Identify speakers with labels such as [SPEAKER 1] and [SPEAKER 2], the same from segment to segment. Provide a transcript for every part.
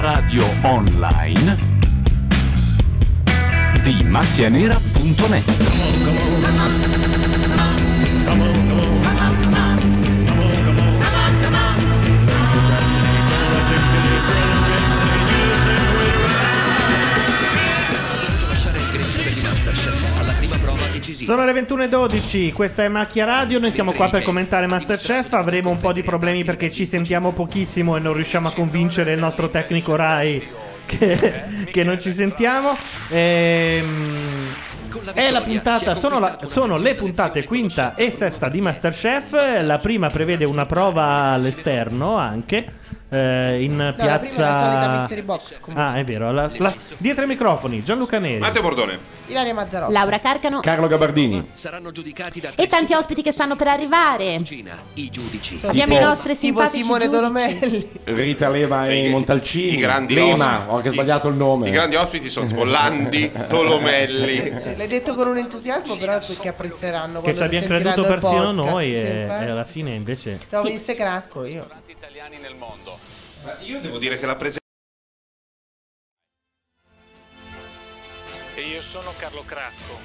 [SPEAKER 1] radio online di macchianera.net
[SPEAKER 2] lasciare il direttore di Masterchef alla prima prova decisiva.
[SPEAKER 3] Sono le 21.12, questa è Macchia Radio, noi siamo qua per commentare Masterchef, avremo un po' di problemi perché ci sentiamo pochissimo e non riusciamo a convincere il nostro tecnico Rai che, che non ci sentiamo. Ehm, è la puntata, sono, la- sono le puntate quinta e sesta di Masterchef, la prima prevede una prova all'esterno anche. eh, in
[SPEAKER 4] prima è la
[SPEAKER 3] piazza
[SPEAKER 4] solita mystery box, comunque.
[SPEAKER 3] ah è vero la- la- dietro i microfoni Gianluca Neri
[SPEAKER 5] Matteo Bordone.
[SPEAKER 4] Ilaria Mazzarotti.
[SPEAKER 6] Laura Carcano
[SPEAKER 5] Gabardini.
[SPEAKER 2] Saranno giudicati da
[SPEAKER 6] e tanti ospiti che stanno per arrivare.
[SPEAKER 2] Gina, i giudici.
[SPEAKER 6] Abbiamo i
[SPEAKER 7] Tipo-
[SPEAKER 6] nostri
[SPEAKER 4] Tipo
[SPEAKER 6] simpatici
[SPEAKER 4] Simone
[SPEAKER 6] giudici.
[SPEAKER 4] Dolomelli.
[SPEAKER 7] Rita Leva e Montalcini.
[SPEAKER 5] I grandi
[SPEAKER 7] Lema,
[SPEAKER 5] ospiti.
[SPEAKER 7] ho anche sbagliato il nome.
[SPEAKER 5] I grandi ospiti sono Svolandi,
[SPEAKER 4] Sì,
[SPEAKER 5] Tolomelli.
[SPEAKER 4] sì, L'hai detto con un entusiasmo, però so che apprezzeranno
[SPEAKER 3] che
[SPEAKER 4] quando
[SPEAKER 3] ci abbiamo
[SPEAKER 4] risentiranno
[SPEAKER 3] creduto
[SPEAKER 4] il
[SPEAKER 3] persino
[SPEAKER 4] podcast,
[SPEAKER 3] noi
[SPEAKER 4] sì,
[SPEAKER 3] e,
[SPEAKER 4] infatti.
[SPEAKER 3] e alla fine invece
[SPEAKER 4] Stavo in secracco io.
[SPEAKER 5] Io devo dire che la presenza
[SPEAKER 8] E io sono Carlo Cracco.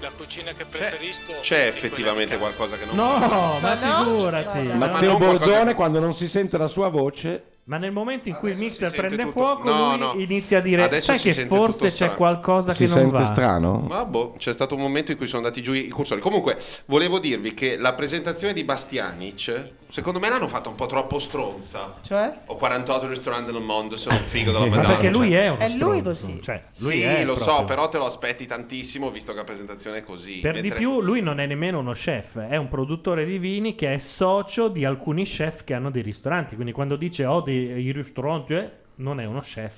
[SPEAKER 8] La cucina che preferisco.
[SPEAKER 5] c'è
[SPEAKER 8] è quella di casa.
[SPEAKER 5] effettivamente qualcosa che non
[SPEAKER 3] No, ma
[SPEAKER 4] no?
[SPEAKER 3] figurati.
[SPEAKER 4] No,
[SPEAKER 3] Ma,
[SPEAKER 5] Ma
[SPEAKER 7] Matteo
[SPEAKER 5] non qualcosa-
[SPEAKER 7] Bordone, quando non si sente la sua voce,
[SPEAKER 3] nel momento in cui il
[SPEAKER 5] Adesso si
[SPEAKER 3] mixer
[SPEAKER 5] sente
[SPEAKER 3] prende
[SPEAKER 5] tutto-
[SPEAKER 3] fuoco,
[SPEAKER 5] No,
[SPEAKER 3] lui
[SPEAKER 5] no.
[SPEAKER 3] inizia a dire:
[SPEAKER 5] Adesso
[SPEAKER 3] Sai
[SPEAKER 5] si
[SPEAKER 3] che
[SPEAKER 5] sente tutto
[SPEAKER 3] forse c'è
[SPEAKER 5] strano."
[SPEAKER 3] qualcosa
[SPEAKER 7] si
[SPEAKER 3] che non
[SPEAKER 7] sente
[SPEAKER 3] va.
[SPEAKER 7] strano?
[SPEAKER 5] Ma boh, c'è stato un momento in cui sono andati giù i cursori. Comunque, volevo dirvi che la presentazione di Bastianic, secondo me l'hanno fatta un po' troppo stronza.
[SPEAKER 4] Cioè?
[SPEAKER 5] Ho 48 ristoranti nel mondo, sono un figo della
[SPEAKER 3] Ma
[SPEAKER 5] madonna.
[SPEAKER 3] perché lui
[SPEAKER 5] cioè.
[SPEAKER 3] è uno
[SPEAKER 4] È Eh, lui
[SPEAKER 3] stronzo,
[SPEAKER 4] così.
[SPEAKER 3] cioè, lui
[SPEAKER 5] Sì,
[SPEAKER 3] è
[SPEAKER 5] lo so,
[SPEAKER 3] proprio-
[SPEAKER 5] però te lo aspetti tantissimo, visto che la presentazione è così.
[SPEAKER 3] Per di
[SPEAKER 5] Mentre-
[SPEAKER 3] più, lui non è nemmeno uno chef, è un produttore di vini che è socio di alcuni chef che hanno dei ristoranti. Quindi quando dice ho dei ristoranti, eh, non è uno chef.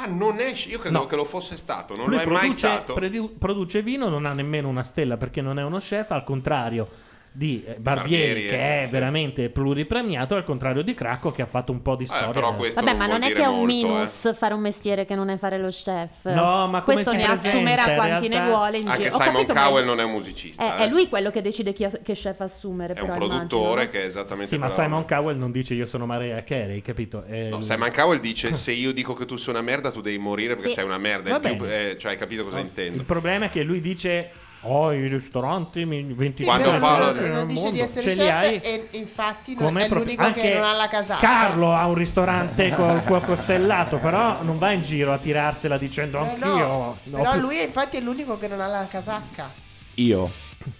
[SPEAKER 5] Ah, non esce. Io credo
[SPEAKER 3] No.
[SPEAKER 5] che lo fosse stato, non
[SPEAKER 3] Lui
[SPEAKER 5] lo è mai stato.
[SPEAKER 3] produ- produce vino, non ha nemmeno una stella perché non è uno chef, al contrario di eh, Barbieri,
[SPEAKER 5] Barbieri,
[SPEAKER 3] che è
[SPEAKER 5] sì.
[SPEAKER 3] veramente pluripremiato, al contrario di Cracco che ha fatto un po' di storia.
[SPEAKER 5] Eh, però questo
[SPEAKER 6] Vabbè, ma
[SPEAKER 5] vuol
[SPEAKER 6] non è
[SPEAKER 5] dire
[SPEAKER 6] che è un
[SPEAKER 5] molto, eh.
[SPEAKER 6] minus fare un mestiere che non è fare lo chef.
[SPEAKER 3] No, ma come
[SPEAKER 6] questo
[SPEAKER 3] si
[SPEAKER 6] ne
[SPEAKER 3] presenta,
[SPEAKER 6] assumerà
[SPEAKER 3] in
[SPEAKER 6] quanti
[SPEAKER 3] realtà?
[SPEAKER 6] ne vuole in
[SPEAKER 5] Anche
[SPEAKER 6] giro. Ho
[SPEAKER 5] Simon
[SPEAKER 6] capito, ma
[SPEAKER 5] Cowell
[SPEAKER 6] è-
[SPEAKER 5] non è un musicista.
[SPEAKER 6] è,
[SPEAKER 5] eh.
[SPEAKER 6] è lui quello che decide chi as- che chef assumere.
[SPEAKER 5] È
[SPEAKER 6] però,
[SPEAKER 5] un
[SPEAKER 6] immagino,
[SPEAKER 5] produttore
[SPEAKER 6] no?
[SPEAKER 5] che è esattamente
[SPEAKER 3] Sì, ma
[SPEAKER 5] quella
[SPEAKER 3] Simon
[SPEAKER 5] roba.
[SPEAKER 3] Cowell non dice io sono Marea Carey, capito? Eh, È
[SPEAKER 5] No,
[SPEAKER 3] il-
[SPEAKER 5] Simon Cowell dice se io dico che tu sei una merda tu devi morire perché
[SPEAKER 6] Sì.
[SPEAKER 5] sei una merda,
[SPEAKER 3] Va
[SPEAKER 5] il più-
[SPEAKER 3] bene.
[SPEAKER 5] eh, cioè hai capito cosa intendo.
[SPEAKER 3] Il problema è che lui dice ho i ristoranti, mi- 20
[SPEAKER 4] Sì,
[SPEAKER 5] Quando
[SPEAKER 4] però
[SPEAKER 5] parla-
[SPEAKER 4] non-
[SPEAKER 5] del
[SPEAKER 4] non, dice di essere
[SPEAKER 3] Ce li
[SPEAKER 4] chef
[SPEAKER 3] hai?
[SPEAKER 4] e infatti non-
[SPEAKER 3] Come
[SPEAKER 4] è
[SPEAKER 3] proprio-
[SPEAKER 4] l'unico che
[SPEAKER 3] anche
[SPEAKER 4] non ha la casacca.
[SPEAKER 3] Carlo ha un ristorante col cuoco stellato, però non va in giro a tirarsela dicendo
[SPEAKER 4] Eh,
[SPEAKER 3] anch'io.
[SPEAKER 4] no,
[SPEAKER 3] ho
[SPEAKER 4] però
[SPEAKER 3] più-
[SPEAKER 4] lui è- infatti è l'unico che non ha la casacca.
[SPEAKER 7] Io.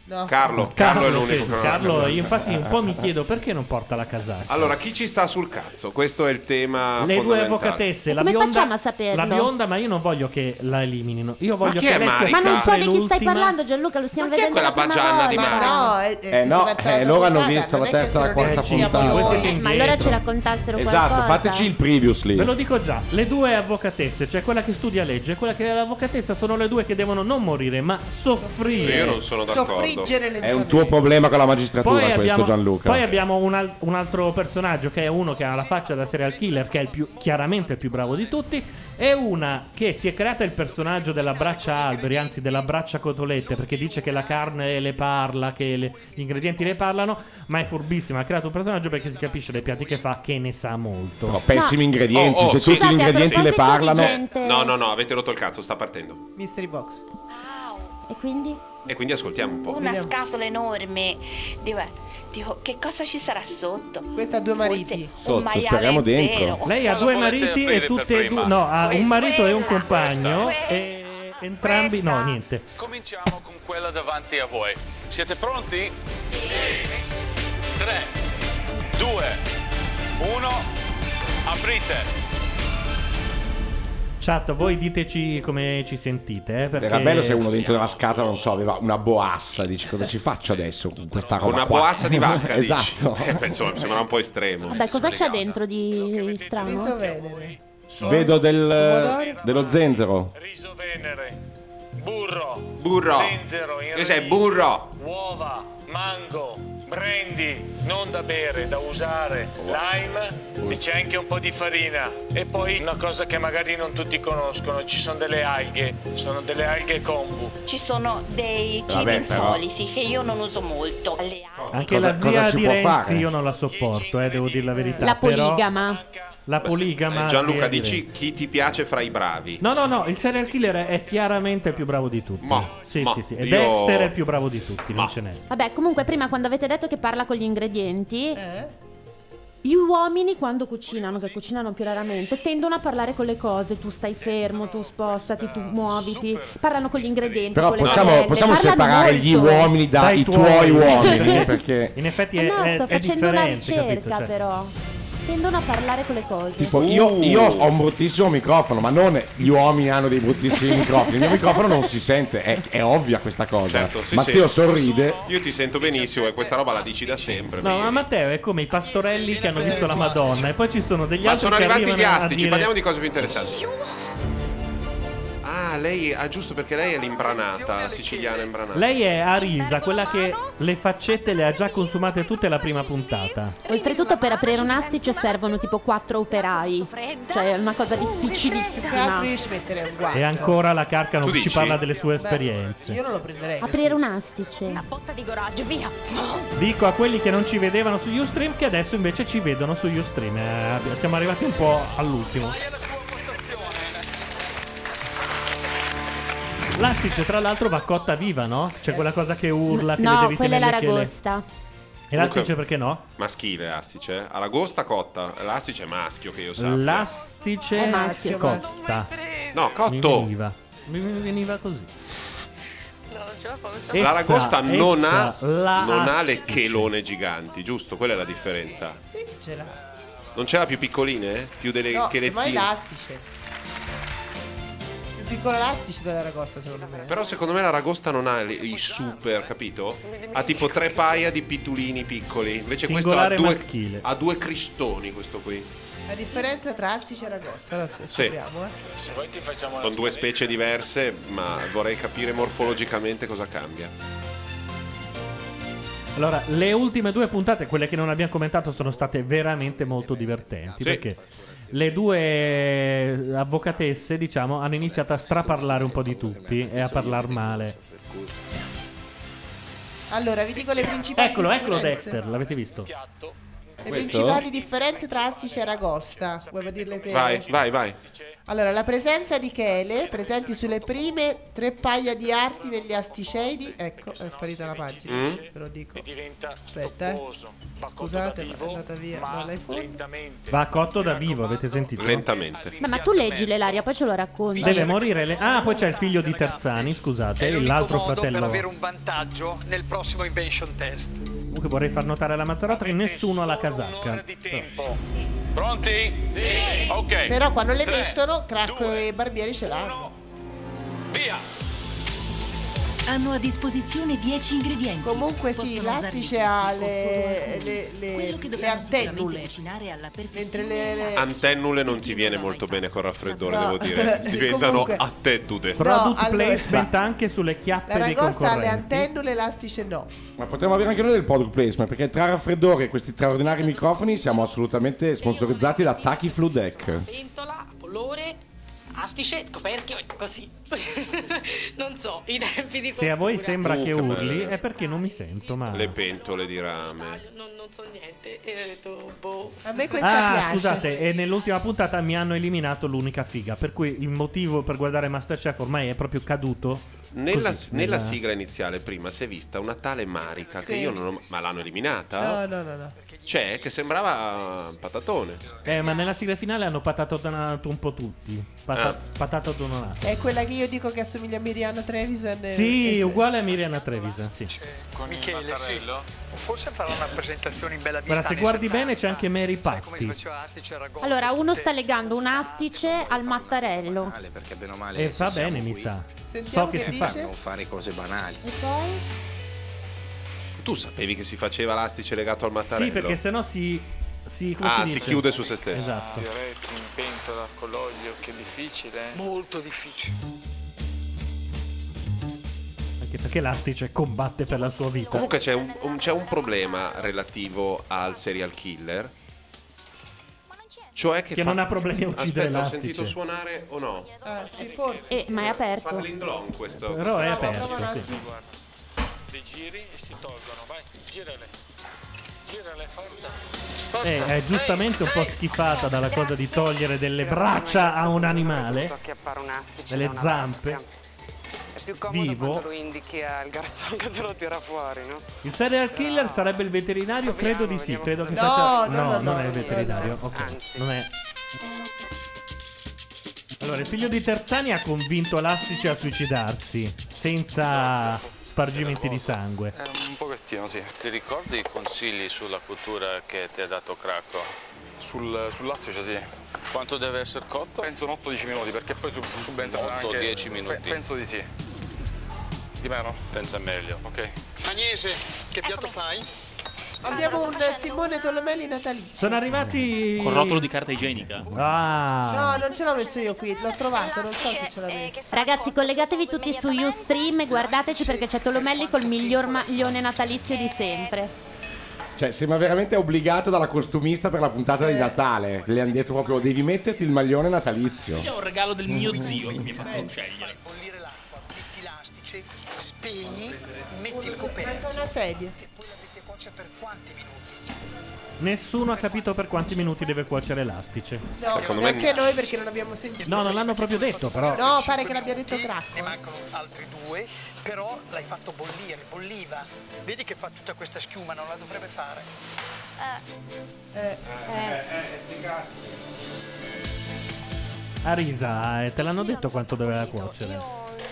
[SPEAKER 4] No.
[SPEAKER 5] Carlo, Carlo è l'unico
[SPEAKER 3] sì,
[SPEAKER 5] che non ha la
[SPEAKER 3] Carlo,
[SPEAKER 5] casacca.
[SPEAKER 3] io infatti un po' mi chiedo perché non porta la casacca.
[SPEAKER 5] Allora, chi ci sta sul cazzo? Questo è il tema
[SPEAKER 3] Le due
[SPEAKER 5] fondamentale.
[SPEAKER 3] avvocatesse, la
[SPEAKER 6] Come
[SPEAKER 3] bionda,
[SPEAKER 6] facciamo a saperlo?
[SPEAKER 3] la bionda, ma io non voglio che la eliminino. Io voglio
[SPEAKER 5] chi
[SPEAKER 3] che
[SPEAKER 5] è
[SPEAKER 3] lei sia
[SPEAKER 5] Marica?
[SPEAKER 6] Ma non so
[SPEAKER 3] sempre
[SPEAKER 6] di chi stai
[SPEAKER 3] l'ultima.
[SPEAKER 6] parlando, Gianluca. Lo stiamo
[SPEAKER 5] Ma chi è
[SPEAKER 6] vedendo.
[SPEAKER 5] quella
[SPEAKER 6] la prima
[SPEAKER 5] bagianna di
[SPEAKER 6] volta.
[SPEAKER 4] Ma no, eh, eh,
[SPEAKER 7] Eh,
[SPEAKER 4] ti
[SPEAKER 7] no,
[SPEAKER 4] sei alzato
[SPEAKER 7] eh, loro hanno
[SPEAKER 4] puntata,
[SPEAKER 7] visto la
[SPEAKER 4] non è che
[SPEAKER 7] terza,
[SPEAKER 4] se
[SPEAKER 7] la
[SPEAKER 4] non
[SPEAKER 7] quarta
[SPEAKER 4] esistiamo
[SPEAKER 3] puntata.
[SPEAKER 4] noi.
[SPEAKER 3] Voi siete
[SPEAKER 6] Eh, Ma allora
[SPEAKER 3] Indietro.
[SPEAKER 6] ce la contassero
[SPEAKER 7] Esatto,
[SPEAKER 6] qualcosa.
[SPEAKER 7] fateci il preview lì.
[SPEAKER 3] Ve lo dico già, le due avvocatesse, cioè quella che studia legge e quella che è l'avvocatessa, sono le due che devono non morire, ma soffrire.
[SPEAKER 5] Io non sono d'accordo.
[SPEAKER 4] Soffriggere
[SPEAKER 7] È
[SPEAKER 4] lentamente.
[SPEAKER 7] un tuo problema con la magistratura
[SPEAKER 3] Poi
[SPEAKER 7] questo
[SPEAKER 3] abbiamo,
[SPEAKER 7] Gianluca.
[SPEAKER 3] poi abbiamo un, al- un altro personaggio che è uno che ha la faccia da serial killer, che è il più, chiaramente il più bravo di tutti, e una che si è creata il personaggio della braccia alberi, anzi della braccia cotolette, perché dice che la carne le parla, che le- gli ingredienti le parlano, ma è furbissima, ha creato un personaggio perché si capisce dai piatti che fa che ne sa molto.
[SPEAKER 7] No, pessimi
[SPEAKER 6] No.
[SPEAKER 7] ingredienti,
[SPEAKER 5] Oh, oh,
[SPEAKER 7] se
[SPEAKER 5] sì.
[SPEAKER 7] tutti gli
[SPEAKER 6] Scusate, a
[SPEAKER 7] ingredienti le
[SPEAKER 6] proposito di
[SPEAKER 7] parlano.
[SPEAKER 6] gente-
[SPEAKER 5] No, no, no, avete rotto il cazzo, sta partendo.
[SPEAKER 4] Mystery box.
[SPEAKER 6] E quindi?
[SPEAKER 5] E quindi ascoltiamo un po'.
[SPEAKER 9] Una
[SPEAKER 4] Vediamo.
[SPEAKER 9] scatola enorme. Dico, eh, dico, che cosa ci sarà sotto?
[SPEAKER 4] Questa ha due
[SPEAKER 9] Forse
[SPEAKER 4] mariti.
[SPEAKER 7] Sotto,
[SPEAKER 9] un maiale
[SPEAKER 7] speriamo dentro.
[SPEAKER 9] intero.
[SPEAKER 3] Lei ha due
[SPEAKER 8] volete
[SPEAKER 3] mariti
[SPEAKER 8] aprire
[SPEAKER 3] e
[SPEAKER 8] per
[SPEAKER 3] tutte e
[SPEAKER 8] prima?
[SPEAKER 3] due. No, ha un marito e un
[SPEAKER 9] Quella,
[SPEAKER 3] compagno.
[SPEAKER 9] questa.
[SPEAKER 3] E entrambi. No, niente.
[SPEAKER 8] Cominciamo con quella davanti a voi. Siete pronti? Sì. 3, 2, 1, aprite.
[SPEAKER 3] Chat, voi diteci come ci sentite. Eh, perché...
[SPEAKER 7] Era bello se uno dentro
[SPEAKER 5] eh,
[SPEAKER 7] la scatola, non so, aveva una boassa, dici cosa ci faccio adesso con questa roba
[SPEAKER 5] Con una
[SPEAKER 7] qua?"
[SPEAKER 5] boassa di vacca, dici?
[SPEAKER 7] Esatto.
[SPEAKER 5] Eh, beh, insomma, mi sembra un po' estremo.
[SPEAKER 6] Vabbè, cosa c'è dentro di
[SPEAKER 4] Riso
[SPEAKER 6] strano?
[SPEAKER 4] venere.
[SPEAKER 7] Vedo del,
[SPEAKER 4] Pomodori?
[SPEAKER 7] dello zenzero.
[SPEAKER 5] Uh.
[SPEAKER 8] Riso venere, burro,
[SPEAKER 5] Burro.
[SPEAKER 8] zenzero, in
[SPEAKER 5] Che sei,
[SPEAKER 8] riso,
[SPEAKER 5] burro?
[SPEAKER 8] Uova, mango, brandy, non da bere, da usare,
[SPEAKER 5] Oh,
[SPEAKER 8] lime e c'è anche un po' di farina. E poi una cosa che magari non tutti conoscono, ci sono delle alghe, sono delle alghe kombu.
[SPEAKER 9] Ci sono dei cibi
[SPEAKER 7] Vabbè, però.
[SPEAKER 9] insoliti che io non uso molto. Le
[SPEAKER 3] Anche
[SPEAKER 7] Cosa-
[SPEAKER 3] la
[SPEAKER 7] cosa
[SPEAKER 3] zia
[SPEAKER 7] si
[SPEAKER 3] di
[SPEAKER 7] può
[SPEAKER 3] Renzi
[SPEAKER 7] fare?
[SPEAKER 3] io non la sopporto, eh, devo dire la verità.
[SPEAKER 6] La
[SPEAKER 3] però-
[SPEAKER 6] poligama.
[SPEAKER 8] Manca
[SPEAKER 3] La poligama.
[SPEAKER 5] Eh, Gianluca,
[SPEAKER 3] direi.
[SPEAKER 5] dici chi ti piace fra i bravi?
[SPEAKER 3] No, no, no, il serial killer è chiaramente il più bravo di tutti.
[SPEAKER 5] Ma-
[SPEAKER 3] sì,
[SPEAKER 5] ma-
[SPEAKER 3] sì, sì. E
[SPEAKER 5] io-
[SPEAKER 3] Dexter è il più bravo di tutti, non ce n'è.
[SPEAKER 6] Vabbè, comunque prima quando avete detto che parla con gli ingredienti,
[SPEAKER 4] Eh?
[SPEAKER 6] gli uomini quando cucinano, che cucinano più raramente, tendono a parlare con le cose, tu stai fermo, tu spostati, tu muoviti, parlano con gli ingredienti.
[SPEAKER 7] Però
[SPEAKER 6] con le
[SPEAKER 7] possiamo,
[SPEAKER 6] padelle,
[SPEAKER 7] possiamo
[SPEAKER 6] parlano
[SPEAKER 7] separare
[SPEAKER 6] molto.
[SPEAKER 7] gli uomini dai tuoi uomini. perché
[SPEAKER 3] In effetti è,
[SPEAKER 6] Eh no,
[SPEAKER 3] è-
[SPEAKER 6] sto
[SPEAKER 3] è
[SPEAKER 6] facendo una
[SPEAKER 3] differente,
[SPEAKER 6] ricerca
[SPEAKER 3] capito? Cioè,
[SPEAKER 6] però. Tendono a parlare con le cose.
[SPEAKER 7] tipo, io, io ho un bruttissimo microfono, ma non gli uomini hanno dei bruttissimi microfoni. Il mio microfono non si sente, è, è ovvia questa cosa.
[SPEAKER 5] Certo, sì,
[SPEAKER 7] Matteo
[SPEAKER 5] sì.
[SPEAKER 7] sorride.
[SPEAKER 5] Io ti sento benissimo e questa roba la dici da sempre.
[SPEAKER 3] No, ma Matteo è come i pastorelli che hanno visto la Madonna e poi ci sono degli
[SPEAKER 5] Ma
[SPEAKER 3] altri
[SPEAKER 5] sono
[SPEAKER 3] che
[SPEAKER 5] arrivati gli
[SPEAKER 3] arrivano a
[SPEAKER 5] astici,
[SPEAKER 3] dire-
[SPEAKER 5] parliamo di cose più interessanti. Ah, lei, ah, giusto perché lei è l'imbranata, siciliana imbranata.
[SPEAKER 3] Lei è Arisa, quella che le faccette le ha già consumate tutte la prima puntata.
[SPEAKER 6] Oltretutto per aprire un astice servono tipo quattro operai. Cioè è una cosa
[SPEAKER 4] Che altro
[SPEAKER 6] difficilissima.
[SPEAKER 4] io ci metterei un guanto.
[SPEAKER 3] E ancora la
[SPEAKER 5] Tu
[SPEAKER 3] Carcano ci
[SPEAKER 5] dici?
[SPEAKER 3] parla delle sue
[SPEAKER 4] Beh,
[SPEAKER 3] esperienze.
[SPEAKER 4] Io non lo prenderei.
[SPEAKER 6] Aprire un astice.
[SPEAKER 1] botta di coraggio, via!
[SPEAKER 3] Dico a quelli che non ci vedevano su Ustream che adesso invece ci vedono su Ustream. Eh, siamo arrivati un po' all'ultimo. L'astice tra l'altro va cotta viva, no? C'è quella cosa che urla, che le
[SPEAKER 6] No,
[SPEAKER 3] devi
[SPEAKER 6] quella è
[SPEAKER 3] tenere le chiele.
[SPEAKER 6] l'aragosta.
[SPEAKER 3] E l'astice perché no?
[SPEAKER 5] Maschile l'astice, eh? Aragosta cotta. L'astice è maschio che io sappia.
[SPEAKER 3] L'astice
[SPEAKER 4] È maschio,
[SPEAKER 3] cotta.
[SPEAKER 5] No,
[SPEAKER 3] Mi
[SPEAKER 5] cotto.
[SPEAKER 3] veniva. Mi mi veniva così. Essa-
[SPEAKER 5] L'aragosta non ha,
[SPEAKER 3] essa, la-
[SPEAKER 5] non ha le chelone giganti, giusto? Quella è la differenza.
[SPEAKER 4] Sì, che ce l'ha.
[SPEAKER 5] Non c'era più piccoline? eh? Più delle
[SPEAKER 4] No, se vai
[SPEAKER 5] chelettine?
[SPEAKER 4] elastice. Il piccolo elastice della ragosta, secondo me.
[SPEAKER 5] Però secondo me la ragosta non ha le- i super, capito? Ha tipo tre paia di pitulini piccoli. Invece
[SPEAKER 3] Singolare
[SPEAKER 5] questo ha due,
[SPEAKER 3] maschile.
[SPEAKER 5] ha due cristoni, questo qui.
[SPEAKER 4] La differenza tra astice e ragosta. Allora, se- scopriamo, eh.
[SPEAKER 8] Se vuoi ti facciamo una
[SPEAKER 5] Sono due
[SPEAKER 8] scaletta.
[SPEAKER 5] specie diverse, ma vorrei capire morfologicamente cosa cambia.
[SPEAKER 3] Allora, le ultime due puntate, quelle che non abbiamo commentato, sono state veramente molto divertenti.
[SPEAKER 5] Sì.
[SPEAKER 3] Perché le due avvocatesse, diciamo, hanno iniziato a straparlare un po' di tutti e a parlare male.
[SPEAKER 4] Allora, vi dico le principali
[SPEAKER 3] Eccolo, eccolo
[SPEAKER 4] differenze.
[SPEAKER 3] Dexter, l'avete visto?
[SPEAKER 4] Le principali differenze tra astice e ragosta. Vuoi dirle te?
[SPEAKER 5] Vai, vai, vai.
[SPEAKER 4] Allora, la presenza di chele presenti sulle prime tre paia di arti degli asticedi. Ecco, è sparita la pagina,
[SPEAKER 5] Mm?
[SPEAKER 4] ve lo dico.
[SPEAKER 8] E diventa
[SPEAKER 4] Aspetta, eh.
[SPEAKER 8] stopposo. Va cotto
[SPEAKER 4] Scusate,
[SPEAKER 8] da
[SPEAKER 4] ma è
[SPEAKER 8] vivo,
[SPEAKER 4] andata via
[SPEAKER 8] ma
[SPEAKER 4] dall'iPhone.
[SPEAKER 8] lentamente.
[SPEAKER 3] Va cotto da vivo, avete sentito?
[SPEAKER 5] Lentamente.
[SPEAKER 6] Beh, ma tu leggi l'elaria, poi ce lo racconti.
[SPEAKER 3] Deve morire le... Ah, poi c'è il figlio di Terzani, scusate, l'altro fratello.
[SPEAKER 10] un vantaggio nel prossimo invention test.
[SPEAKER 3] Comunque vorrei far notare alla Mazzarotta che nessuno ha la
[SPEAKER 8] Solo un'ora
[SPEAKER 3] casacca.
[SPEAKER 8] di tempo. Pronti? Sì. Ok.
[SPEAKER 4] Però quando le
[SPEAKER 8] Tre,
[SPEAKER 4] mettono, Cracco
[SPEAKER 8] due,
[SPEAKER 4] e Barbieri ce l'hanno.
[SPEAKER 8] Via.
[SPEAKER 11] Eh,
[SPEAKER 1] Hanno a disposizione 10 ingredienti.
[SPEAKER 4] Comunque sì,
[SPEAKER 1] Possono usarli
[SPEAKER 4] l'astice
[SPEAKER 1] tutti
[SPEAKER 4] ha
[SPEAKER 1] o solo
[SPEAKER 4] le,
[SPEAKER 1] alcuni.
[SPEAKER 4] le, le,
[SPEAKER 1] Quello che
[SPEAKER 4] le
[SPEAKER 1] dovranno sicuramente
[SPEAKER 4] antennule.
[SPEAKER 1] cucinare alla
[SPEAKER 4] Mentre
[SPEAKER 1] perfezione
[SPEAKER 4] le- le-
[SPEAKER 1] è
[SPEAKER 5] Antennule non ti viene molto bene col raffreddore,
[SPEAKER 4] No.
[SPEAKER 5] devo dire. Diventano
[SPEAKER 4] Comunque.
[SPEAKER 5] attedude.
[SPEAKER 3] Product
[SPEAKER 4] allora-
[SPEAKER 3] placement anche sulle
[SPEAKER 4] La
[SPEAKER 3] chiappe dei
[SPEAKER 4] ragosta ha le
[SPEAKER 3] concorrenti.
[SPEAKER 4] antennule, l'astice no.
[SPEAKER 7] Ma potremmo avere anche noi del product placement, perché tra raffreddore e questi straordinari microfoni siamo assolutamente sponsorizzati da Taki Flu Deck.
[SPEAKER 1] Pentola, colore, astice, coperchio, così. non so, i tempi di
[SPEAKER 3] Se a voi
[SPEAKER 1] cottura.
[SPEAKER 3] sembra
[SPEAKER 5] Uh,
[SPEAKER 3] che
[SPEAKER 5] che
[SPEAKER 3] urli,
[SPEAKER 5] bello.
[SPEAKER 3] è perché non mi sento, ma...
[SPEAKER 5] Le pentole di rame.
[SPEAKER 1] Ah, Non, non so niente. E ho detto, boh.
[SPEAKER 4] A me questa
[SPEAKER 3] Ah,
[SPEAKER 4] piace.
[SPEAKER 3] scusate, e nell'ultima puntata mi hanno eliminato l'unica figa. Per cui il motivo per guardare Masterchef ormai è proprio caduto.
[SPEAKER 5] Nella,
[SPEAKER 3] Così,
[SPEAKER 5] nella
[SPEAKER 3] nella-
[SPEAKER 5] sigla iniziale prima si è vista una tale Marica che io non ho... Ma l'hanno eliminata?
[SPEAKER 4] No, no, no, no.
[SPEAKER 5] C'è che sembrava patatone.
[SPEAKER 3] Eh, ma nella sigla finale hanno patatonato un po' tutti. Pata-
[SPEAKER 5] Ah.
[SPEAKER 3] patatodonato.
[SPEAKER 4] È quella che io dico che assomiglia a Miriana Trevisan. eh, e-
[SPEAKER 3] Sì,
[SPEAKER 4] e-
[SPEAKER 3] uguale a Miriana Trevisan, sì.
[SPEAKER 10] Con Michele, sì. Forse farà una presentazione in bella vista.
[SPEAKER 3] Guarda, se
[SPEAKER 10] anni
[SPEAKER 3] guardi
[SPEAKER 10] 70.
[SPEAKER 3] bene c'è anche Mary
[SPEAKER 10] Sai come si
[SPEAKER 3] Patti.
[SPEAKER 10] faceva Astice a Ragosta,
[SPEAKER 6] Allora, uno
[SPEAKER 10] tutte-
[SPEAKER 6] sta legando un astice al mattarello.
[SPEAKER 12] Male, perché bene o male
[SPEAKER 3] E
[SPEAKER 12] se
[SPEAKER 3] va
[SPEAKER 12] siamo
[SPEAKER 3] bene, mi
[SPEAKER 12] qui,
[SPEAKER 3] sa. so
[SPEAKER 4] Sentiamo
[SPEAKER 3] Eh, che,
[SPEAKER 4] che
[SPEAKER 3] si
[SPEAKER 4] dice.
[SPEAKER 3] fa.
[SPEAKER 12] Non fare cose banali.
[SPEAKER 6] E poi?
[SPEAKER 5] Tu sapevi che si faceva l'astice legato al mattarello?
[SPEAKER 3] Sì, perché sennò si. si come
[SPEAKER 5] Ah,
[SPEAKER 3] si,
[SPEAKER 5] si
[SPEAKER 3] dice?
[SPEAKER 5] chiude su se stesso.
[SPEAKER 3] Esatto.
[SPEAKER 8] Fioretti in pentola con l'olio, che difficile. eh.
[SPEAKER 10] Molto difficile.
[SPEAKER 3] Anche perché l'astice combatte per la sua vita.
[SPEAKER 5] Comunque c'è un, un- c'è un problema relativo al serial killer. Cioè che,
[SPEAKER 3] Che
[SPEAKER 5] fa-
[SPEAKER 3] non ha problemi a uccidere cioè.
[SPEAKER 5] Aspetta,
[SPEAKER 3] l'astice.
[SPEAKER 5] ho sentito suonare o no?
[SPEAKER 4] Ah, sì, forse.
[SPEAKER 6] Eh, ma è aperto.
[SPEAKER 5] Fateli in long questo.
[SPEAKER 3] Però è
[SPEAKER 4] Bravo, bravo,
[SPEAKER 3] aperto.
[SPEAKER 4] bravo.
[SPEAKER 3] sì.
[SPEAKER 8] Li giri e si tolgono, vai, girale. Girale, forza.
[SPEAKER 3] Eh, è giustamente un po' schifata dalla cosa di togliere delle braccia a un animale,
[SPEAKER 13] Acchiappare un astice da
[SPEAKER 3] delle
[SPEAKER 13] una
[SPEAKER 3] zampe,
[SPEAKER 13] vasca. È più comodo quando
[SPEAKER 3] vivo.
[SPEAKER 13] lo indichi al garçon che te lo tira fuori, no?
[SPEAKER 3] Il serial killer sarebbe il veterinario? Credo di sì, credo che
[SPEAKER 13] No,
[SPEAKER 3] faccia...
[SPEAKER 13] no, no, no,
[SPEAKER 3] non è
[SPEAKER 13] no,
[SPEAKER 3] il veterinario,
[SPEAKER 13] no.
[SPEAKER 3] ok.
[SPEAKER 13] Anzi.
[SPEAKER 3] Non è... Allora, il figlio di Terzani ha convinto l'Astice a suicidarsi, senza spargimenti di sangue.
[SPEAKER 11] Un pochettino, sì. Ti ricordi i consigli sulla cultura che ti ha dato Cracco? Sul, sull'astice, sì. Quanto deve essere cotto? Penso un 8-10 minuti, perché poi subentra 8-10 minuti. penso di sì. Di meno? Pensa meglio. Ok.
[SPEAKER 10] Agnese, che piatto fai?
[SPEAKER 4] Abbiamo un Simone Tolomelli natalizio.
[SPEAKER 3] Sono arrivati...
[SPEAKER 14] Col rotolo di carta igienica.
[SPEAKER 3] Ah.
[SPEAKER 4] No, non ce l'ho messo io qui, l'ho trovato, non so chi ce l'ha messo.
[SPEAKER 6] Ragazzi, collegatevi tutti su Ustream e guardateci perché c'è Tolomelli col miglior maglione natalizio di sempre.
[SPEAKER 7] Cioè, sembra veramente obbligato dalla costumista per la puntata di Natale. Le hanno detto proprio: devi metterti il maglione natalizio.
[SPEAKER 14] Io ho un regalo del mio zio che mi ha fatto scegliere.
[SPEAKER 10] Elastici, spegni, metti il coperchio.
[SPEAKER 4] Una sedia.
[SPEAKER 3] Nessuno ha capito per quanti minuti deve cuocere l'Astice.
[SPEAKER 4] No, neanche noi perché non abbiamo sentito.
[SPEAKER 3] No, non l'hanno proprio detto, però...
[SPEAKER 4] No, pare che l'abbia detto Cracco. eh.
[SPEAKER 10] Ne mancano altri due, però l'hai fatto bollire, bolliva. Vedi che fa tutta questa schiuma, non la dovrebbe fare.
[SPEAKER 4] Eh,
[SPEAKER 3] A risa, eh, te l'hanno detto quanto doveva cuocere.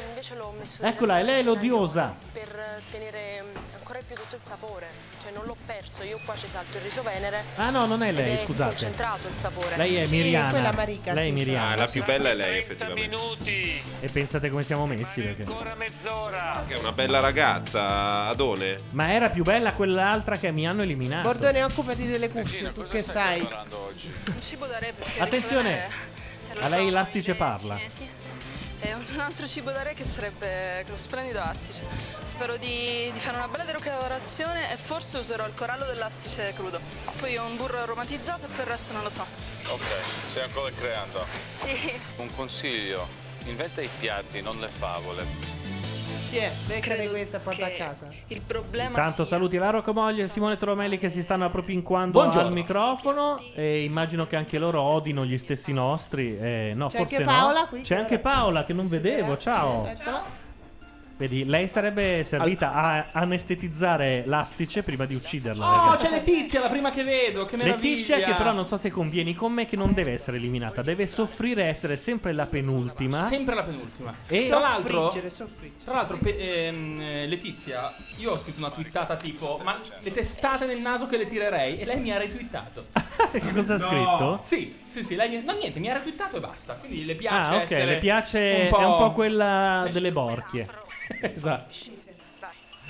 [SPEAKER 1] Invece l'ho messo
[SPEAKER 3] Eccola, è lei l'odiosa.
[SPEAKER 1] per tenere ancora più tutto il sapore, cioè non l'ho perso, io qua ci salto il riso venere.
[SPEAKER 3] Ah, no, non è
[SPEAKER 1] ed
[SPEAKER 3] lei,
[SPEAKER 1] è
[SPEAKER 3] scusate.
[SPEAKER 1] concentrato il sapore.
[SPEAKER 3] Lei è Miriana.
[SPEAKER 1] quella Marica,
[SPEAKER 3] lei è
[SPEAKER 1] sì, sì.
[SPEAKER 3] Miriana.
[SPEAKER 1] Ah, la più
[SPEAKER 5] bella è lei,
[SPEAKER 3] effettivamente. E pensate come siamo messi. Perché...
[SPEAKER 5] Che è una bella ragazza, Adone.
[SPEAKER 3] Ma era più bella quell'altra che mi hanno eliminato.
[SPEAKER 4] Bordone, occupati delle cuffie, tu che sai.
[SPEAKER 15] Un cibo da re perché eh,
[SPEAKER 3] Attenzione,
[SPEAKER 15] risolare-
[SPEAKER 3] a lei l'astice parla.
[SPEAKER 15] Cinesi. E un altro cibo da re che sarebbe questo splendido astice. Spero di, di fare una bella decorazione e forse userò il corallo dell'astice crudo. Poi un burro aromatizzato e per il resto non lo so.
[SPEAKER 11] Ok, stai ancora creando.
[SPEAKER 15] Sì.
[SPEAKER 11] Un consiglio: inventa i piatti, non le favole.
[SPEAKER 4] Chi è? Beccate questa e porta a casa.
[SPEAKER 15] Il problema
[SPEAKER 3] Tanto saluti la Rocomoglie e Simone Tromelli che si stanno appropinquando
[SPEAKER 4] Buongiorno.
[SPEAKER 3] al microfono e immagino che anche loro odino gli stessi nostri. Eh, no,
[SPEAKER 4] C'è
[SPEAKER 3] forse
[SPEAKER 4] anche Paola
[SPEAKER 3] no.
[SPEAKER 4] qui,
[SPEAKER 3] C'è
[SPEAKER 4] che
[SPEAKER 3] anche
[SPEAKER 4] era-
[SPEAKER 3] Paola che non vedevo, Eh, boh, ciao.
[SPEAKER 4] Eccola.
[SPEAKER 3] Vedi, lei sarebbe servita a anestetizzare l'astice prima di ucciderla.
[SPEAKER 14] Oh,
[SPEAKER 3] ragazzi.
[SPEAKER 14] c'è Letizia, la prima che vedo. Che meraviglia.
[SPEAKER 3] Letizia, che però non so se convieni con me, che non deve essere eliminata, deve soffrire, essere sempre la penultima.
[SPEAKER 14] Sempre la penultima.
[SPEAKER 3] E-
[SPEAKER 14] tra l'altro,
[SPEAKER 3] Soffriggere,
[SPEAKER 14] tra l'altro pe- ehm, eh, Letizia, io ho scritto una twittata tipo: Ma le testate nel naso che le tirerei? E lei mi ha retweetato.
[SPEAKER 3] Che cosa ha scritto?
[SPEAKER 14] Sì, sì, sì. Lei, no, niente, mi ha retweetato e basta. Quindi le piace.
[SPEAKER 3] Ah, ok,
[SPEAKER 14] essere
[SPEAKER 3] le piace.
[SPEAKER 14] Un po'...
[SPEAKER 3] È un po' quella delle borchie.
[SPEAKER 14] esatto.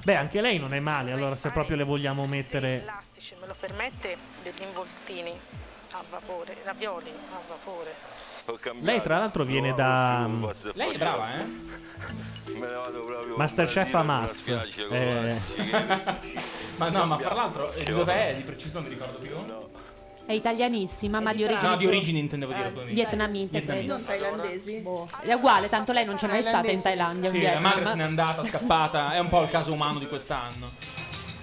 [SPEAKER 3] Beh, anche lei non è male, allora se proprio le vogliamo mettere.
[SPEAKER 1] Se me lo permette, degli involtini a vapore, ravioli a vapore.
[SPEAKER 3] Lei, tra l'altro, viene da. mm,
[SPEAKER 1] Lei è brava, eh?
[SPEAKER 11] Me ne vado proprio.
[SPEAKER 3] Masterchef
[SPEAKER 11] Brasile,
[SPEAKER 3] Hamas.
[SPEAKER 11] sulla spiaggia con
[SPEAKER 3] Eh.
[SPEAKER 11] l'Astice.
[SPEAKER 14] Ma no, ma fra l'altro, eh, dov'è di preciso? Non mi ricordo più.
[SPEAKER 6] È italianissima, ma di origine.
[SPEAKER 14] No, di origine intendevo dire. come-
[SPEAKER 6] Vietnamita,
[SPEAKER 14] Vietnamita.
[SPEAKER 6] credo. Boh. È uguale, tanto lei non c'è mai stata in Thailandia.
[SPEAKER 14] Sì,
[SPEAKER 6] un
[SPEAKER 14] la
[SPEAKER 6] viaggio,
[SPEAKER 14] madre
[SPEAKER 6] cioè, ma-
[SPEAKER 14] se n'è andata, scappata. È un po' il caso umano di quest'anno.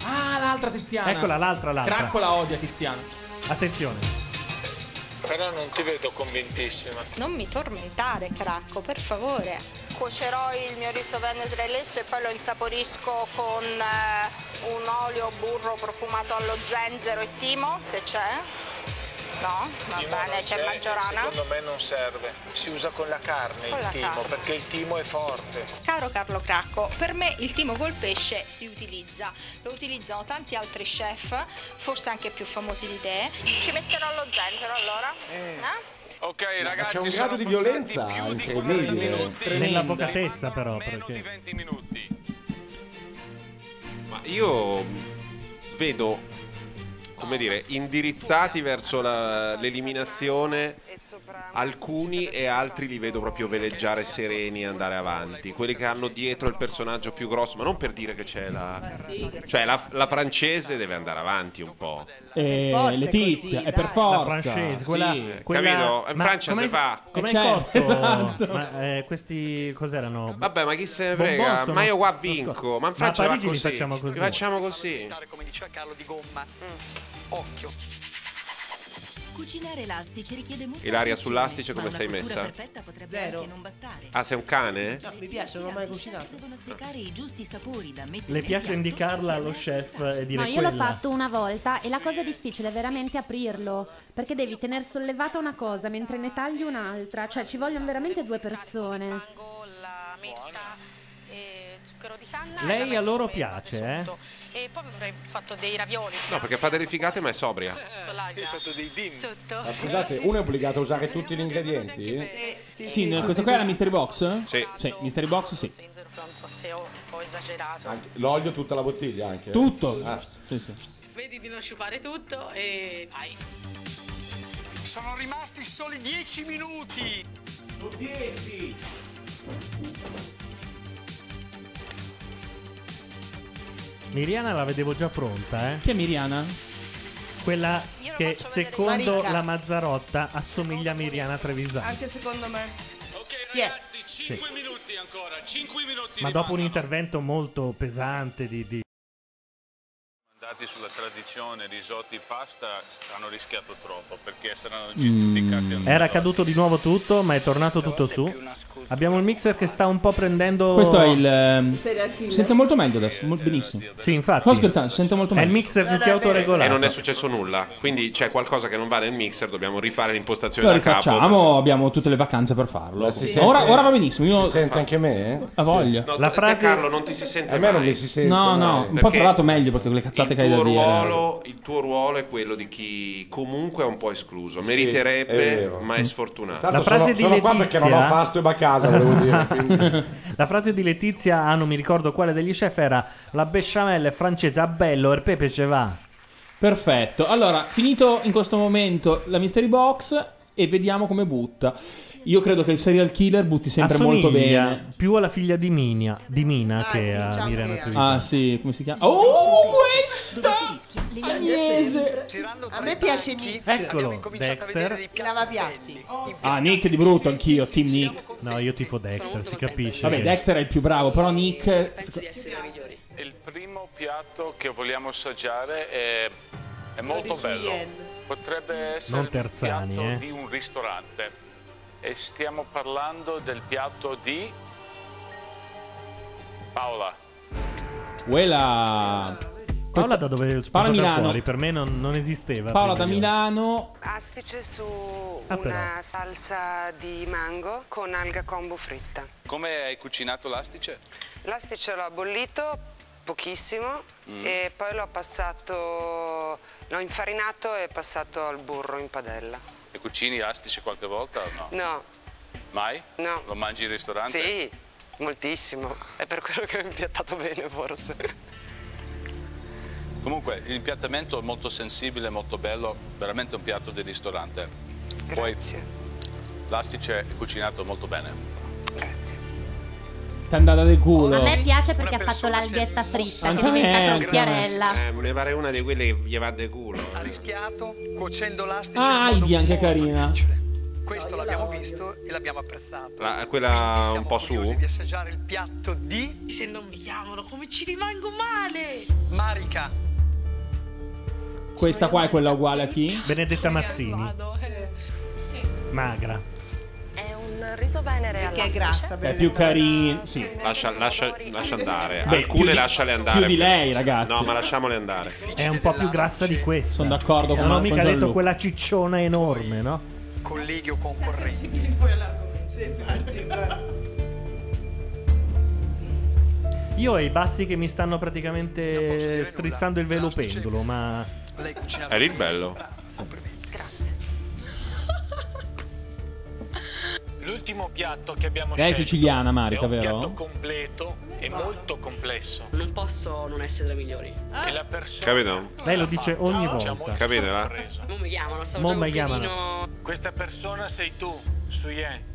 [SPEAKER 14] Ah, l'altra Tiziana.
[SPEAKER 3] Eccola, l'altra, l'altra.
[SPEAKER 14] Cracco la odia Tiziana.
[SPEAKER 3] Attenzione.
[SPEAKER 8] Però non ti vedo convintissima.
[SPEAKER 16] Non mi tormentare, cracco, per favore. Cuocerò il mio riso veneto e lesso e poi lo insaporisco con eh, un olio burro profumato allo zenzero e timo, se c'è. No, va
[SPEAKER 8] Timo
[SPEAKER 16] bene,
[SPEAKER 8] non
[SPEAKER 16] c'è, maggiorana.
[SPEAKER 8] Secondo me non serve. Si usa con la carne
[SPEAKER 16] Con
[SPEAKER 8] il
[SPEAKER 16] la
[SPEAKER 8] timo,
[SPEAKER 16] carne.
[SPEAKER 8] perché il timo è forte.
[SPEAKER 16] Caro Carlo Cracco, per me il timo col pesce si utilizza, lo utilizzano tanti altri chef, forse anche più famosi di te. Ci metterò lo zenzero allora? Eh?
[SPEAKER 11] Ok,
[SPEAKER 7] C'è
[SPEAKER 11] ragazzi,
[SPEAKER 7] un
[SPEAKER 11] sono
[SPEAKER 7] grado di
[SPEAKER 11] passati
[SPEAKER 7] violenza
[SPEAKER 11] più di 40
[SPEAKER 7] incredibile.
[SPEAKER 11] minuti.
[SPEAKER 3] Nell'avvocatessa, però. Perché...
[SPEAKER 11] 20 minuti.
[SPEAKER 5] Ma io vedo, come dire, indirizzati verso la- l'eliminazione Alcuni e altri li vedo proprio veleggiare sereni e andare avanti. Quelli che hanno dietro il personaggio più grosso, ma non per dire che c'è la. Cioè, la, la francese deve andare avanti un po'.
[SPEAKER 14] Eh,
[SPEAKER 5] forza è
[SPEAKER 14] Letizia,
[SPEAKER 5] così,
[SPEAKER 14] è per
[SPEAKER 5] dai.
[SPEAKER 14] forza.
[SPEAKER 5] La francese,
[SPEAKER 3] quella-
[SPEAKER 14] sì.
[SPEAKER 3] quella-
[SPEAKER 5] Capito? In
[SPEAKER 3] ma
[SPEAKER 5] Francia
[SPEAKER 3] com'è-
[SPEAKER 5] si fa.
[SPEAKER 3] com'è
[SPEAKER 5] Eh, certo,
[SPEAKER 3] cotto?
[SPEAKER 5] esatto.
[SPEAKER 3] Ma, eh, questi cos'erano?
[SPEAKER 5] Vabbè, ma chi se ne
[SPEAKER 3] Bonbon
[SPEAKER 5] frega?
[SPEAKER 3] sono-
[SPEAKER 5] Ma io qua
[SPEAKER 3] sono-
[SPEAKER 5] vinco. Ma in
[SPEAKER 3] Ma a
[SPEAKER 5] Francia va
[SPEAKER 3] Parigi li
[SPEAKER 5] così.
[SPEAKER 3] facciamo
[SPEAKER 5] Li
[SPEAKER 3] così.
[SPEAKER 5] facciamo così.
[SPEAKER 10] come diceva Carlo di gomma. Occhio.
[SPEAKER 17] Cucinare elastici richiede molta
[SPEAKER 5] Ilaria,
[SPEAKER 17] attenzione,
[SPEAKER 5] sull'astice
[SPEAKER 17] ma
[SPEAKER 5] come
[SPEAKER 17] una
[SPEAKER 5] stai
[SPEAKER 17] cottura
[SPEAKER 5] messa?
[SPEAKER 17] perfetta potrebbe
[SPEAKER 4] Zero.
[SPEAKER 17] anche non bastare.
[SPEAKER 5] Ah, sei un cane?
[SPEAKER 4] No, mi piace, non l'ho mai cucinato.
[SPEAKER 17] Devono azzeccare i giusti sapori da mettere
[SPEAKER 3] Le
[SPEAKER 17] nel
[SPEAKER 3] piace
[SPEAKER 17] piatto.
[SPEAKER 3] indicarla allo chef e dire
[SPEAKER 6] No, io
[SPEAKER 3] quella.
[SPEAKER 6] l'ho fatto una volta e la cosa difficile è veramente aprirlo, perché devi tener sollevata una cosa mentre ne tagli un'altra, cioè ci vogliono veramente due persone.
[SPEAKER 1] zucchero di canna e la
[SPEAKER 3] Lei
[SPEAKER 1] metto
[SPEAKER 3] a loro
[SPEAKER 1] come base
[SPEAKER 3] piace, eh?
[SPEAKER 1] sotto. e poi avrei fatto dei ravioli
[SPEAKER 7] Eh,
[SPEAKER 5] No, perché fa delle figate, ma è sobria.
[SPEAKER 14] Cioè,
[SPEAKER 1] hai fatto dei bim sotto
[SPEAKER 7] Ma scusate, uno è obbligato a usare tutti gli ingredienti?
[SPEAKER 4] Eh,
[SPEAKER 14] Sì, no, questa qua era Mystery Box?
[SPEAKER 5] Sì.
[SPEAKER 14] Mystery Box sì.
[SPEAKER 1] non so se ho un po' esagerato
[SPEAKER 7] Anche- L'olio tutta la bottiglia anche? eh?
[SPEAKER 14] Tutto.
[SPEAKER 7] Ah.
[SPEAKER 14] Sì, sì.
[SPEAKER 18] Vedi di non sciupare tutto e vai.
[SPEAKER 10] Sono rimasti soli 10 minuti. 10.
[SPEAKER 3] Miriana la vedevo già pronta, eh.
[SPEAKER 14] Che Miriana?
[SPEAKER 3] Quella che secondo
[SPEAKER 4] Marica.
[SPEAKER 3] la Mazzarotta assomiglia a Miriana Trevisani.
[SPEAKER 15] Anche secondo me.
[SPEAKER 4] Chi è?
[SPEAKER 3] Sì.
[SPEAKER 19] minuti ancora, 5 minuti.
[SPEAKER 3] Ma dopo un intervento molto pesante di, di-
[SPEAKER 11] Andati sulla tradizione risotti pasta hanno rischiato troppo perché saranno giudicati
[SPEAKER 3] Mm. Era caduto di nuovo tutto, ma è tornato tutto su. Abbiamo il mixer che sta un po' prendendo.
[SPEAKER 14] Questo è il ehm,
[SPEAKER 3] Serial
[SPEAKER 14] si
[SPEAKER 3] killer.
[SPEAKER 14] sente molto meglio adesso, mol- benissimo.
[SPEAKER 3] Sì, infatti.
[SPEAKER 14] Sto scherzando, si sente molto
[SPEAKER 3] È
[SPEAKER 14] meglio.
[SPEAKER 3] il mixer che si autoregola.
[SPEAKER 5] E non è successo nulla. Quindi c'è qualcosa che non va nel mixer, dobbiamo rifare l'impostazione
[SPEAKER 14] Lo
[SPEAKER 5] da capo.
[SPEAKER 14] rifacciamo, abbiamo tutte le vacanze per farlo.
[SPEAKER 5] si
[SPEAKER 14] Ora-
[SPEAKER 5] sente-
[SPEAKER 14] ora, va benissimo. Io
[SPEAKER 7] Si sente anche me? eh?
[SPEAKER 14] Ha voglia.
[SPEAKER 5] No, te, Carlo non ti si sente
[SPEAKER 7] A me non
[SPEAKER 5] mai.
[SPEAKER 7] mi si sente.
[SPEAKER 14] No, no, un po'
[SPEAKER 5] Perché
[SPEAKER 14] parlato meglio perché con le cazzate che hai
[SPEAKER 5] Il
[SPEAKER 14] da
[SPEAKER 5] tuo,
[SPEAKER 14] dire.
[SPEAKER 5] ruolo, il tuo ruolo è quello di chi comunque è un po' escluso,
[SPEAKER 7] Sì,
[SPEAKER 5] meriterebbe,
[SPEAKER 7] è vero.
[SPEAKER 5] ma è sfortunato.
[SPEAKER 7] Tanto sono, sono qua perché non ho
[SPEAKER 3] Letizia-
[SPEAKER 7] fasto e bacasa, volevo dire. quindi-
[SPEAKER 3] La frase di Letizia, ah non mi ricordo quale degli chef era la besciamella è francese a bello, il pepe ce va.
[SPEAKER 14] Perfetto. Allora, finito in questo momento la mystery box e vediamo come butta. Io credo che il serial killer butti sempre molto
[SPEAKER 3] Assomiglia
[SPEAKER 14] bene.
[SPEAKER 3] più alla figlia di Mina, di Mina che
[SPEAKER 14] Ah, sì,
[SPEAKER 3] a
[SPEAKER 14] ciao,
[SPEAKER 3] Mirena
[SPEAKER 14] Andrea.
[SPEAKER 3] Trevisan.
[SPEAKER 14] Ah, sì, come si chiama? Oh, questa! Agnese!
[SPEAKER 4] A me piace Nick.
[SPEAKER 3] Eccolo, Dexter.
[SPEAKER 4] Il lavapiatti.
[SPEAKER 14] Ah, Nick di brutto, anch'io, team Nick.
[SPEAKER 3] No, io tifo Dexter, si capisce.
[SPEAKER 14] Vabbè,
[SPEAKER 3] che-
[SPEAKER 14] Dexter è il più bravo, però Nick...
[SPEAKER 11] essere migliori. Il primo piatto che vogliamo assaggiare è, è molto
[SPEAKER 4] di
[SPEAKER 11] bello.
[SPEAKER 4] Suyen.
[SPEAKER 11] Potrebbe essere
[SPEAKER 3] Non Terzani,
[SPEAKER 11] il piatto
[SPEAKER 3] eh.
[SPEAKER 11] di un ristorante. E stiamo parlando del piatto di Paola.
[SPEAKER 14] Quella...
[SPEAKER 3] Paola da dove
[SPEAKER 14] Paola
[SPEAKER 3] spunta da
[SPEAKER 14] Milano.
[SPEAKER 3] fuori? Per me non, non esisteva.
[SPEAKER 14] Paola da
[SPEAKER 3] prima di
[SPEAKER 14] Milano...
[SPEAKER 13] Astice su
[SPEAKER 3] Ah,
[SPEAKER 13] una salsa di mango con alga combo fritta.
[SPEAKER 11] Come hai cucinato l'astice?
[SPEAKER 13] L'astice l'ho bollito pochissimo
[SPEAKER 11] Mm.
[SPEAKER 13] e poi l'ho passato, l'ho infarinato e passato al burro in padella.
[SPEAKER 11] E cucini l'astice qualche volta o no?
[SPEAKER 13] No,
[SPEAKER 11] Mai?
[SPEAKER 13] No.
[SPEAKER 11] Lo mangi in ristorante?
[SPEAKER 13] sì, moltissimo. È per quello che ho impiattato bene forse.
[SPEAKER 11] Comunque l'impiattamento è molto sensibile, molto bello, veramente un piatto di ristorante. Grazie. Poi l'astice è cucinato molto bene.
[SPEAKER 14] T'è andata del culo. Ah,
[SPEAKER 6] A me piace perché ha fatto l'alghetta fritta, che è diventata occhiarella.
[SPEAKER 5] Eh, me ne pare una di quelle che gli va de culo. Ha
[SPEAKER 10] rischiato cuocendo l'astice.
[SPEAKER 14] Ah, Heidi anche carina.
[SPEAKER 10] Questo l'abbiamo visto e l'abbiamo apprezzato.
[SPEAKER 5] quella un po' su?
[SPEAKER 10] Di assaggiare il piatto di
[SPEAKER 18] Se non mi chiamano, come ci rimango male?
[SPEAKER 10] Marica.
[SPEAKER 14] Questa qua è quella uguale a chi?
[SPEAKER 3] Benedetta Mazzini, magra.
[SPEAKER 1] Oh, eh, è un riso venere
[SPEAKER 4] Perché è
[SPEAKER 1] all'astice.
[SPEAKER 4] grassa,
[SPEAKER 14] È più carina. Sì.
[SPEAKER 5] Lascia, lascia- lascia andare.
[SPEAKER 14] Beh, più
[SPEAKER 5] Alcune
[SPEAKER 14] di-
[SPEAKER 5] lasciale andare.
[SPEAKER 14] più di lei, ragazzi.
[SPEAKER 5] No, ma lasciamole andare.
[SPEAKER 3] È un po' più grassa di questa.
[SPEAKER 14] Sono d'accordo con
[SPEAKER 3] Non ho
[SPEAKER 14] Marco
[SPEAKER 3] mica detto
[SPEAKER 14] Gianluca.
[SPEAKER 3] quella cicciona enorme, no?
[SPEAKER 10] colleghi o concorrenti.
[SPEAKER 3] Io ho i bassi che mi stanno praticamente strizzando il velo pendulo, ma.
[SPEAKER 5] È lì il bello.
[SPEAKER 8] L'ultimo piatto che abbiamo
[SPEAKER 13] Lei è
[SPEAKER 8] scelto
[SPEAKER 13] siciliana, Marica,
[SPEAKER 8] è un
[SPEAKER 13] vero?
[SPEAKER 8] piatto completo e molto complesso.
[SPEAKER 15] Non posso non essere tra i migliori.
[SPEAKER 8] E la persona
[SPEAKER 5] Capito?
[SPEAKER 3] Lei lo dice ogni volta.
[SPEAKER 5] Capito? no?
[SPEAKER 15] Non mi chiamano,
[SPEAKER 3] Mo
[SPEAKER 15] stavo già con
[SPEAKER 3] mi
[SPEAKER 15] un
[SPEAKER 3] chiamano.
[SPEAKER 15] piedino.
[SPEAKER 8] Questa persona sei tu, Suyen.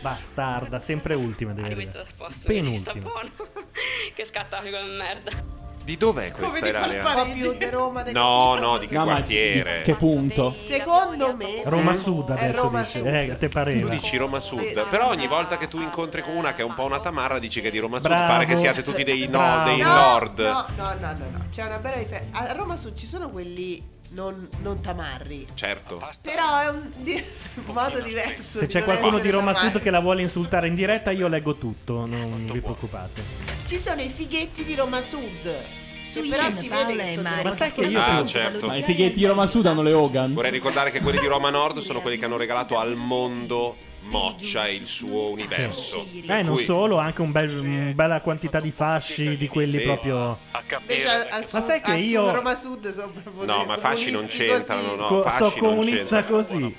[SPEAKER 3] Bastarda, sempre ultima deve
[SPEAKER 15] Metto
[SPEAKER 3] arrivare.
[SPEAKER 15] a posto che ci sta
[SPEAKER 3] Penultima.
[SPEAKER 15] buono. che scatta la figura di merda.
[SPEAKER 5] Di dov'è questa
[SPEAKER 4] Un po'
[SPEAKER 5] Ilaria?
[SPEAKER 4] più di Roma del
[SPEAKER 5] No, no, di che
[SPEAKER 13] No, ma
[SPEAKER 5] quartiere?
[SPEAKER 13] Che punto?
[SPEAKER 4] Secondo me
[SPEAKER 5] Mm.
[SPEAKER 3] Roma Sud
[SPEAKER 4] Eh, è
[SPEAKER 3] adesso
[SPEAKER 4] Roma
[SPEAKER 3] dice.
[SPEAKER 4] Sud.
[SPEAKER 3] Eh, te
[SPEAKER 5] Tu
[SPEAKER 3] pareva.
[SPEAKER 5] dici Roma Sud,
[SPEAKER 4] Sì, sì,
[SPEAKER 5] però
[SPEAKER 4] sì.
[SPEAKER 5] ogni volta che tu incontri con una che è un po' una tamarra dici che è di Roma Sud,
[SPEAKER 3] Bravo.
[SPEAKER 5] pare che siate tutti dei, no,
[SPEAKER 3] Bravo.
[SPEAKER 5] dei
[SPEAKER 3] No,
[SPEAKER 5] nord.
[SPEAKER 4] No, no, no, no, no. C'è una bella differenza. A Roma Sud ci sono quelli non, non tamarri.
[SPEAKER 5] Certo.
[SPEAKER 4] Però è un, di- un modo diverso.
[SPEAKER 3] Se
[SPEAKER 4] di
[SPEAKER 3] c'è
[SPEAKER 4] non
[SPEAKER 3] qualcuno di
[SPEAKER 4] essere
[SPEAKER 3] Roma
[SPEAKER 4] tamarri.
[SPEAKER 3] Sud che la vuole insultare in diretta, io leggo tutto, non vi preoccupate.
[SPEAKER 4] Ci sono i fighetti di Roma Sud. Su
[SPEAKER 17] Sui
[SPEAKER 4] però
[SPEAKER 17] Yen,
[SPEAKER 4] si
[SPEAKER 17] Paola
[SPEAKER 4] vede
[SPEAKER 17] e
[SPEAKER 4] che sono
[SPEAKER 17] Mario.
[SPEAKER 4] Roma
[SPEAKER 5] Ma sai
[SPEAKER 4] Sud.
[SPEAKER 5] che io Ah, sono- certo.
[SPEAKER 13] Ma i fighetti di Roma Sud hanno le Hogan.
[SPEAKER 5] Vorrei ricordare che quelli di Roma Nord sono quelli che hanno regalato al mondo Moccia e il suo universo.
[SPEAKER 3] Eh, non
[SPEAKER 5] Cui-
[SPEAKER 3] solo, anche un bel- una bella quantità di fasci di quelli
[SPEAKER 5] Sì.
[SPEAKER 3] proprio.
[SPEAKER 4] Invece al, al
[SPEAKER 3] Ma
[SPEAKER 4] sud,
[SPEAKER 3] sai che
[SPEAKER 4] al sud,
[SPEAKER 3] io-
[SPEAKER 4] Roma Sud sono proprio
[SPEAKER 5] No,
[SPEAKER 4] dei
[SPEAKER 5] ma fasci non
[SPEAKER 4] comunisti
[SPEAKER 5] c'entrano, no,
[SPEAKER 3] Co- so
[SPEAKER 5] fasci non
[SPEAKER 3] comunista
[SPEAKER 5] c'entrano.
[SPEAKER 3] così.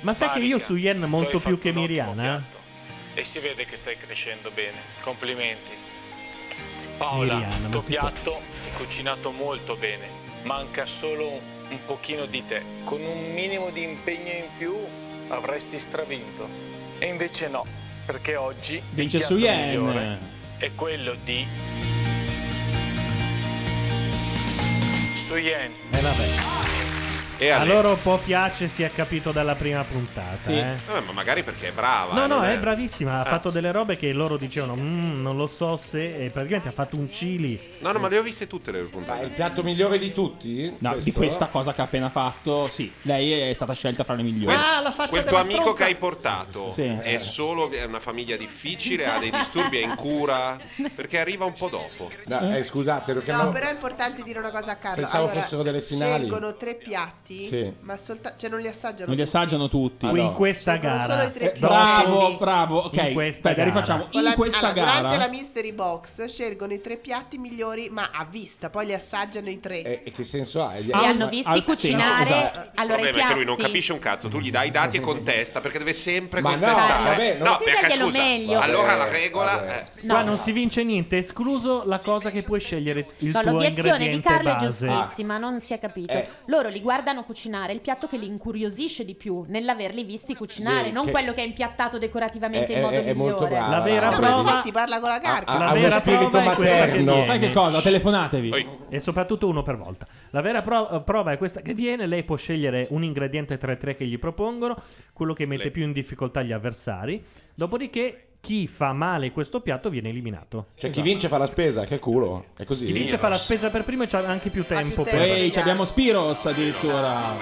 [SPEAKER 3] Ma sai che io su Yen molto più che Miriana?
[SPEAKER 8] E si vede che stai crescendo bene. Complimenti. Paola,
[SPEAKER 3] Miriana,
[SPEAKER 8] il
[SPEAKER 3] ma
[SPEAKER 8] tuo
[SPEAKER 3] si
[SPEAKER 8] piatto è cucinato molto bene. Manca solo un, un pochino di te. Con un minimo di impegno in più avresti stravinto. E invece no, perché oggi
[SPEAKER 13] Vince
[SPEAKER 8] il piatto
[SPEAKER 13] Suyen.
[SPEAKER 8] migliore è quello di Suyen.
[SPEAKER 3] Eh vabbè.
[SPEAKER 5] E
[SPEAKER 3] A
[SPEAKER 5] Ale-
[SPEAKER 3] loro un po' piace, si è capito dalla prima puntata. eh.
[SPEAKER 5] Vabbè, ma magari perché è brava.
[SPEAKER 3] No,
[SPEAKER 5] eh,
[SPEAKER 3] no,
[SPEAKER 5] non
[SPEAKER 3] è bravissima. Ha
[SPEAKER 5] Ah.
[SPEAKER 3] fatto delle robe che loro dicevano, "Mm, non lo so se. E praticamente ha fatto un chili.
[SPEAKER 5] No, no, ma le ho viste tutte le puntate.
[SPEAKER 7] il piatto migliore di tutti?
[SPEAKER 13] No, di questa cosa che ha appena fatto, sì, lei è stata scelta fra le migliori.
[SPEAKER 3] Ah,
[SPEAKER 4] Ah,
[SPEAKER 5] Quel tuo amico che hai portato
[SPEAKER 13] Sì.
[SPEAKER 3] Eh.
[SPEAKER 5] è solo è una famiglia difficile, ha dei disturbi, è in cura, perché arriva un po' dopo.
[SPEAKER 7] No, eh, scusate, lo chiamavo-
[SPEAKER 4] No, però è importante dire una cosa a Carlo.
[SPEAKER 7] Pensavo
[SPEAKER 4] allora,
[SPEAKER 7] fossero delle finali.
[SPEAKER 4] Scelgono tre piatti,
[SPEAKER 7] Sì.
[SPEAKER 4] ma soltanto. cioè non li assaggiano.
[SPEAKER 13] Non li assaggiano tutti.
[SPEAKER 3] Qui in questa
[SPEAKER 4] Scelgono
[SPEAKER 3] gara.
[SPEAKER 4] solo i tre
[SPEAKER 3] Eh,
[SPEAKER 4] più
[SPEAKER 13] Bravo,
[SPEAKER 4] belli.
[SPEAKER 13] bravo. Ok,
[SPEAKER 3] In questa
[SPEAKER 13] aspetta,
[SPEAKER 3] gara.
[SPEAKER 13] rifacciamo.
[SPEAKER 4] Con
[SPEAKER 13] In
[SPEAKER 4] la-
[SPEAKER 13] questa
[SPEAKER 4] allora,
[SPEAKER 13] gara.
[SPEAKER 4] durante la mystery box scelgono i tre piatti migliori, ma a vista, poi li assaggiano i tre.
[SPEAKER 7] eh, E, e che senso ha? Li
[SPEAKER 6] Li hanno visti cucinare,
[SPEAKER 3] esatto.
[SPEAKER 5] Il
[SPEAKER 6] allora i
[SPEAKER 5] problema è che lui non
[SPEAKER 6] piatti-
[SPEAKER 5] capisce un cazzo, tu gli dai i dati e contesta perché deve sempre
[SPEAKER 7] Ma no,
[SPEAKER 5] contestare.
[SPEAKER 7] vabbè, non-
[SPEAKER 5] no, perché
[SPEAKER 6] Spiegaglielo
[SPEAKER 5] scusa,
[SPEAKER 6] meglio.
[SPEAKER 5] allora la
[SPEAKER 7] Vabbè,
[SPEAKER 5] regola è...
[SPEAKER 3] Qua non si vince niente, escluso la cosa che puoi scegliere il
[SPEAKER 6] No,
[SPEAKER 3] tuo
[SPEAKER 6] l'obiezione
[SPEAKER 3] ingrediente
[SPEAKER 6] di Carlo
[SPEAKER 3] base.
[SPEAKER 6] è giustissima, non si è capito.
[SPEAKER 3] Eh.
[SPEAKER 6] Loro li guardano cucinare, il piatto che li incuriosisce di più nell'averli visti cucinare,
[SPEAKER 7] Sì,
[SPEAKER 6] non
[SPEAKER 7] che-
[SPEAKER 6] quello che è impiattato decorativamente
[SPEAKER 7] Eh, È-
[SPEAKER 6] in modo
[SPEAKER 7] è- è
[SPEAKER 6] migliore.
[SPEAKER 7] molto brava,
[SPEAKER 3] La vera
[SPEAKER 7] brava,
[SPEAKER 3] prova-
[SPEAKER 7] vedi?
[SPEAKER 4] Ti parla con la carta.
[SPEAKER 7] Ah,
[SPEAKER 3] La
[SPEAKER 7] ah, uno
[SPEAKER 3] vera
[SPEAKER 7] spirito
[SPEAKER 3] prova è quella che
[SPEAKER 7] materno.
[SPEAKER 3] viene.
[SPEAKER 7] Sai che
[SPEAKER 13] cosa? Telefonatevi.
[SPEAKER 3] E soprattutto uno per volta. La vera pro- prova è questa che viene. Lei può scegliere un ingrediente tra i tre che gli propongono, quello che mette più in difficoltà gli avversari. Dopodiché, chi fa male questo piatto viene eliminato.
[SPEAKER 7] Cioè, chi vince fa la spesa, che culo. È così. Cioè,
[SPEAKER 3] Chi vince fa la spesa per primo e c'ha anche più tempo. per
[SPEAKER 13] Ehi, ci abbiamo Spiros addirittura.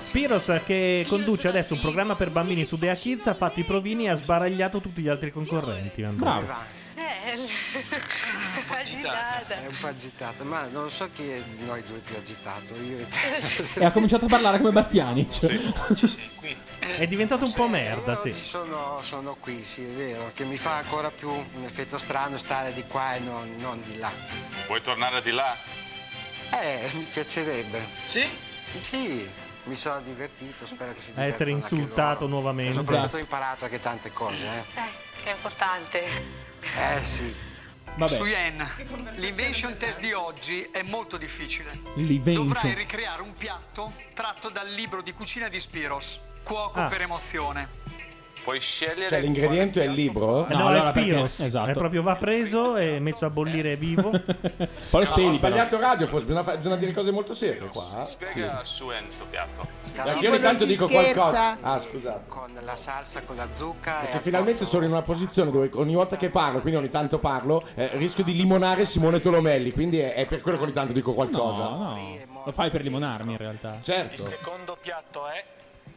[SPEAKER 3] Spiros che conduce adesso un programma per bambini su Dea Kids ha fatto i provini e ha sbaragliato tutti gli altri concorrenti. Andrea.
[SPEAKER 20] Eh, un po' agitata.
[SPEAKER 12] È un po' agitata, ma non so chi è di noi due più agitato, io e te.
[SPEAKER 13] E ha cominciato a parlare come Bastiani. cioè.
[SPEAKER 3] È diventato un po' merda,
[SPEAKER 12] Oggi
[SPEAKER 3] sì.
[SPEAKER 12] sono, sono qui, sì, è vero, che mi fa ancora più un effetto strano stare di qua e non, non di là.
[SPEAKER 11] Vuoi tornare di là?
[SPEAKER 12] Eh, mi piacerebbe. Sì? Sì, mi sono divertito, spero che si
[SPEAKER 3] A
[SPEAKER 12] divertano
[SPEAKER 3] essere
[SPEAKER 12] anche
[SPEAKER 3] insultato
[SPEAKER 12] loro. E
[SPEAKER 3] nuovamente.
[SPEAKER 7] Esatto.
[SPEAKER 12] soprattutto ho imparato anche tante cose, eh.
[SPEAKER 20] È importante.
[SPEAKER 12] Eh sì.
[SPEAKER 10] Su Yen, l'invention test di oggi è molto difficile.
[SPEAKER 13] L'invention.
[SPEAKER 10] Dovrai ricreare un piatto tratto dal libro di cucina di Spiros, Cuoco
[SPEAKER 13] Ah.
[SPEAKER 10] per emozione.
[SPEAKER 11] Puoi scegliere.
[SPEAKER 7] Cioè, l'ingrediente è il libro?
[SPEAKER 3] Eh no, è Spiros.
[SPEAKER 14] esatto.
[SPEAKER 13] esatto.
[SPEAKER 3] È proprio va preso e messo a bollire
[SPEAKER 13] Eh.
[SPEAKER 3] vivo.
[SPEAKER 7] Poi Ho sbagliato radio, forse. Bisogna, fa- bisogna dire cose molto serie qua.
[SPEAKER 11] Spiega su Suen sto piatto.
[SPEAKER 7] Perché io ogni tanto dico qualcosa. Ah, scusate.
[SPEAKER 12] Con la salsa, con la
[SPEAKER 5] Eh,
[SPEAKER 12] zucca
[SPEAKER 5] ecco.
[SPEAKER 7] Perché
[SPEAKER 12] e
[SPEAKER 7] finalmente sono in una posizione dove ogni volta che parlo, quindi ogni tanto parlo, eh, rischio di limonare Simone Tolomelli. Quindi è, è per quello che ogni tanto dico qualcosa. Certo,
[SPEAKER 13] No, no. Lo fai per limonarmi in realtà.
[SPEAKER 5] Certo.
[SPEAKER 12] Il secondo piatto è?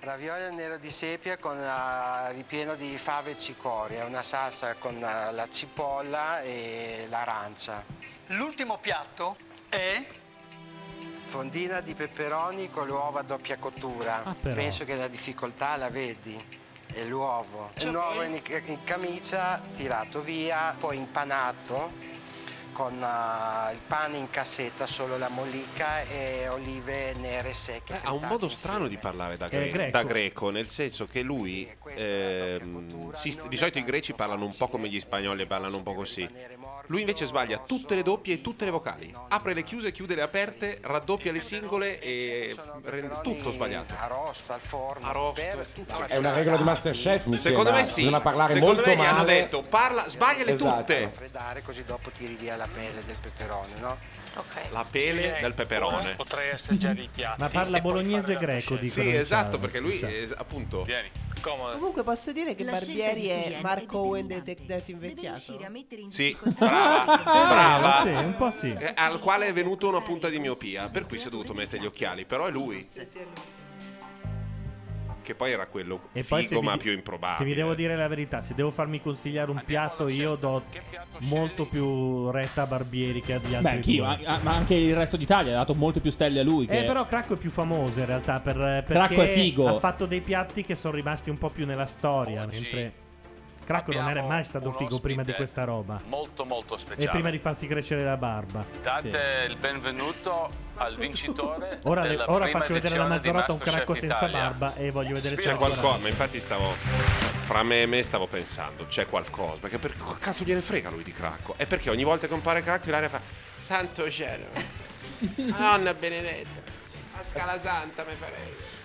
[SPEAKER 12] Ravioli al nero di sepia con eh, ripieno di fave e cicoria, una salsa con eh, la cipolla e l'arancia.
[SPEAKER 10] L'ultimo piatto è
[SPEAKER 12] Fondina di peperoni con l'uovo a doppia cottura.
[SPEAKER 5] Ah,
[SPEAKER 10] però.
[SPEAKER 12] Penso che la difficoltà la vedi. E l'uovo. L'uovo in, in camicia tirato via, poi impanato con eh, il pane in cassetta, solo la mollica e olive nere secche.
[SPEAKER 5] Eh, Ha un modo strano di parlare da, gre-
[SPEAKER 12] Eh, greco.
[SPEAKER 5] da greco, nel senso che lui. ehm, si st- di solito i greci parlano un po' come gli spagnoli, parlano un po' così. Lui invece sbaglia tutte le doppie e tutte le vocali. Apre le chiuse, chiude le aperte, raddoppia le singole e rende tutto sbagliato.
[SPEAKER 12] Arosto al forno.
[SPEAKER 5] per
[SPEAKER 12] tutto.
[SPEAKER 7] È una regola di Masterchef, mi
[SPEAKER 5] Secondo
[SPEAKER 7] sembra.
[SPEAKER 5] me sì.
[SPEAKER 7] Bisogna parlare
[SPEAKER 5] Secondo
[SPEAKER 7] molto
[SPEAKER 5] me gli
[SPEAKER 7] male.
[SPEAKER 5] hanno
[SPEAKER 12] Eh,
[SPEAKER 5] detto parla, sbagliale
[SPEAKER 7] Esatto.
[SPEAKER 5] tutte.
[SPEAKER 12] Freddare così dopo tiri via la pelle del peperone, no?
[SPEAKER 20] Ok.
[SPEAKER 5] La pele
[SPEAKER 12] Sì,
[SPEAKER 5] del peperone.
[SPEAKER 12] ora
[SPEAKER 5] Potrei assaggiare i piatti.
[SPEAKER 3] Ma parla bolognese e greco, dicono.
[SPEAKER 5] Sì,
[SPEAKER 3] in
[SPEAKER 5] esatto,
[SPEAKER 3] chat.
[SPEAKER 5] perché lui
[SPEAKER 3] Sì.
[SPEAKER 5] es- appunto. Vieni. Comodo.
[SPEAKER 4] Comunque posso dire che
[SPEAKER 17] La
[SPEAKER 4] Barbieri
[SPEAKER 17] scelta di
[SPEAKER 4] è
[SPEAKER 17] Suzanne
[SPEAKER 4] Marco
[SPEAKER 17] è
[SPEAKER 4] Owen dei Tech Death invecchiato.
[SPEAKER 17] riuscire a mettere in
[SPEAKER 5] Sì,
[SPEAKER 17] difficoltà-
[SPEAKER 5] brava,
[SPEAKER 3] Eh,
[SPEAKER 5] brava.
[SPEAKER 3] sì, un po' sì.
[SPEAKER 5] Eh, Al quale è venuta una punta di miopia, per cui si è dovuto mettere gli occhiali, però è lui che poi era quello
[SPEAKER 3] E poi se
[SPEAKER 5] figo
[SPEAKER 3] vi-
[SPEAKER 5] ma più
[SPEAKER 3] Se vi
[SPEAKER 5] improbabile.
[SPEAKER 3] devo dire la verità, se devo farmi consigliare un piatto, io do molto più retta a Barbieri che agli altri.
[SPEAKER 13] Beh, anch'io,
[SPEAKER 3] due.
[SPEAKER 13] an- an- ma anche il resto d'Italia ha dato molte più stelle a lui. Che...
[SPEAKER 3] Eh, però Cracco è più famoso in realtà per, perché
[SPEAKER 13] Cracco è figo.
[SPEAKER 3] ha fatto dei piatti che sono rimasti un po' più nella storia,
[SPEAKER 11] Oh,
[SPEAKER 3] mentre Cracco non era mai stato
[SPEAKER 11] uno
[SPEAKER 3] figo prima di
[SPEAKER 11] ospite
[SPEAKER 3] questa roba.
[SPEAKER 11] Molto molto
[SPEAKER 3] E
[SPEAKER 11] speciale.
[SPEAKER 3] prima di farsi crescere la barba.
[SPEAKER 11] Date il benvenuto al vincitore
[SPEAKER 3] Ora, le-
[SPEAKER 11] della
[SPEAKER 3] ora
[SPEAKER 11] prima
[SPEAKER 3] faccio vedere la
[SPEAKER 11] edizione di
[SPEAKER 3] Mazzarota a un cracco
[SPEAKER 11] Masterchef
[SPEAKER 3] senza
[SPEAKER 11] Italia.
[SPEAKER 3] barba e voglio vedere se
[SPEAKER 5] C'è
[SPEAKER 3] lo
[SPEAKER 5] qualcosa,
[SPEAKER 3] guardate.
[SPEAKER 5] ma infatti stavo. Fra me e me stavo pensando, c'è qualcosa. Perché per co- cazzo gliene frega lui di cracco? È perché ogni volta che compare cracco l'aria fa. Santo cielo. Madonna benedetta. A scala santa mi farei.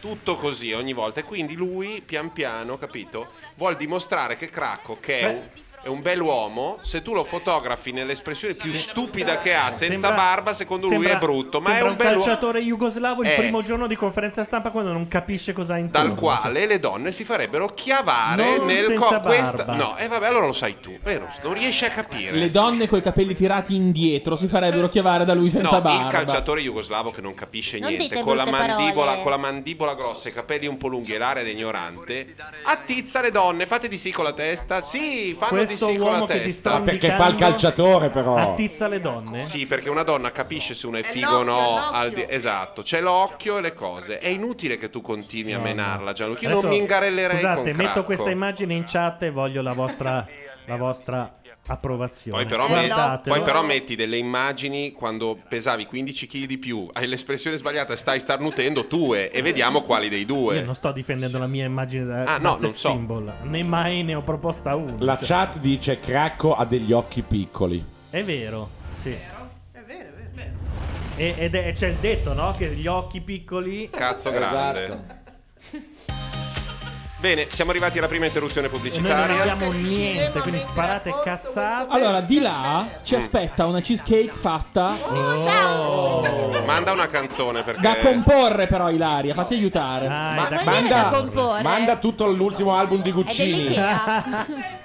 [SPEAKER 5] Tutto così ogni volta. E quindi lui, pian piano, capito, vuol dimostrare che Cracco, che è un, è un bell'uomo, se tu lo fotografi nell'espressione più stupida che ha, senza
[SPEAKER 3] Sembra-
[SPEAKER 5] barba, secondo lui
[SPEAKER 3] sembra-
[SPEAKER 5] è brutto. Ma è
[SPEAKER 3] sembra
[SPEAKER 5] un bell'uomo.
[SPEAKER 3] calciatore jugoslavo il
[SPEAKER 5] Eh.
[SPEAKER 3] primo giorno di conferenza stampa quando non capisce cosa ha in
[SPEAKER 5] Dal
[SPEAKER 3] culo.
[SPEAKER 5] quale le donne si farebbero chiavare
[SPEAKER 3] Non
[SPEAKER 5] nel
[SPEAKER 3] senza barba.
[SPEAKER 5] questa- No, e vabbè, allora lo sai tu. Eh, non, non riesci a capire.
[SPEAKER 13] Le donne coi capelli tirati indietro si
[SPEAKER 4] Eh,
[SPEAKER 13] farebbero chiavare da lui senza
[SPEAKER 5] No,
[SPEAKER 13] barba.
[SPEAKER 5] il calciatore jugoslavo che non capisce
[SPEAKER 13] Non
[SPEAKER 5] niente,
[SPEAKER 13] dite
[SPEAKER 5] con la,
[SPEAKER 13] brutte
[SPEAKER 5] mandibola,
[SPEAKER 13] parole.
[SPEAKER 5] con la mandibola grossa, i capelli un po' lunghi e l'area da ignorante, attizza le donne, fate di sì con la testa, sì, fanno
[SPEAKER 3] Questo
[SPEAKER 5] di sì con la
[SPEAKER 3] uomo che ti sta
[SPEAKER 5] testa.
[SPEAKER 7] Ma Ah, perché fa il calciatore, però.
[SPEAKER 3] Attizza le donne.
[SPEAKER 5] Sì, perché una donna capisce se uno è figo o no. al di- Esatto, c'è l'occhio e le cose. È inutile che tu continui a menarla, Gianluca. Io non
[SPEAKER 3] Adesso,
[SPEAKER 5] mi ingarellerei
[SPEAKER 3] Scusate,
[SPEAKER 5] con
[SPEAKER 3] metto
[SPEAKER 5] Cracco.
[SPEAKER 3] questa immagine in chat e voglio la vostra, la vostra approvazione.
[SPEAKER 5] Poi però, me-
[SPEAKER 3] Guardatelo.
[SPEAKER 5] poi però metti delle immagini quando pesavi 15 kg di più, hai l'espressione sbagliata, stai starnutendo tue e vediamo quali dei
[SPEAKER 3] Io
[SPEAKER 5] due.
[SPEAKER 3] non sto difendendo la mia immagine da, da
[SPEAKER 5] Ah, no,
[SPEAKER 3] sex
[SPEAKER 5] non so.
[SPEAKER 3] symbol, né mai ne ho proposta una.
[SPEAKER 7] La
[SPEAKER 3] Cioè,
[SPEAKER 7] chat dice Cracco ha degli occhi piccoli.
[SPEAKER 3] È vero, sì. È vero, è vero. E, ed è- c'è il detto, no? Che gli occhi piccoli...
[SPEAKER 5] Cazzo grande. Bene, siamo arrivati alla prima interruzione
[SPEAKER 3] E Noi non
[SPEAKER 5] pubblicitaria.
[SPEAKER 3] abbiamo niente, quindi sparate cazzate.
[SPEAKER 13] Allora, di
[SPEAKER 7] Eh.
[SPEAKER 13] là ci aspetta una cheesecake fatta
[SPEAKER 5] Manda una canzone perché
[SPEAKER 13] da comporre, però, Ilaria. Fatti aiutare.
[SPEAKER 7] Ma-
[SPEAKER 6] da
[SPEAKER 7] manda,
[SPEAKER 6] comporre.
[SPEAKER 7] manda tutto l'ultimo album di Guccini.
[SPEAKER 6] Ah.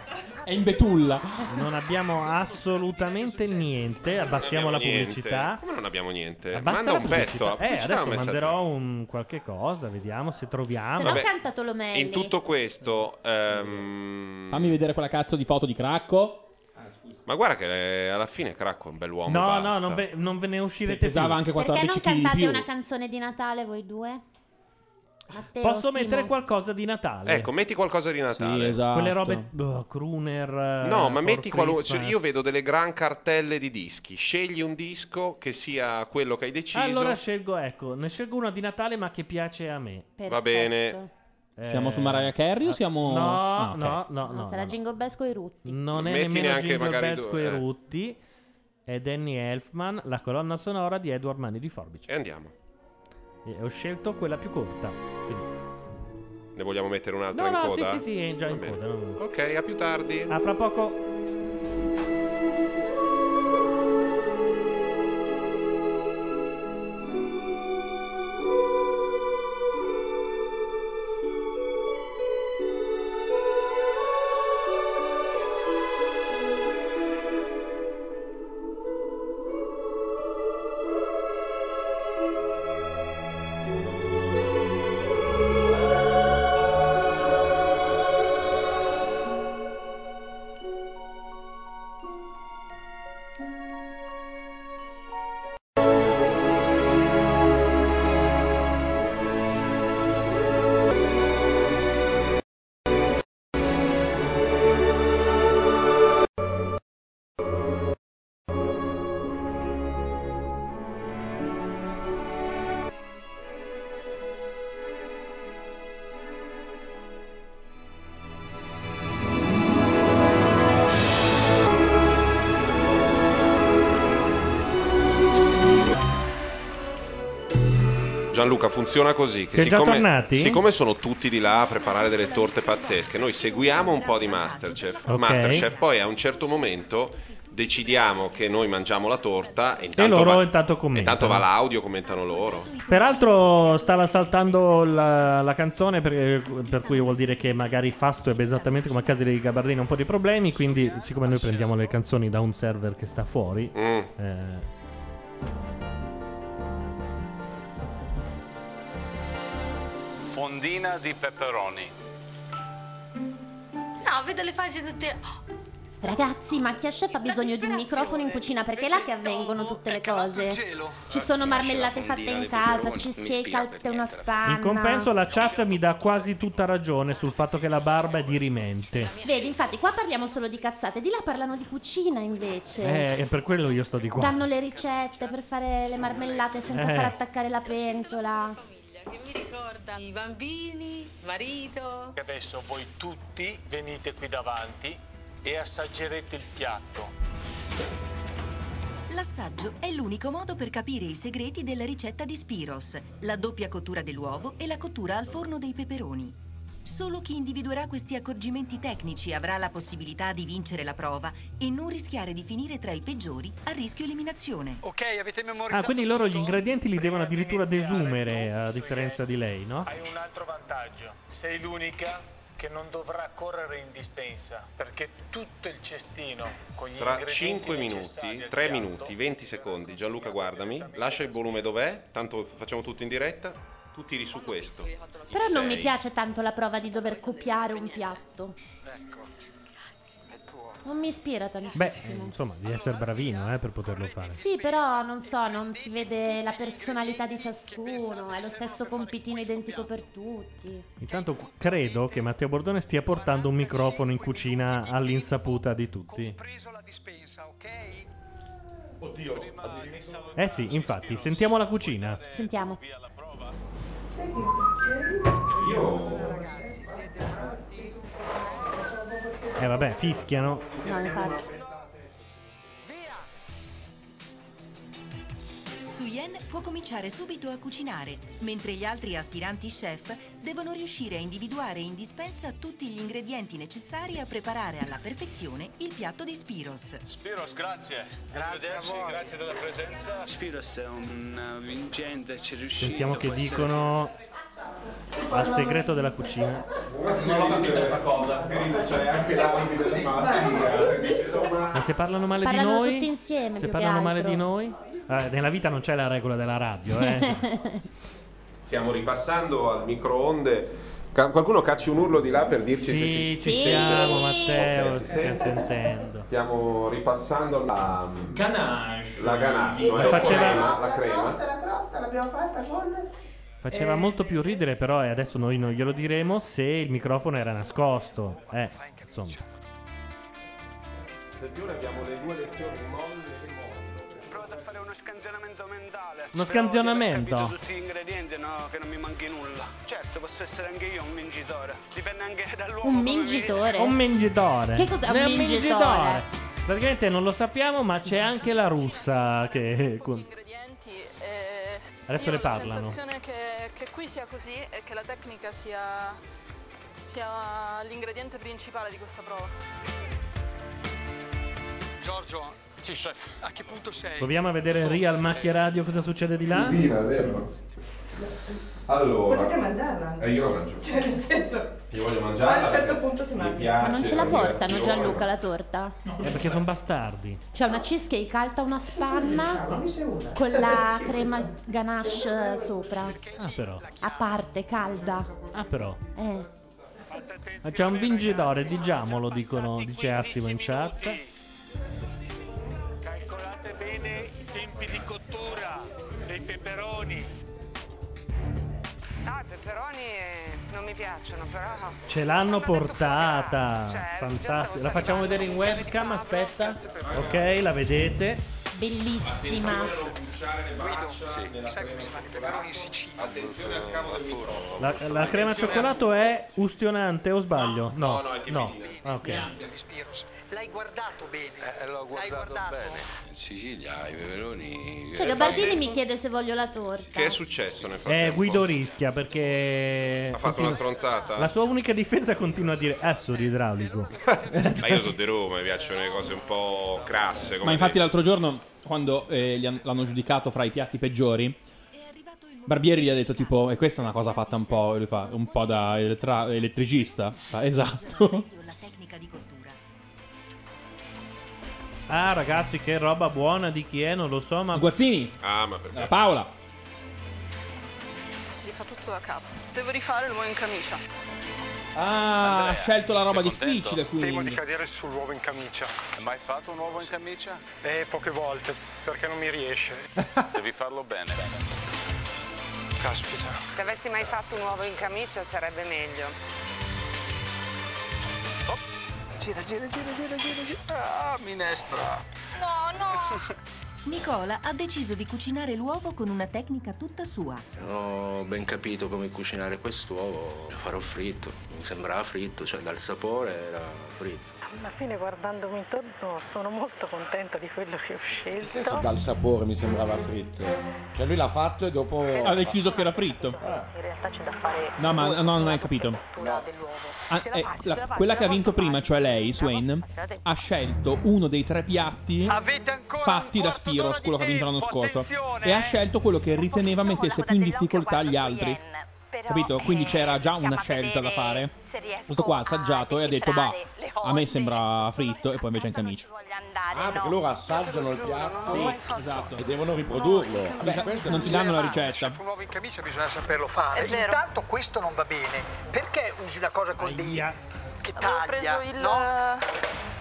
[SPEAKER 13] È in betulla.
[SPEAKER 3] Non abbiamo assolutamente niente. Abbassiamo la
[SPEAKER 5] Niente.
[SPEAKER 3] pubblicità.
[SPEAKER 5] Come non abbiamo niente?
[SPEAKER 3] Abbassa
[SPEAKER 5] Manda
[SPEAKER 3] la
[SPEAKER 5] un pezzo.
[SPEAKER 3] pubblicità.
[SPEAKER 5] la
[SPEAKER 3] Eh,
[SPEAKER 5] pubblicità
[SPEAKER 3] adesso
[SPEAKER 5] è un messaggio.
[SPEAKER 3] manderò un qualche cosa, vediamo se troviamo.
[SPEAKER 6] Se no
[SPEAKER 5] Vabbè.
[SPEAKER 6] canta Tolomelli.
[SPEAKER 5] In tutto questo, ehm,
[SPEAKER 13] Fammi vedere quella cazzo di foto di Cracco.
[SPEAKER 5] ma guarda che eh, alla fine Cracco è un bell'uomo.
[SPEAKER 3] No,
[SPEAKER 5] basta.
[SPEAKER 3] no, non ve, non ve ne uscirete
[SPEAKER 13] Pesava
[SPEAKER 3] più.
[SPEAKER 13] anche
[SPEAKER 6] Perché non
[SPEAKER 3] kg di
[SPEAKER 6] cantate
[SPEAKER 3] più.
[SPEAKER 6] una canzone di Natale voi due? Matteo,
[SPEAKER 3] Posso
[SPEAKER 6] Simo.
[SPEAKER 3] mettere qualcosa di Natale?
[SPEAKER 5] Ecco, metti qualcosa di Natale.
[SPEAKER 3] Quelle robe boh, crooner. eh,
[SPEAKER 5] No, ma
[SPEAKER 3] for
[SPEAKER 5] metti qualunque. cioè,
[SPEAKER 3] Christmas.
[SPEAKER 5] io vedo delle gran cartelle di dischi. Scegli un disco che sia quello che hai deciso.
[SPEAKER 3] Allora scelgo, ecco, ne scelgo una di Natale ma che piace a me.
[SPEAKER 5] Va bene.
[SPEAKER 13] Siamo su Mariah Carey o siamo.
[SPEAKER 3] No,
[SPEAKER 13] Ah, ok.
[SPEAKER 3] no, no,
[SPEAKER 6] No,
[SPEAKER 3] no.
[SPEAKER 6] sarà
[SPEAKER 3] no.
[SPEAKER 6] Jingle Bells coi rutti.
[SPEAKER 3] Non è
[SPEAKER 5] Metti
[SPEAKER 3] nemmeno
[SPEAKER 5] neanche
[SPEAKER 3] Jingle
[SPEAKER 5] magari
[SPEAKER 3] Bells
[SPEAKER 5] due,
[SPEAKER 3] coi
[SPEAKER 5] eh.
[SPEAKER 3] rutti. È Danny Elfman, la colonna sonora di Edward Mani di Forbice.
[SPEAKER 5] E andiamo. Eh.
[SPEAKER 3] E ho scelto quella più corta. Quindi-
[SPEAKER 5] Ne vogliamo mettere un'altra
[SPEAKER 3] No,
[SPEAKER 5] in
[SPEAKER 3] no, sì,
[SPEAKER 5] coda?
[SPEAKER 3] sì, sì, è già
[SPEAKER 5] Va
[SPEAKER 3] in
[SPEAKER 5] bene.
[SPEAKER 3] coda. no.
[SPEAKER 5] Ok, a più tardi.
[SPEAKER 3] A fra poco.
[SPEAKER 5] Gianluca, funziona così.
[SPEAKER 3] Che è già
[SPEAKER 5] siccome,
[SPEAKER 3] tornati?
[SPEAKER 5] siccome sono tutti di là a preparare delle torte pazzesche, noi seguiamo un po' di Masterchef.
[SPEAKER 3] Ok.
[SPEAKER 5] Masterchef poi a un certo momento decidiamo che noi mangiamo la torta e
[SPEAKER 3] E
[SPEAKER 5] intanto,
[SPEAKER 3] loro
[SPEAKER 5] va,
[SPEAKER 3] intanto commentano.
[SPEAKER 5] intanto va l'audio, commentano loro.
[SPEAKER 3] Peraltro stava saltando la, la canzone per, per cui vuol dire che magari Fasto ebbe esattamente come a casa di Gabardini un po' di problemi, quindi siccome noi prendiamo le canzoni da un server che sta fuori,
[SPEAKER 5] Mm.
[SPEAKER 3] eh,
[SPEAKER 11] Fondina di peperoni.
[SPEAKER 15] No, vedo le facce tutte.
[SPEAKER 6] Ragazzi, ma chi chef ha bisogno di un microfono in cucina perché è là che avvengono tutte le cose. Ci sono marmellate fatte in casa, cheesecake al e una spanna.
[SPEAKER 3] in compenso la chat mi dà quasi tutta ragione sul fatto che la barba è dirimente.
[SPEAKER 6] Vedi, infatti, qua parliamo solo di cazzate, di là parlano di cucina invece.
[SPEAKER 3] Eh, e per quello io sto di qua.
[SPEAKER 6] Danno le ricette per fare le marmellate senza
[SPEAKER 3] Eh.
[SPEAKER 6] far attaccare la pentola.
[SPEAKER 15] Che mi ricorda i bambini, il marito.
[SPEAKER 8] E Adesso voi tutti venite qui davanti e assaggerete il piatto.
[SPEAKER 17] L'assaggio è l'unico modo per capire i segreti della ricetta di Spiros, la doppia cottura dell'uovo e la cottura al forno dei peperoni. Solo chi individuerà questi accorgimenti tecnici avrà la possibilità di vincere la prova e non rischiare di finire tra i peggiori a rischio eliminazione.
[SPEAKER 10] Ok, avete memorizzato
[SPEAKER 3] Ah, quindi loro gli ingredienti li devono addirittura desumere, a differenza di lei, no?
[SPEAKER 8] Hai un altro vantaggio. Sei l'unica che non dovrà correre in dispensa perché tutto il cestino con gli
[SPEAKER 5] Tra
[SPEAKER 8] ingredienti
[SPEAKER 5] 5
[SPEAKER 8] necessari
[SPEAKER 5] minuti,
[SPEAKER 8] al
[SPEAKER 5] 3
[SPEAKER 8] piatto
[SPEAKER 5] minuti, 20 secondi, Gianluca guardami, lascia il volume dov'è, tanto facciamo tutto in diretta, tu tiri su questo.
[SPEAKER 6] Però non mi
[SPEAKER 5] Sei.
[SPEAKER 6] piace tanto la prova di dover copiare un piatto. Non mi ispira
[SPEAKER 3] Beh,
[SPEAKER 6] tantissimo.
[SPEAKER 3] insomma, devi essere bravino eh, per poterlo fare.
[SPEAKER 6] Sì, però non so, non si vede la personalità di ciascuno, è lo stesso compitino identico per tutti.
[SPEAKER 3] Intanto c- credo che Matteo Bordone stia portando un microfono in cucina all'insaputa di tutti.
[SPEAKER 11] Oddio,
[SPEAKER 3] Eh sì, infatti, sentiamo la cucina.
[SPEAKER 6] Sentiamo.
[SPEAKER 3] Eh vabbè, fischiano.
[SPEAKER 6] No, infatti.
[SPEAKER 17] Suyen può cominciare subito a cucinare, mentre gli altri aspiranti chef devono riuscire a individuare in dispensa tutti gli ingredienti necessari a preparare alla perfezione il piatto di Spiros.
[SPEAKER 8] Spiros, grazie.
[SPEAKER 11] Grazie a voi.
[SPEAKER 8] grazie della presenza.
[SPEAKER 11] Spiros è
[SPEAKER 21] uh,
[SPEAKER 11] un vincente, ci riuscito.
[SPEAKER 3] Sentiamo che dicono al segreto della cucina.
[SPEAKER 22] Non l'ho capita sta cosa.
[SPEAKER 7] Cioè, anche l'arbitro di
[SPEAKER 3] Ma se parlano male
[SPEAKER 6] Parlano
[SPEAKER 3] di noi?
[SPEAKER 6] tutti insieme,
[SPEAKER 3] se
[SPEAKER 6] più
[SPEAKER 3] parlano
[SPEAKER 6] che
[SPEAKER 3] male
[SPEAKER 6] altro.
[SPEAKER 3] di noi? Eh, nella vita non c'è la regola della radio, eh.
[SPEAKER 5] Stiamo ripassando al microonde. Ca- qualcuno cacci un urlo di là per dirci se si
[SPEAKER 3] sì,
[SPEAKER 5] si
[SPEAKER 3] ci
[SPEAKER 5] sente.
[SPEAKER 3] siamo, Matteo,
[SPEAKER 5] Ok,
[SPEAKER 3] ci stiamo
[SPEAKER 5] si sente?
[SPEAKER 3] sentendo.
[SPEAKER 5] Stiamo ripassando la
[SPEAKER 13] ganache.
[SPEAKER 5] La ganache,
[SPEAKER 3] La
[SPEAKER 5] eh,
[SPEAKER 3] faceva-
[SPEAKER 5] la crema, la crema.
[SPEAKER 4] La crosta l'abbiamo fatta con...
[SPEAKER 3] Faceva
[SPEAKER 4] Eh.
[SPEAKER 3] molto più ridere, però, e adesso noi non glielo diremo se il microfono era nascosto. Eh, insomma.
[SPEAKER 5] Attenzione, abbiamo le due lezioni molle e molle.
[SPEAKER 21] Provate a fare uno scansionamento mentale.
[SPEAKER 3] Uno
[SPEAKER 21] Spero di aver
[SPEAKER 3] scansionamento.
[SPEAKER 21] capito tutti gli ingredienti, no, che non mi manchi nulla. Certo, posso essere anche io un mingitore. Dipende anche dall'uomo.
[SPEAKER 6] Un
[SPEAKER 21] come mi-
[SPEAKER 6] mingitore?
[SPEAKER 3] Un mingitore.
[SPEAKER 6] Che cos'è un
[SPEAKER 3] Ne è
[SPEAKER 6] mingitore?
[SPEAKER 3] Praticamente non lo sappiamo, ma c'è anche la russa che... con- Adesso
[SPEAKER 14] eh, Io
[SPEAKER 3] le
[SPEAKER 14] ho la
[SPEAKER 3] parlano.
[SPEAKER 14] sensazione che, che qui sia così e che la tecnica sia, sia l'ingrediente principale di questa prova.
[SPEAKER 10] Giorgio, sì, chef. A che punto sei?
[SPEAKER 3] Proviamo a vedere Real Macchia Radio cosa succede di là.
[SPEAKER 7] Divina, vero?
[SPEAKER 5] Allora,
[SPEAKER 23] Potete mangiarla?
[SPEAKER 5] Eh, io la mangio.
[SPEAKER 23] Cioè, nel senso.
[SPEAKER 5] Io voglio mangiarla.
[SPEAKER 23] Ma a un certo
[SPEAKER 5] perché
[SPEAKER 23] punto si
[SPEAKER 5] mi
[SPEAKER 23] mangia.
[SPEAKER 5] piace,
[SPEAKER 6] Ma non ce la portano
[SPEAKER 5] relazione.
[SPEAKER 6] Gianluca la torta?
[SPEAKER 3] Eh, perché sono bastardi.
[SPEAKER 6] C'è una cheesecake alta, una spanna con la crema ganache sopra.
[SPEAKER 3] Ah, però.
[SPEAKER 6] A parte, calda.
[SPEAKER 3] Ah, però.
[SPEAKER 6] Eh.
[SPEAKER 3] Ma C'è un vincitore, diciamolo, dicono, dice Assimo in chat.
[SPEAKER 8] Calcolate bene i tempi di cottura dei peperoni.
[SPEAKER 24] Ah, i peperoni eh, non mi piacciono, però.
[SPEAKER 3] Ce l'hanno portata.
[SPEAKER 24] Cioè,
[SPEAKER 23] Certo,
[SPEAKER 3] Fantastico. La facciamo vedere in webcam, aspetta. Ok, la vedete.
[SPEAKER 6] Bellissima.
[SPEAKER 10] Sai come si fanno i peperoni in Sicilia? Attenzione al cavo del
[SPEAKER 3] La, la crema al cioccolato è ustionante o sbaglio? No, no,
[SPEAKER 5] è
[SPEAKER 3] no.
[SPEAKER 5] tiepidina.
[SPEAKER 3] Ok.
[SPEAKER 10] degli Spiros. L'hai guardato bene.
[SPEAKER 12] Eh,
[SPEAKER 22] l'ho
[SPEAKER 10] L'hai
[SPEAKER 22] guardato,
[SPEAKER 10] guardato.
[SPEAKER 22] bene. In Sicilia, i peperoni.
[SPEAKER 5] Eh,
[SPEAKER 6] Cioè, Gabardini mi chiede se voglio la torta.
[SPEAKER 5] Che è successo nel
[SPEAKER 3] Eh,
[SPEAKER 5] frattempo?
[SPEAKER 3] Guido rischia perché.
[SPEAKER 5] Ha fatto una
[SPEAKER 3] continua-
[SPEAKER 5] stronzata?
[SPEAKER 3] La sua unica difesa continua a dire: Esso idraulico.
[SPEAKER 5] Ma io sono di Roma, mi piacciono le cose un po' crasse. Come
[SPEAKER 14] Ma infatti
[SPEAKER 5] dire.
[SPEAKER 14] l'altro giorno, quando eh, gli han- l'hanno giudicato fra i piatti peggiori, Barbieri gli ha detto tipo, e questa è una cosa fatta un po', e lui fa, un po' da elettra- elettricista. Fa, esatto.
[SPEAKER 17] La tecnica di cottura.
[SPEAKER 3] Ah, ragazzi, che roba buona di chi è, non lo so, ma.
[SPEAKER 14] Sguazzini! Eh,
[SPEAKER 5] Ah, ma perché?
[SPEAKER 14] Paola!
[SPEAKER 15] Si rifà tutto da capo. Devo rifare l'uomo in camicia.
[SPEAKER 14] Ah, ha scelto la roba
[SPEAKER 22] sei contento?
[SPEAKER 14] difficile
[SPEAKER 22] Temo
[SPEAKER 14] quindi.
[SPEAKER 22] di
[SPEAKER 10] Cadere sull'uovo in camicia.
[SPEAKER 22] Hai mai fatto un uovo in camicia?
[SPEAKER 10] Eh, poche volte, perché non mi riesce.
[SPEAKER 22] Devi farlo bene. Caspita.
[SPEAKER 13] Se avessi mai fatto un uovo in camicia sarebbe meglio.
[SPEAKER 22] Oh. Gira, gira, gira, gira, gira, gira. Ah, minestra.
[SPEAKER 16] No, no.
[SPEAKER 17] Nicola ha deciso di cucinare l'uovo con una tecnica tutta sua.
[SPEAKER 22] Non ho ben capito come cucinare quest'uovo. Lo farò fritto. Mi sembrava fritto, cioè dal sapore era fritto.
[SPEAKER 1] Alla fine guardandomi intorno sono molto contenta di quello che ho scelto.
[SPEAKER 7] Dal sapore mi sembrava fritto. Cioè lui l'ha fatto e dopo...
[SPEAKER 14] Ha deciso che era fritto.
[SPEAKER 1] In realtà c'è da fare
[SPEAKER 14] No, ma no, non hai capito. Ah, eh, la- quella che ha vinto prima, cioè lei, Swain, ha scelto uno dei tre piatti fatti da Spiros, quello che ha vinto l'anno scorso. E ha scelto quello che riteneva mettesse più in difficoltà gli altri. Capito? Quindi c'era già una scelta da fare. Questo qua ha assaggiato e ha detto, bah, a me sembra fritto e poi invece è in camicia.
[SPEAKER 7] Ah, perché loro assaggiano il piatto
[SPEAKER 14] Sì, esatto.
[SPEAKER 7] e devono riprodurlo. Vabbè, questo
[SPEAKER 14] Non ti danno la ricetta.
[SPEAKER 10] Un uovo in camicia bisogna saperlo fare. Intanto questo non va bene. Perché usi una cosa con dei che taglia?
[SPEAKER 15] preso il-
[SPEAKER 10] no?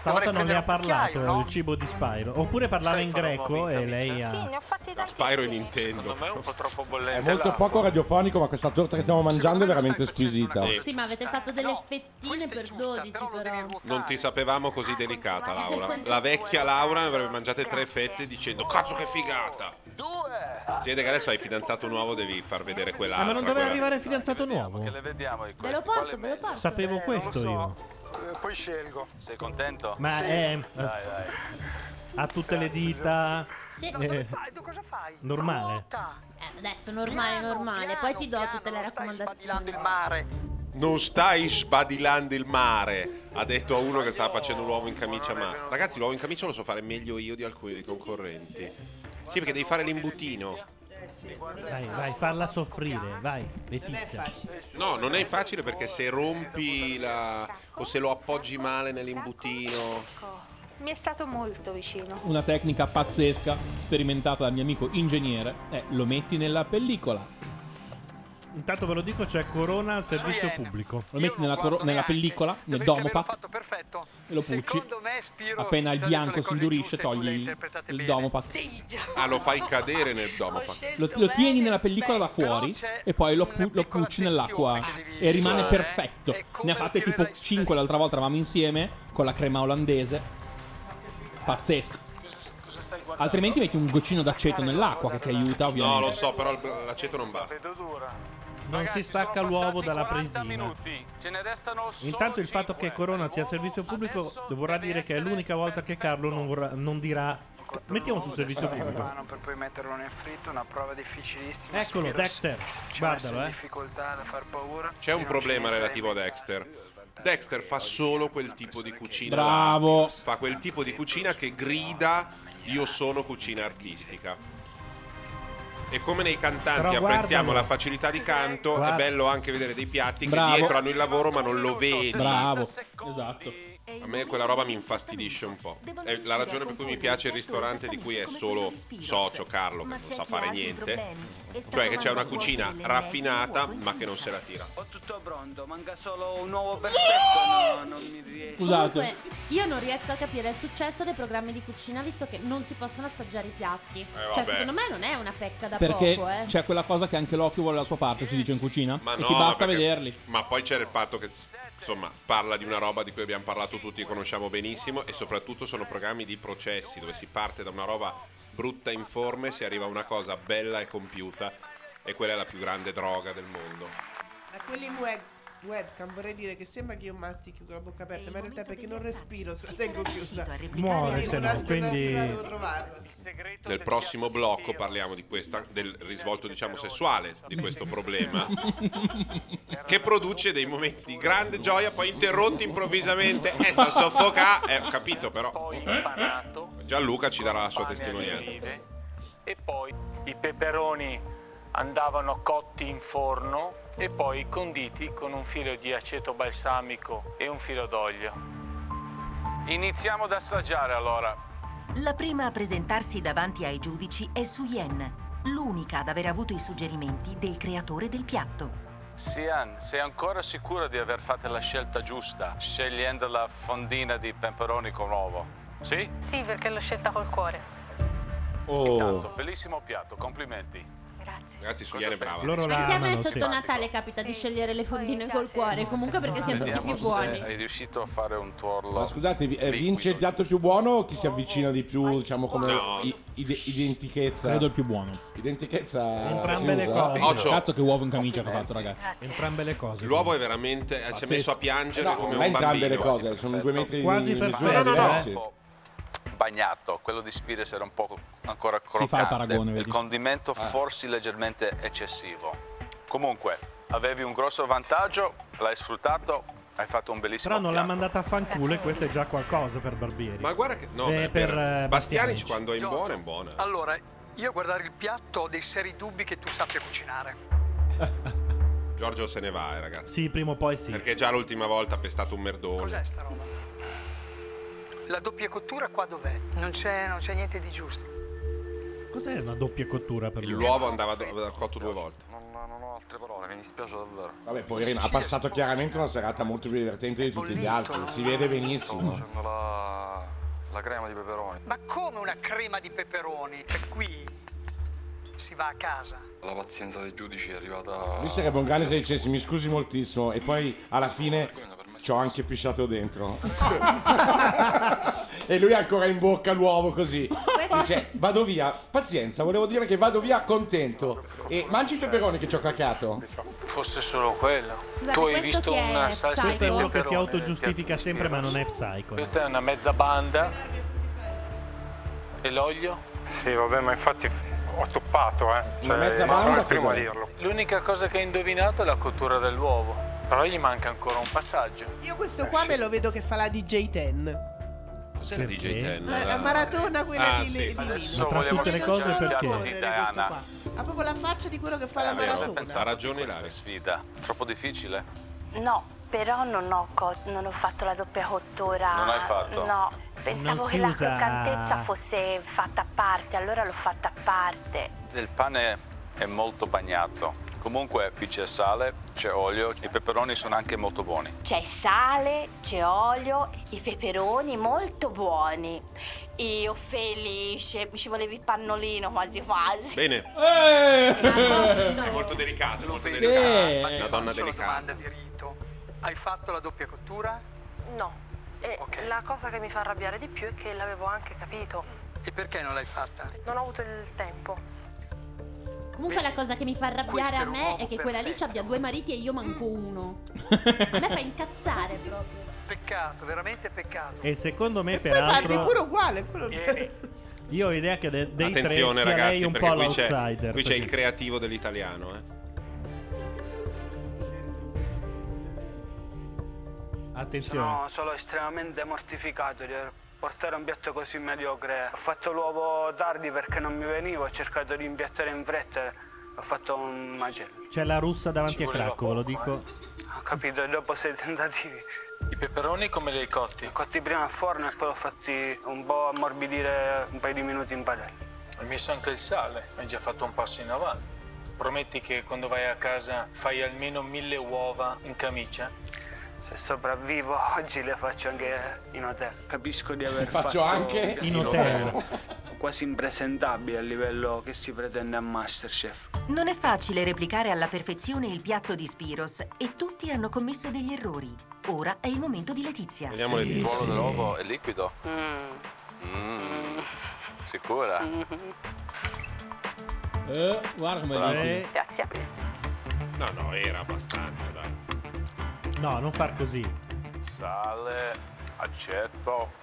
[SPEAKER 3] Stavolta non ne ha parlato eh,
[SPEAKER 10] cucchiaio, no?
[SPEAKER 3] il cibo di Spyro. Oppure parlava
[SPEAKER 5] Sai
[SPEAKER 3] in
[SPEAKER 5] fare un
[SPEAKER 3] greco
[SPEAKER 5] uovo in
[SPEAKER 3] e lei ha.
[SPEAKER 5] camicia?
[SPEAKER 25] ne ho fatti da
[SPEAKER 5] Spyro e Nintendo. Secondo me è un po' troppo bollente.
[SPEAKER 7] È molto poco radiofonico, ma questa torta che stiamo mangiando è veramente squisita.
[SPEAKER 6] Sì, ma avete fatto delle fettine per 12 però.
[SPEAKER 5] Non ti sapevamo così delicata, Laura. La vecchia Laura ne avrebbe mangiate tre fette dicendo Cazzo che figata! Si vede che adesso hai fidanzato nuovo, devi far vedere
[SPEAKER 3] Ah,
[SPEAKER 5] quell'altra.
[SPEAKER 3] ma non doveva
[SPEAKER 5] quella-
[SPEAKER 3] arrivare il fidanzato nuovo?
[SPEAKER 11] Vediamo i
[SPEAKER 6] Ve lo porto, ve lo porto.
[SPEAKER 3] Sapevo
[SPEAKER 11] Eh,
[SPEAKER 3] questo io.
[SPEAKER 11] Poi scelgo. Sei contento?
[SPEAKER 3] Ma eh, è.
[SPEAKER 11] Dai, dai.
[SPEAKER 3] Ha tutte le dita.
[SPEAKER 6] Sì.
[SPEAKER 3] eh, Normale.
[SPEAKER 6] Eh, Adesso normale, normale. Poi ti do tutte le raccomandazioni.
[SPEAKER 5] Non stai sbadilando il mare, ha detto a uno che stava facendo l'uovo in camicia. Ma ragazzi, l'uovo in camicia lo so fare meglio io di alcuni concorrenti. Sì, perché devi fare l'imbutino.
[SPEAKER 3] Vai, vai, farla soffrire. Vai, Letizia.
[SPEAKER 5] No, non è facile perché se rompi la. o se lo appoggi male nell'imbutino.
[SPEAKER 16] Mi è stato molto vicino.
[SPEAKER 14] Una tecnica pazzesca, sperimentata dal mio amico ingegnere, è lo metti nella pellicola.
[SPEAKER 3] Intanto ve lo dico, c'è Corona al servizio pubblico.
[SPEAKER 14] Lo metti nella, coro- nella pellicola, nel domopac, e lo pucci. Appena il bianco si indurisce, togli il, il domopac.
[SPEAKER 5] Ah, lo fai cadere nel domopac.
[SPEAKER 14] Lo, lo tieni nella pellicola da fuori e poi lo, pu- lo pucci nell'acqua e rimane perfetto. Ne ha fatte tipo 5 l'altra volta, eravamo insieme con la crema olandese. Pazzesco. Altrimenti metti un goccino d'aceto nell'acqua che ti aiuta
[SPEAKER 5] No,
[SPEAKER 14] ovviamente.
[SPEAKER 5] lo so, però il- l'aceto non basta.
[SPEAKER 3] Non si stacca l'uovo dalla presina. Intanto il fatto che Corona sia servizio pubblico vorrà dire che è l'unica volta che Carlo non, vorrà- non dirà. Mettiamo sul servizio pubblico.
[SPEAKER 10] per poi metterlo nel fritto, una prova difficilissima.
[SPEAKER 3] Eccolo, Dexter. Guardalo, eh.
[SPEAKER 10] difficoltà da far paura.
[SPEAKER 5] C'è un problema relativo a Dexter. Dexter fa solo quel tipo di cucina. là.
[SPEAKER 14] Bravo.
[SPEAKER 5] Fa quel tipo di cucina che grida io sono cucina artistica. E come nei cantanti
[SPEAKER 14] Però
[SPEAKER 5] apprezziamo
[SPEAKER 14] guardalo.
[SPEAKER 5] la facilità di canto,
[SPEAKER 14] Guarda.
[SPEAKER 5] è bello anche vedere dei piatti
[SPEAKER 14] Bravo.
[SPEAKER 5] che dietro hanno il lavoro ma non lo vedi.
[SPEAKER 14] Bravo, esatto.
[SPEAKER 5] A me quella roba mi infastidisce un po'. È la ragione per cui mi piace il ristorante di cui è solo socio Carlo, che non sa fare niente. Cioè che c'è una cucina raffinata ma che non se la tira.
[SPEAKER 6] Comunque, io non riesco a capire il successo dei programmi di cucina visto che non si possono assaggiare i
[SPEAKER 11] Eh,
[SPEAKER 6] piatti. cioè,
[SPEAKER 14] vabbè.
[SPEAKER 6] secondo me non è una pecca da
[SPEAKER 14] Perché
[SPEAKER 6] poco, eh.
[SPEAKER 14] c'è quella cosa che anche l'occhio vuole la sua parte, si dice in cucina.
[SPEAKER 5] Ma
[SPEAKER 14] e
[SPEAKER 5] no,
[SPEAKER 14] ti basta
[SPEAKER 5] perché-
[SPEAKER 14] vederli.
[SPEAKER 5] Ma poi c'era il fatto che, insomma, parla di una roba di cui abbiamo parlato tutti e conosciamo benissimo e soprattutto sono programmi di processi dove si parte da una roba brutta e informe, si arriva a una cosa bella e compiuta e quella è la più grande droga del mondo.
[SPEAKER 4] Ma quelli mu- webcam vorrei dire che sembra che io mastichi con la bocca aperta, ma in realtà è perché non respiro, se la tengo chiusa.
[SPEAKER 3] Muore, se no,
[SPEAKER 4] un'alternativa
[SPEAKER 3] quindi-
[SPEAKER 4] devo trovarla.
[SPEAKER 5] Nel prossimo blocco parliamo di questa, del risvolto diciamo sessuale di questo problema che produce dei momenti di grande gioia poi interrotti improvvisamente e sta soffocando, eh, ho capito però. Gianluca ci darà la sua testimonianza.
[SPEAKER 8] E poi i peperoni andavano cotti in forno e poi conditi con un filo di aceto balsamico e un filo d'olio.
[SPEAKER 11] Iniziamo ad assaggiare allora.
[SPEAKER 17] La prima a presentarsi davanti ai giudici è Suyen, l'unica ad aver avuto i suggerimenti del creatore del piatto.
[SPEAKER 11] Sian, sei ancora sicura di aver fatto la scelta giusta scegliendo la fondina di pepperoni con uovo? Sì?
[SPEAKER 23] Sì, perché l'ho scelta col cuore.
[SPEAKER 7] Oh.
[SPEAKER 11] Intanto, bellissimo piatto, complimenti. Grazie.
[SPEAKER 5] Grazie Suiene, brava.
[SPEAKER 3] Loro la
[SPEAKER 6] Anche a me
[SPEAKER 3] amano,
[SPEAKER 6] sotto
[SPEAKER 3] sì.
[SPEAKER 6] Natale capita di scegliere le fondine col cuore, comunque perché siamo tutti
[SPEAKER 11] Vediamo
[SPEAKER 6] più
[SPEAKER 11] se
[SPEAKER 6] buoni.
[SPEAKER 11] hai riuscito a fare un tuorlo.
[SPEAKER 7] Ma scusate, vi- eh, vince il piatto più buono o chi si avvicina di più, diciamo, come i- ide- identichezza?
[SPEAKER 13] Credo il più buono.
[SPEAKER 7] Identichezza.
[SPEAKER 13] Entrambe le
[SPEAKER 7] si usa?
[SPEAKER 13] cose.
[SPEAKER 5] Occhio. Eh,
[SPEAKER 13] Cazzo che uovo in camicia che ha fatto, ragazzi.
[SPEAKER 3] Entrambe le cose.
[SPEAKER 5] L'uovo è veramente eh, si è
[SPEAKER 13] Pazzesco.
[SPEAKER 5] messo a piangere
[SPEAKER 13] No,
[SPEAKER 5] come
[SPEAKER 13] ma
[SPEAKER 5] un
[SPEAKER 13] entrambe
[SPEAKER 5] bambino.
[SPEAKER 13] le
[SPEAKER 7] cose, sono due metri di Quasi per
[SPEAKER 5] No, no, no,
[SPEAKER 7] misura
[SPEAKER 5] no.
[SPEAKER 13] eh,
[SPEAKER 7] diversi.
[SPEAKER 11] bagnato, quello di Spires era un po' ancora croccante.
[SPEAKER 13] Si fa il paragone,
[SPEAKER 11] il
[SPEAKER 13] vedi?
[SPEAKER 11] condimento
[SPEAKER 13] Ah.
[SPEAKER 11] forse leggermente eccessivo. Comunque, avevi un grosso vantaggio, l'hai sfruttato, hai fatto un bellissimo
[SPEAKER 3] Però non l'ha
[SPEAKER 11] piatto.
[SPEAKER 3] mandata a fanculo e questo è già qualcosa per Barbieri.
[SPEAKER 11] Ma guarda che-
[SPEAKER 5] No,
[SPEAKER 3] Eh,
[SPEAKER 5] beh,
[SPEAKER 3] per,
[SPEAKER 5] per-
[SPEAKER 3] eh,
[SPEAKER 5] Bastianic quando è in buona è in buona.
[SPEAKER 10] Allora, io a guardare il piatto ho dei seri dubbi che tu sappia cucinare.
[SPEAKER 5] Giorgio se ne va, eh, ragazzi.
[SPEAKER 3] Sì, prima o poi sì.
[SPEAKER 5] Perché già l'ultima volta ha pestato un merdone.
[SPEAKER 10] Cos'è sta roba? La doppia cottura qua dov'è? Non c'è, non c'è niente di giusto.
[SPEAKER 3] Cos'è una doppia cottura per lui?
[SPEAKER 5] L'uovo andava do- aveva cotto due volte.
[SPEAKER 11] Non, non ho altre parole, mi dispiace davvero.
[SPEAKER 7] Vabbè, poverino, ha passato chiaramente una serata molto più divertente di tutti gli altri, si vede benissimo.
[SPEAKER 11] la, la crema di peperoni.
[SPEAKER 10] Ma come una crema di peperoni? Cioè qui si va a casa.
[SPEAKER 11] La pazienza dei giudici è arrivata.
[SPEAKER 7] Lui sarebbe un grande se dicessi mi scusi moltissimo e poi alla fine ci ho anche pisciato dentro. e lui ha ancora in bocca l'uovo così.
[SPEAKER 10] Cioè,
[SPEAKER 7] Dice cioè, vado via, pazienza, volevo dire che vado via contento. E mangi i peperoni che ci ho cacato.
[SPEAKER 8] Fosse solo quello.
[SPEAKER 3] Scusate,
[SPEAKER 8] tu hai
[SPEAKER 3] questo
[SPEAKER 8] visto
[SPEAKER 3] chi è?
[SPEAKER 8] una salsa
[SPEAKER 3] Questo
[SPEAKER 8] di
[SPEAKER 3] è uno che si
[SPEAKER 8] peperone
[SPEAKER 3] autogiustifica
[SPEAKER 8] nel piatto di
[SPEAKER 3] sempre, ma non è
[SPEAKER 8] Spiros.
[SPEAKER 3] psycho.
[SPEAKER 8] Questa è una mezza banda. E l'olio?
[SPEAKER 1] Sì, vabbè, ma infatti f- ho toppato, eh. Cioè,
[SPEAKER 8] mezza
[SPEAKER 1] ma sono
[SPEAKER 8] banda
[SPEAKER 1] il primo a
[SPEAKER 8] cos'è?
[SPEAKER 1] dirlo.
[SPEAKER 8] L'unica cosa che hai indovinato è la cottura dell'uovo. Però gli manca ancora un passaggio.
[SPEAKER 4] Io questo qua me lo vedo che fa la DJ10.
[SPEAKER 5] Cos'era DJ Ten?
[SPEAKER 3] Eh,
[SPEAKER 4] La, la maratona quella
[SPEAKER 5] Ah,
[SPEAKER 4] di,
[SPEAKER 5] sì.
[SPEAKER 4] di
[SPEAKER 5] Adesso
[SPEAKER 4] Lino.
[SPEAKER 5] Ma tra vogliamo tutte le cose
[SPEAKER 4] Solo
[SPEAKER 5] perché?
[SPEAKER 4] correre
[SPEAKER 11] Dai,
[SPEAKER 4] questo
[SPEAKER 11] Anna.
[SPEAKER 4] qua. Ha proprio la faccia di quello che fa la
[SPEAKER 11] Eh, vero,
[SPEAKER 4] maratona.
[SPEAKER 11] pensato
[SPEAKER 5] Ha ragione
[SPEAKER 11] a questa sfida. Troppo difficile?
[SPEAKER 20] No, però non ho, co- non ho fatto la doppia cottura.
[SPEAKER 11] Non l'hai fatto?
[SPEAKER 20] No, pensavo
[SPEAKER 11] Non si
[SPEAKER 20] che la
[SPEAKER 11] usa.
[SPEAKER 20] croccantezza fosse fatta a parte, allora l'ho fatta a parte.
[SPEAKER 11] Il pane è molto bagnato. Comunque qui c'è sale, c'è olio, i peperoni sono anche molto buoni.
[SPEAKER 20] C'è sale, c'è olio, i peperoni molto buoni. Io felice, mi ci volevi il pannolino quasi quasi.
[SPEAKER 5] Bene. Eh!
[SPEAKER 20] posto.
[SPEAKER 5] È molto delicata, molto
[SPEAKER 10] Sì.
[SPEAKER 5] delicata.
[SPEAKER 10] Sì.
[SPEAKER 5] Una donna
[SPEAKER 10] Faccio la
[SPEAKER 5] delicata.
[SPEAKER 10] Hai fatto la doppia cottura?
[SPEAKER 23] No. E la cosa che mi fa arrabbiare di più è che l'avevo anche capito.
[SPEAKER 10] E perché non l'hai fatta?
[SPEAKER 23] Non ho avuto il tempo.
[SPEAKER 6] Comunque la cosa che mi fa arrabbiare a me è che quella lì ci abbia due mariti e io manco uno. A me fa incazzare proprio.
[SPEAKER 10] Peccato, veramente peccato.
[SPEAKER 3] E secondo me,
[SPEAKER 4] Parli
[SPEAKER 3] peraltro,
[SPEAKER 4] pure Ah, uguale. quello-
[SPEAKER 3] io ho idea che de- dei
[SPEAKER 5] Attenzione
[SPEAKER 3] tre sia lei
[SPEAKER 5] ragazzi,
[SPEAKER 3] un
[SPEAKER 5] perché
[SPEAKER 3] po'
[SPEAKER 5] qui c'è,
[SPEAKER 3] l'outsider.
[SPEAKER 5] qui c'è il
[SPEAKER 3] perché-
[SPEAKER 5] creativo dell'italiano. Eh.
[SPEAKER 3] Attenzione.
[SPEAKER 21] Sono solo estremamente mortificato di portare un piatto così mediocre. Ho fatto l'uovo tardi perché non mi venivo, ho cercato di impiattare in fretta. Ho fatto un macello.
[SPEAKER 3] C'è la russa davanti a Cracco, ve lo dico.
[SPEAKER 13] eh.
[SPEAKER 21] Ho capito, e dopo sei tentativi.
[SPEAKER 8] I peperoni come li hai cotti?
[SPEAKER 21] Li ho cotti prima al forno e poi li ho fatti un po' ammorbidire un paio di minuti in padella.
[SPEAKER 8] Hai messo anche il sale, hai già fatto un passo in avanti. Prometti che quando vai a casa fai almeno mille uova in camicia?
[SPEAKER 21] Se sopravvivo Boh, oggi le faccio anche in hotel. Capisco di aver
[SPEAKER 7] Faccio
[SPEAKER 21] fatto
[SPEAKER 7] anche in hotel.
[SPEAKER 21] Quasi impresentabile a livello che si pretende a Masterchef.
[SPEAKER 17] Non è facile replicare alla perfezione il piatto di Spiros e tutti hanno commesso degli errori. Ora è il momento di Letizia.
[SPEAKER 11] Vediamo le Il volo
[SPEAKER 17] sì.
[SPEAKER 11] dell'uovo è liquido. Mm. Sicura?
[SPEAKER 14] Mm.
[SPEAKER 13] Eh, guarda come
[SPEAKER 11] Bravo.
[SPEAKER 13] dico.
[SPEAKER 11] Eh.
[SPEAKER 5] No, no, era abbastanza, dai.
[SPEAKER 3] No, non far così.
[SPEAKER 11] Sale, aceto.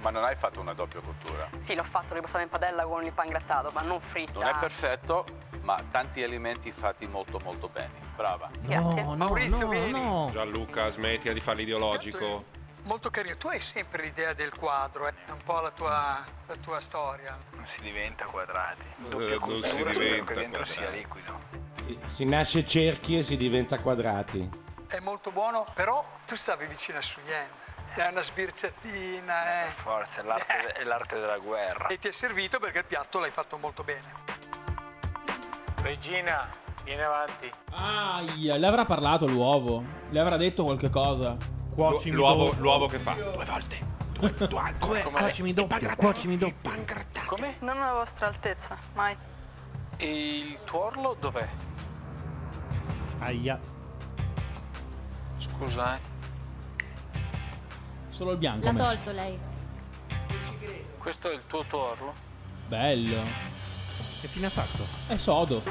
[SPEAKER 11] Ma non hai fatto una doppia cottura.
[SPEAKER 12] Sì, l'ho fatto ripassare in padella con il pan grattato, ma non fritta.
[SPEAKER 11] Non
[SPEAKER 1] ah.
[SPEAKER 11] è perfetto, ma tanti alimenti fatti molto molto bene. Brava.
[SPEAKER 3] Grazie. No, no, no, no.
[SPEAKER 5] Gianluca, smettila di fare l'ideologico.
[SPEAKER 10] Molto carino, tu hai sempre l'idea del quadro, eh, è un po' la tua, la tua storia.
[SPEAKER 21] Non si diventa quadrati.
[SPEAKER 5] Eh, non si
[SPEAKER 21] spero
[SPEAKER 5] diventa
[SPEAKER 21] che dentro
[SPEAKER 5] quadrati.
[SPEAKER 21] sia liquido.
[SPEAKER 7] Si, si nasce cerchi e si diventa quadrati.
[SPEAKER 10] È molto buono, però tu stavi vicino a Suyen. È una sbirciatina, eh.
[SPEAKER 21] Forza, è l'arte, è l'arte della guerra.
[SPEAKER 10] E ti è servito perché il piatto l'hai fatto molto bene.
[SPEAKER 8] Regina, vieni avanti.
[SPEAKER 13] Aia, le avrà parlato l'uovo. Le avrà detto qualche cosa.
[SPEAKER 5] L'u- l'uovo, l'uovo che fa? Due volte.
[SPEAKER 3] Cuocimi doppio, cuocimi doppio.
[SPEAKER 14] Come? Non alla vostra altezza, mai.
[SPEAKER 8] E il tuorlo dov'è?
[SPEAKER 3] Aia.
[SPEAKER 8] Scusa, eh.
[SPEAKER 13] Solo il bianco.
[SPEAKER 6] L'ha
[SPEAKER 13] me.
[SPEAKER 6] tolto lei.
[SPEAKER 8] Questo è il tuo tuorlo?
[SPEAKER 13] Bello.
[SPEAKER 3] Che fine ha fatto?
[SPEAKER 13] È sodo.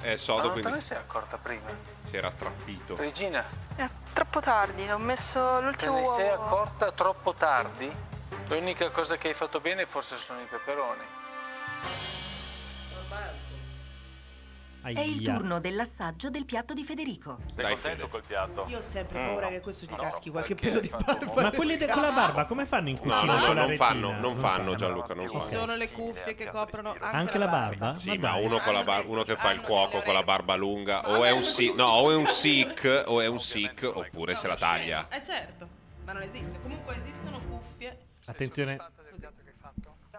[SPEAKER 5] È
[SPEAKER 8] Ma
[SPEAKER 5] sodo,
[SPEAKER 8] non te
[SPEAKER 5] quindi
[SPEAKER 8] ne sei accorta prima?
[SPEAKER 5] si era attrappito.
[SPEAKER 8] Regina,
[SPEAKER 14] È troppo tardi, ho messo
[SPEAKER 8] te
[SPEAKER 14] l'ultimo
[SPEAKER 8] ne
[SPEAKER 14] uovo.
[SPEAKER 8] sei accorta troppo tardi? L'unica cosa che hai fatto bene forse sono i peperoni.
[SPEAKER 17] È il turno dell'assaggio del piatto di Federico.
[SPEAKER 11] Sei contento col piatto?
[SPEAKER 4] Io ho sempre
[SPEAKER 11] Mm.
[SPEAKER 4] paura che questo gli
[SPEAKER 11] No,
[SPEAKER 4] caschi qualche
[SPEAKER 11] perché
[SPEAKER 4] pelo di
[SPEAKER 11] hai
[SPEAKER 4] barba.
[SPEAKER 3] Ma quelli de- con la barba come fanno in
[SPEAKER 5] No,
[SPEAKER 3] cucina?
[SPEAKER 5] no, no,
[SPEAKER 3] con la
[SPEAKER 5] non
[SPEAKER 3] retina?
[SPEAKER 5] fanno, non fanno cioè-
[SPEAKER 3] fanno.
[SPEAKER 5] Gianluca, non
[SPEAKER 15] Ci
[SPEAKER 5] fanno.
[SPEAKER 15] sono le cuffie che coprono anche,
[SPEAKER 3] Anche la barba?
[SPEAKER 5] Sì,
[SPEAKER 3] Ma
[SPEAKER 5] ma
[SPEAKER 3] dai.
[SPEAKER 5] uno, con la bar- uno che fa il cuoco con la barba lunga o è un sick, no, o è un sick, o è un sick, oppure se la taglia.
[SPEAKER 15] Eh certo, ma non esiste. Comunque esistono cuffie.
[SPEAKER 3] Attenzione.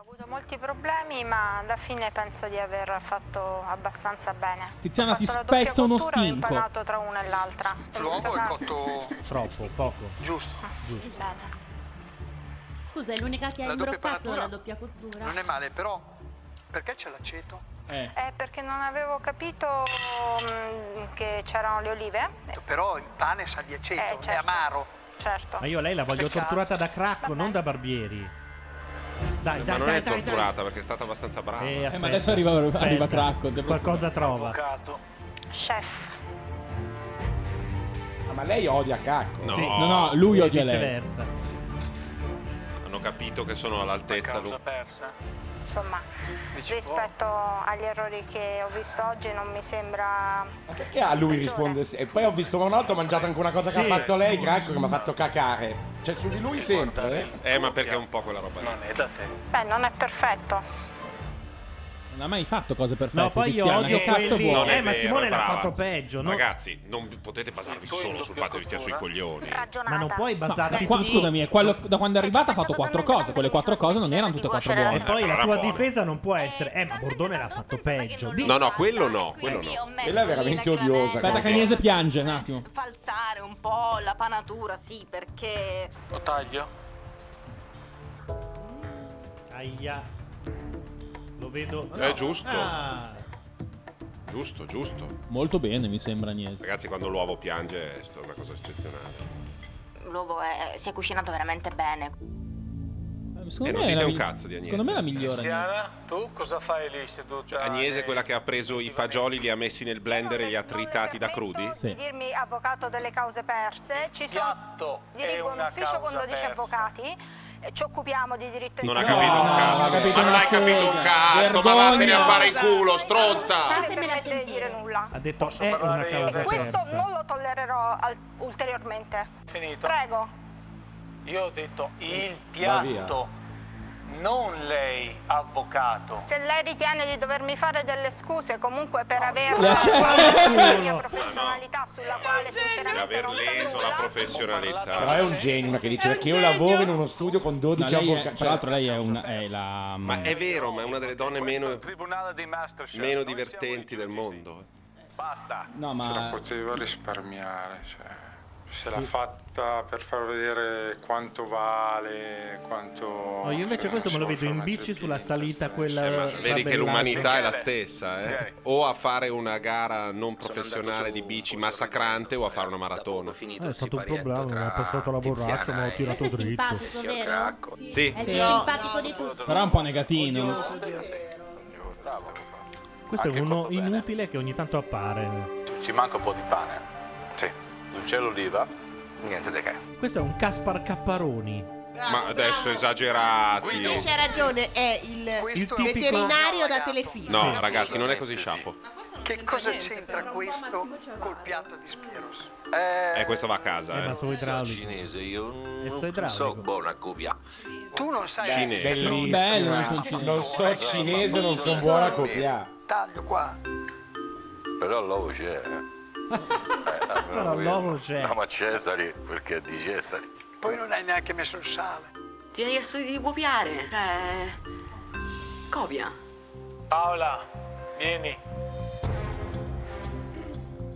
[SPEAKER 16] Ho avuto molti problemi, ma alla fine penso di aver fatto abbastanza bene.
[SPEAKER 13] Tiziana,
[SPEAKER 16] Ho
[SPEAKER 13] ti
[SPEAKER 16] fatto la doppia
[SPEAKER 13] spezza uno
[SPEAKER 16] cottura e ho
[SPEAKER 13] stinco.
[SPEAKER 16] impanato tra una e l'altra.
[SPEAKER 10] L'uovo è
[SPEAKER 16] Funzionava.
[SPEAKER 10] cotto
[SPEAKER 3] Troppo, poco.
[SPEAKER 10] giusto.
[SPEAKER 3] Giusto.
[SPEAKER 16] Bene.
[SPEAKER 6] Scusa, è l'unica che ha
[SPEAKER 10] La doppia
[SPEAKER 6] imbroccato
[SPEAKER 10] panatura
[SPEAKER 6] la doppia cottura.
[SPEAKER 10] Non è male, però perché c'è l'aceto?
[SPEAKER 13] Eh.
[SPEAKER 16] Eh, perché non avevo capito mm, che c'erano le olive. eh,
[SPEAKER 10] Però il pane sa di aceto, è amaro.
[SPEAKER 16] Certo.
[SPEAKER 3] Ma io lei la voglio
[SPEAKER 10] Peccato.
[SPEAKER 3] torturata da cracco, non da barbieri.
[SPEAKER 13] Eh,
[SPEAKER 3] Dai, dai,
[SPEAKER 5] Ma
[SPEAKER 3] dai,
[SPEAKER 5] non
[SPEAKER 3] dai,
[SPEAKER 5] è
[SPEAKER 3] dai.
[SPEAKER 5] torturata perché è stata abbastanza brava.
[SPEAKER 3] Eh, aspetta,
[SPEAKER 13] ma adesso arriva- arriva
[SPEAKER 3] aspetta.
[SPEAKER 13] Cracco, te-
[SPEAKER 3] Qualcosa trova.
[SPEAKER 16] Chef.
[SPEAKER 7] Ah, ma lei odia Cracco.
[SPEAKER 5] No.
[SPEAKER 13] Sì, no, no, lui
[SPEAKER 5] E
[SPEAKER 13] odia lei.
[SPEAKER 3] viceversa.
[SPEAKER 5] Hanno capito che sono all'altezza. Lu-
[SPEAKER 8] persa.
[SPEAKER 16] Insomma, rispetto agli errori che ho visto oggi non mi sembra...
[SPEAKER 7] Perché a Ah, lui risponde sì? E poi ho visto una notte ho mangiato anche una cosa che
[SPEAKER 5] Sì.
[SPEAKER 7] ha fatto lei, Cracco, che mi ha fatto cacare. Cioè, su di lui sempre. eh.
[SPEAKER 5] Eh, ma perché è un po' quella roba lì. Non è da te.
[SPEAKER 16] Beh, non è perfetto.
[SPEAKER 13] Non ha mai fatto cose perfette.
[SPEAKER 3] No, poi io
[SPEAKER 13] Tiziana,
[SPEAKER 3] odio
[SPEAKER 13] che cazzo
[SPEAKER 3] quelli-
[SPEAKER 13] vuoi?
[SPEAKER 3] Eh, ma Simone l'ha fatto peggio, no?
[SPEAKER 5] Ragazzi, non potete basarvi solo sul fatto che sia sui coglioni.
[SPEAKER 3] Ma non puoi basarti
[SPEAKER 13] eh, Qua-
[SPEAKER 3] su-
[SPEAKER 13] Scusami, è quello- da quando Cioè, è arrivata ha fatto quattro cose. Quelle quattro cose non erano tutte quattro buone.
[SPEAKER 3] E poi la tua difesa non può essere. Eh, ma Bordone l'ha fatto peggio.
[SPEAKER 5] No, no, quello no, quello no.
[SPEAKER 7] Quella è veramente odiosa.
[SPEAKER 13] Aspetta,
[SPEAKER 7] così.
[SPEAKER 13] Cagnese piange un attimo.
[SPEAKER 20] Falsare un po' la panatura, sì, perché
[SPEAKER 8] Lo taglio?
[SPEAKER 3] Aia. Lo vedo.
[SPEAKER 5] È giusto.
[SPEAKER 3] Ah,
[SPEAKER 5] Giusto, giusto.
[SPEAKER 13] Molto bene, mi sembra Agnese.
[SPEAKER 5] Ragazzi, quando l'uovo piange è sto- una cosa eccezionale.
[SPEAKER 20] l'uovo
[SPEAKER 24] eh,
[SPEAKER 20] è- si è cucinato veramente bene.
[SPEAKER 5] E
[SPEAKER 13] Secondo
[SPEAKER 5] Eh, non
[SPEAKER 13] me è
[SPEAKER 5] dite
[SPEAKER 13] la
[SPEAKER 5] un
[SPEAKER 13] mi-
[SPEAKER 5] cazzo di Agnese.
[SPEAKER 13] Secondo me è la migliore.
[SPEAKER 8] Tiziana, tu cosa fai lì seduta?
[SPEAKER 5] Agnese è quella che ha preso i fagioli, li ha messi nel blender e li ha tritati da crudi?
[SPEAKER 16] Di dirmi avvocato delle cause perse, ci sono dirigo un
[SPEAKER 8] una
[SPEAKER 16] ufficio con
[SPEAKER 8] causa
[SPEAKER 16] 12
[SPEAKER 8] persa.
[SPEAKER 16] avvocati, eh, ci occupiamo di diritto
[SPEAKER 5] Non ha
[SPEAKER 13] No,
[SPEAKER 5] capito un
[SPEAKER 13] no,
[SPEAKER 5] cazzo.
[SPEAKER 13] ha capito
[SPEAKER 5] ma non
[SPEAKER 13] una
[SPEAKER 5] hai capito un
[SPEAKER 13] sega.
[SPEAKER 5] cazzo. Ma
[SPEAKER 13] Vergogna.
[SPEAKER 5] vattene a fare in culo,
[SPEAKER 8] Ah.
[SPEAKER 5] stronza.
[SPEAKER 16] Non mi permette di dire nulla.
[SPEAKER 3] ha detto è una
[SPEAKER 8] parlare io
[SPEAKER 3] causa
[SPEAKER 8] adesso?
[SPEAKER 16] Questo
[SPEAKER 3] persa.
[SPEAKER 16] non lo tollererò al- ulteriormente.
[SPEAKER 8] Finito.
[SPEAKER 16] Prego.
[SPEAKER 8] Io ho detto il
[SPEAKER 16] Va via.
[SPEAKER 8] piatto, non lei, avvocato.
[SPEAKER 16] Se lei ritiene di dovermi fare delle scuse comunque per aver
[SPEAKER 8] Le accetto.
[SPEAKER 16] la mia professionalità sulla quale
[SPEAKER 5] Per
[SPEAKER 16] sinceramente
[SPEAKER 5] aver leso la professionalità.
[SPEAKER 7] Però è un genio che dice che io lavoro in uno studio con 12
[SPEAKER 13] No, lei è-
[SPEAKER 7] avvocati. Cioè,
[SPEAKER 13] tra l'altro lei è una... È la... mm,
[SPEAKER 5] Ma è vero, ma è una delle donne meno, meno divertenti del mondo.
[SPEAKER 8] Basta.
[SPEAKER 13] No, ma-
[SPEAKER 1] Ce la poteva risparmiare, cioè. Se l'ha fatta per far vedere quanto vale, quanto...
[SPEAKER 3] No, io invece
[SPEAKER 1] cioè,
[SPEAKER 3] questo me lo
[SPEAKER 1] non so,
[SPEAKER 3] vedo in
[SPEAKER 1] forse
[SPEAKER 3] bici sulla salita quella.
[SPEAKER 5] Eh, ma vedi che
[SPEAKER 3] rabellaggio.
[SPEAKER 5] l'umanità è la stessa, eh? O a fare una gara non professionale di bici massacrante o a fare una maratona.
[SPEAKER 3] Eh, è stato un problema, mi ha passato la borraccia,
[SPEAKER 5] eh.
[SPEAKER 3] mi ha tirato
[SPEAKER 6] Questo è
[SPEAKER 3] dritto.
[SPEAKER 6] simpatico, vero?
[SPEAKER 5] Sì.
[SPEAKER 6] È il
[SPEAKER 5] Sì.
[SPEAKER 6] più
[SPEAKER 5] No,
[SPEAKER 6] simpatico di tutti.
[SPEAKER 13] Però è un po' negatino.
[SPEAKER 3] Questo è uno inutile che ogni tanto appare.
[SPEAKER 11] Ci manca un po' di pane. Sì. non c'è l'oliva, niente di che.
[SPEAKER 3] Questo è un Caspar Capparoni.
[SPEAKER 5] Ma adesso esagerati.
[SPEAKER 4] Invece ha ragione, è il,
[SPEAKER 5] Il tipico-
[SPEAKER 4] veterinario da telefilm.
[SPEAKER 5] No, ragazzi, non è così sciapo.
[SPEAKER 10] Che cosa c'entra questo col piatto di Spiros?
[SPEAKER 5] Eh, questo va a casa,
[SPEAKER 3] Eh, ma
[SPEAKER 5] eh.
[SPEAKER 3] sono idraulico.
[SPEAKER 2] cinese, io
[SPEAKER 3] so
[SPEAKER 2] non
[SPEAKER 3] idraulico.
[SPEAKER 2] so buona copia.
[SPEAKER 10] Tu non sai
[SPEAKER 5] Cinese.
[SPEAKER 10] Bellissimo.
[SPEAKER 5] Bello, non
[SPEAKER 7] sono
[SPEAKER 2] cinese.
[SPEAKER 7] Non so cinese, non sono buona a copiare.
[SPEAKER 10] Taglio qua.
[SPEAKER 2] Però l'uovo c'è. eh. Eh,
[SPEAKER 10] Però l'uovo c'è.
[SPEAKER 2] No, ma Cesare, perché è di Cesare.
[SPEAKER 10] Poi non hai neanche messo il sale.
[SPEAKER 24] Ti viene chiesto di copiare. Cioè. Copia.
[SPEAKER 8] Paola, vieni.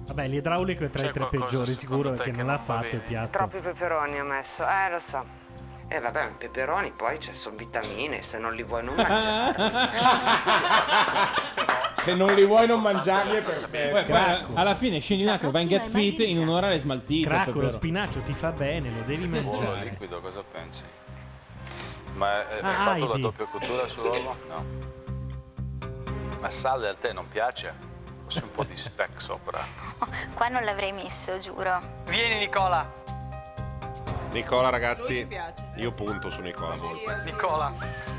[SPEAKER 3] Vabbè, l'idraulico è tra i tre peggiori, sicuro, perché non l'ha fatto il piatto.
[SPEAKER 22] Troppi peperoni ho messo, eh lo so. E Eh, vabbè, i peperoni poi ci sono vitamine, se non li vuoi non mangiare.
[SPEAKER 7] Se non li vuoi non mangiarli è perfetto.
[SPEAKER 13] Poi- poi alla fine scendi un attimo, vai in get fit in un'ora l'hai smaltito.
[SPEAKER 3] Cracco, lo
[SPEAKER 13] però.
[SPEAKER 3] spinaccio ti fa bene, lo devi
[SPEAKER 11] L'uovo
[SPEAKER 3] mangiare.
[SPEAKER 11] liquido, cosa pensi? Ma è, è
[SPEAKER 3] Ah,
[SPEAKER 11] fatto la
[SPEAKER 3] Heidi.
[SPEAKER 11] doppia cottura sull'uovo? No. Ma sale a te non piace? Forse un po' di speck sopra.
[SPEAKER 24] Qua non l'avrei messo, giuro.
[SPEAKER 10] Vieni Nicola.
[SPEAKER 5] Nicola,
[SPEAKER 10] Lui ci
[SPEAKER 5] ragazzi,
[SPEAKER 10] piace.
[SPEAKER 5] io punto su Nicola molto.
[SPEAKER 10] Nicola,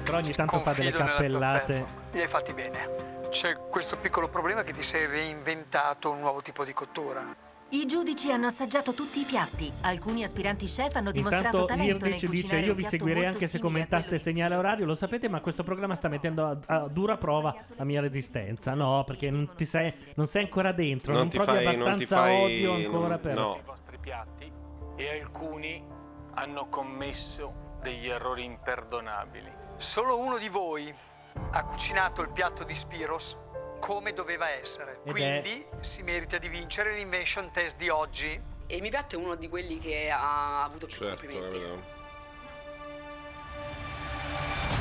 [SPEAKER 3] Però ogni tanto fa delle
[SPEAKER 10] Confido nella tua
[SPEAKER 3] cappellate.
[SPEAKER 10] li hai fatti bene. C'è questo piccolo problema che ti sei reinventato un nuovo tipo di cottura.
[SPEAKER 17] I giudici hanno assaggiato tutti i piatti. Alcuni aspiranti chef hanno dimostrato
[SPEAKER 3] Intanto
[SPEAKER 17] talento nel
[SPEAKER 3] Irdic
[SPEAKER 17] cucinare
[SPEAKER 3] dice: Io
[SPEAKER 17] un
[SPEAKER 3] vi
[SPEAKER 17] piatto
[SPEAKER 3] seguirei
[SPEAKER 17] molto
[SPEAKER 3] anche se
[SPEAKER 17] simile a
[SPEAKER 3] commentaste il segnale orario. Lo sapete, ma questo programma sta mettendo a, a dura prova la mia resistenza. No, perché non, ti sei, non sei ancora dentro, non, provi abbastanza odio
[SPEAKER 5] Ehm,
[SPEAKER 3] ancora per.
[SPEAKER 8] i vostri piatti e alcuni hanno commesso degli errori imperdonabili.
[SPEAKER 10] Solo uno di voi ha cucinato il piatto di Spiros come doveva essere.
[SPEAKER 3] Ed è-
[SPEAKER 10] Quindi si merita di vincere l'invention test di oggi.
[SPEAKER 24] E il mio piatto è uno di quelli che ha avuto più
[SPEAKER 5] Certo,
[SPEAKER 24] complimenti.
[SPEAKER 5] capito.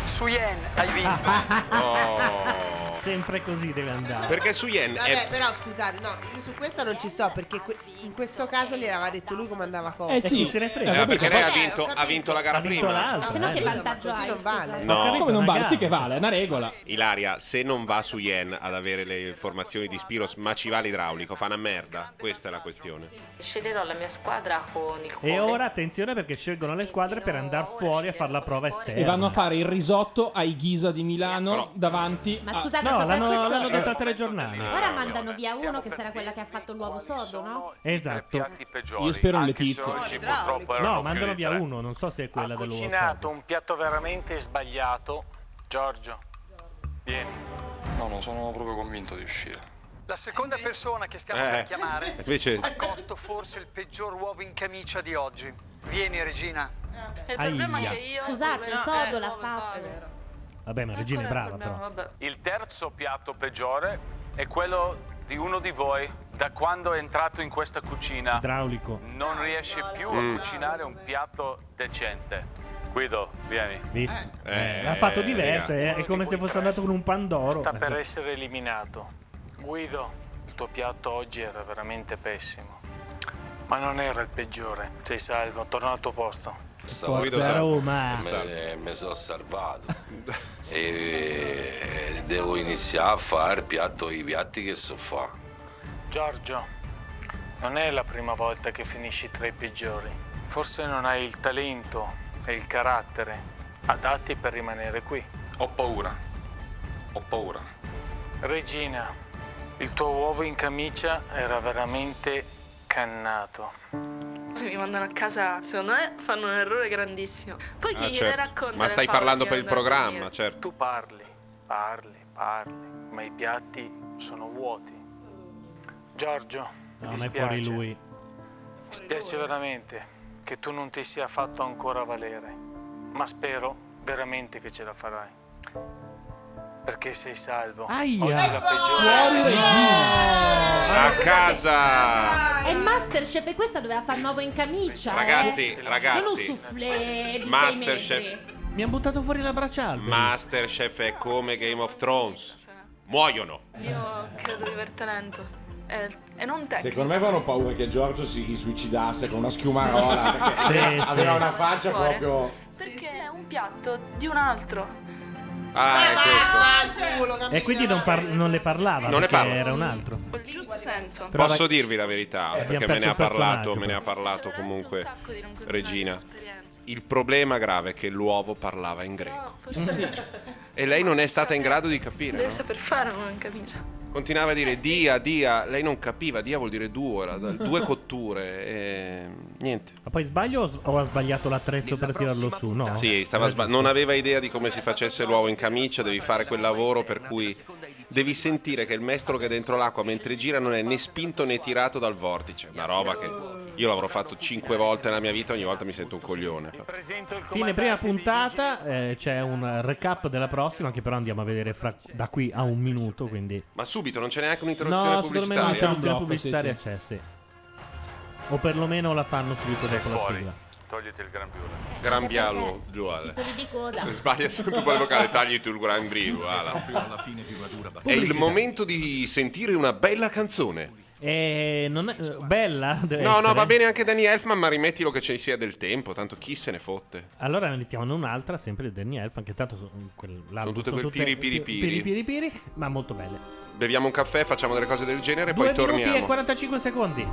[SPEAKER 10] Su Yen hai
[SPEAKER 3] Ah.
[SPEAKER 10] vinto.
[SPEAKER 5] Oh.
[SPEAKER 3] Sempre così deve andare.
[SPEAKER 5] Perché su Yen
[SPEAKER 4] Vabbè,
[SPEAKER 3] eh,
[SPEAKER 5] è...
[SPEAKER 4] però scusate, no, io su questa non ci sto perché que- in questo caso gliel'aveva detto lui come andava cosa.
[SPEAKER 3] Eh sì. E chi se ne frega?
[SPEAKER 5] Eh,
[SPEAKER 3] capito?
[SPEAKER 5] perché lei ha
[SPEAKER 3] Eh, ho
[SPEAKER 5] vinto, ha vinto la gara prima.
[SPEAKER 3] l'altra, Ma se no eh. che
[SPEAKER 4] vantaggio Ah, così non vale.
[SPEAKER 5] No,
[SPEAKER 13] Come non vale?
[SPEAKER 5] ragazzi.
[SPEAKER 13] Sì che vale, è una regola.
[SPEAKER 5] Ilaria, se non va su Yen ad avere le informazioni di Spiros, ma ci va l'idraulico, fa una merda. Questa è la questione.
[SPEAKER 26] Sceglierò la mia squadra con il cuore.
[SPEAKER 3] E ora attenzione perché scelgono le squadre per andare fuori a fare la prova esterna.
[SPEAKER 13] E vanno a fare il risotto ai Ghisa di Milano davanti
[SPEAKER 6] Ma
[SPEAKER 13] a-
[SPEAKER 6] scusate,
[SPEAKER 3] No, l'hanno,
[SPEAKER 6] soprattutto-
[SPEAKER 3] l'hanno detto a telegiornali.
[SPEAKER 6] Ora mandano via uno che sarà quella che ha fatto l'uovo sodo, no?
[SPEAKER 3] Esatto.
[SPEAKER 13] Io spero in Letizia.
[SPEAKER 3] No, mandano via uno, non so se è quella
[SPEAKER 8] Ha
[SPEAKER 3] dell'uovo.
[SPEAKER 8] cucinato un piatto veramente sbagliato. Giorgio, vieni.
[SPEAKER 11] No, non sono proprio convinto di uscire.
[SPEAKER 10] La seconda persona che stiamo per
[SPEAKER 11] Eh,
[SPEAKER 10] chiamare
[SPEAKER 11] invece-
[SPEAKER 10] ha cotto forse il peggior uovo in camicia di oggi. Vieni Regina.
[SPEAKER 24] Il
[SPEAKER 3] problema è che
[SPEAKER 24] io.
[SPEAKER 6] Scusate, il
[SPEAKER 24] No,
[SPEAKER 6] sodo
[SPEAKER 24] eh,
[SPEAKER 6] l'ha fatto.
[SPEAKER 3] Vabbè, ma Regina è brava
[SPEAKER 10] Eh,
[SPEAKER 3] però.
[SPEAKER 11] Il terzo piatto peggiore è quello di uno di voi. Da quando è entrato in questa cucina
[SPEAKER 3] Idraulico.
[SPEAKER 11] non riesce più a
[SPEAKER 3] Mm.
[SPEAKER 11] cucinare un piatto decente. Guido, vieni.
[SPEAKER 3] Visto? Eh, l'ha fatto diverso, è, è come se fosse andato con un pandoro.
[SPEAKER 8] Sta
[SPEAKER 3] Eh,
[SPEAKER 8] per
[SPEAKER 3] sì.
[SPEAKER 8] essere eliminato. Guido, il tuo piatto oggi era veramente pessimo. Ma non era il peggiore. Sei salvo, torna al tuo posto.
[SPEAKER 2] Stavo-
[SPEAKER 3] Forza Guido, salvo. Roma.
[SPEAKER 2] Me, Eh, me sono salvato. e eh, devo iniziare a fare piatto, i piatti che so fa.
[SPEAKER 8] Giorgio, non è la prima volta che finisci tra i peggiori. Forse non hai il talento e il carattere adatti per rimanere qui.
[SPEAKER 11] Ho paura. Ho paura.
[SPEAKER 8] Regina, il tuo uovo in camicia era veramente cannato.
[SPEAKER 21] Se mi mandano a casa, secondo me fanno un errore grandissimo. Poi chi
[SPEAKER 5] Ah,
[SPEAKER 21] gliene
[SPEAKER 5] certo.
[SPEAKER 21] racconta?
[SPEAKER 5] Ma
[SPEAKER 21] le
[SPEAKER 5] stai
[SPEAKER 21] favole
[SPEAKER 5] parlando
[SPEAKER 21] che
[SPEAKER 5] per il
[SPEAKER 21] andranno a
[SPEAKER 5] programma,
[SPEAKER 21] finire?
[SPEAKER 5] certo.
[SPEAKER 8] Tu parli, parli, parli, ma i piatti sono vuoti. Giorgio, mi
[SPEAKER 3] No, ma è
[SPEAKER 8] dispiace,
[SPEAKER 3] fuori lui.
[SPEAKER 8] mi dispiace veramente che tu non ti sia fatto ancora valere, ma spero veramente che ce la farai. Perché sei salvo.
[SPEAKER 3] Aia.
[SPEAKER 8] Oggi la
[SPEAKER 3] Fuori
[SPEAKER 8] peggiore.
[SPEAKER 5] A casa!
[SPEAKER 6] È il Masterchef e questa doveva fare nuovo in camicia.
[SPEAKER 5] Ragazzi,
[SPEAKER 6] eh.
[SPEAKER 5] ragazzi.
[SPEAKER 6] Non un soufflé di
[SPEAKER 5] Masterchef.
[SPEAKER 6] sei mesi.
[SPEAKER 3] Mi hanno buttato fuori la bracciale.
[SPEAKER 5] Masterchef è come Game of Thrones. Muoiono.
[SPEAKER 21] Io credo di aver talento. E, e non tecnico.
[SPEAKER 7] Secondo me avevano paura che Giorgio si suicidasse con una schiumarola. perché
[SPEAKER 3] Sì, sì.
[SPEAKER 7] aveva una faccia
[SPEAKER 21] Cuore.
[SPEAKER 7] proprio.
[SPEAKER 21] Perché è un piatto di un altro.
[SPEAKER 5] Ah, è questo.
[SPEAKER 15] certo.
[SPEAKER 3] E quindi non, par- non le parlava.
[SPEAKER 5] Non ne
[SPEAKER 3] perché
[SPEAKER 5] parla.
[SPEAKER 3] Ah, Era un altro.
[SPEAKER 14] Col giusto senso.
[SPEAKER 3] Però
[SPEAKER 5] Posso
[SPEAKER 3] vai-
[SPEAKER 5] dirvi la verità,
[SPEAKER 3] Eh, abbiamo
[SPEAKER 5] perché me
[SPEAKER 3] perso
[SPEAKER 5] ne, ha
[SPEAKER 3] il personaggio,
[SPEAKER 5] parlato,
[SPEAKER 3] però.
[SPEAKER 5] me ne ha parlato comunque Regina. Il problema grave è che l'uovo parlava in greco. E lei non è stata in grado di capire.
[SPEAKER 14] Deve
[SPEAKER 5] no?
[SPEAKER 14] saper fare una buona camicia.
[SPEAKER 5] Continuava a dire dia, dia. Lei non capiva, dia vuol dire due, era da- due cotture. ehm, E... Niente.
[SPEAKER 3] Ma poi sbaglio o s- o ha sbagliato l'attrezzo per tirarlo su? No.
[SPEAKER 5] Sì, stava sba- non aveva idea di come si facesse l'uovo in camicia, devi fare quel lavoro per cui devi sentire che il mestro che è dentro l'acqua mentre gira non è né spinto né tirato dal vortice, una roba che io l'avrò fatto cinque volte nella mia vita, ogni volta mi sento un coglione.
[SPEAKER 3] Fine prima puntata, eh, c'è un recap della prossima che però andiamo a vedere fra- da qui a un minuto, quindi...
[SPEAKER 5] Ma subito, non c'è neanche
[SPEAKER 3] No,
[SPEAKER 5] un'interruzione
[SPEAKER 3] secondo me
[SPEAKER 5] pubblicitaria.
[SPEAKER 3] non c'è un'opzione pubblicitaria, c'è, sì. O perlomeno la fanno subito dopo la
[SPEAKER 11] fuori.
[SPEAKER 3] sigla.
[SPEAKER 11] Togliti il grambiolo.
[SPEAKER 5] Grambialo, duale.
[SPEAKER 11] Titoli
[SPEAKER 6] di coda.
[SPEAKER 5] Sbaglia sempre un po' il vocale, tagli tu il gran brio, ala. È il
[SPEAKER 3] Pubblicità.
[SPEAKER 5] momento di sentire una bella canzone.
[SPEAKER 3] E non è... eh, Bella? deve
[SPEAKER 5] No, no,
[SPEAKER 3] essere?
[SPEAKER 5] va bene anche Danny Elfman, ma rimettilo che ci sia del tempo, tanto chi se ne fotte.
[SPEAKER 3] Allora ne mettiamo un'altra, sempre di Danny Elfman, che tanto sono, quel- l'album
[SPEAKER 5] tutte
[SPEAKER 3] sono
[SPEAKER 5] quel piri, piri, piri.
[SPEAKER 3] piri, piri, ma molto belle.
[SPEAKER 5] Beviamo un caffè, facciamo delle cose del genere e
[SPEAKER 3] Due
[SPEAKER 5] poi
[SPEAKER 3] minuti
[SPEAKER 5] torniamo.
[SPEAKER 3] e 45 secondi.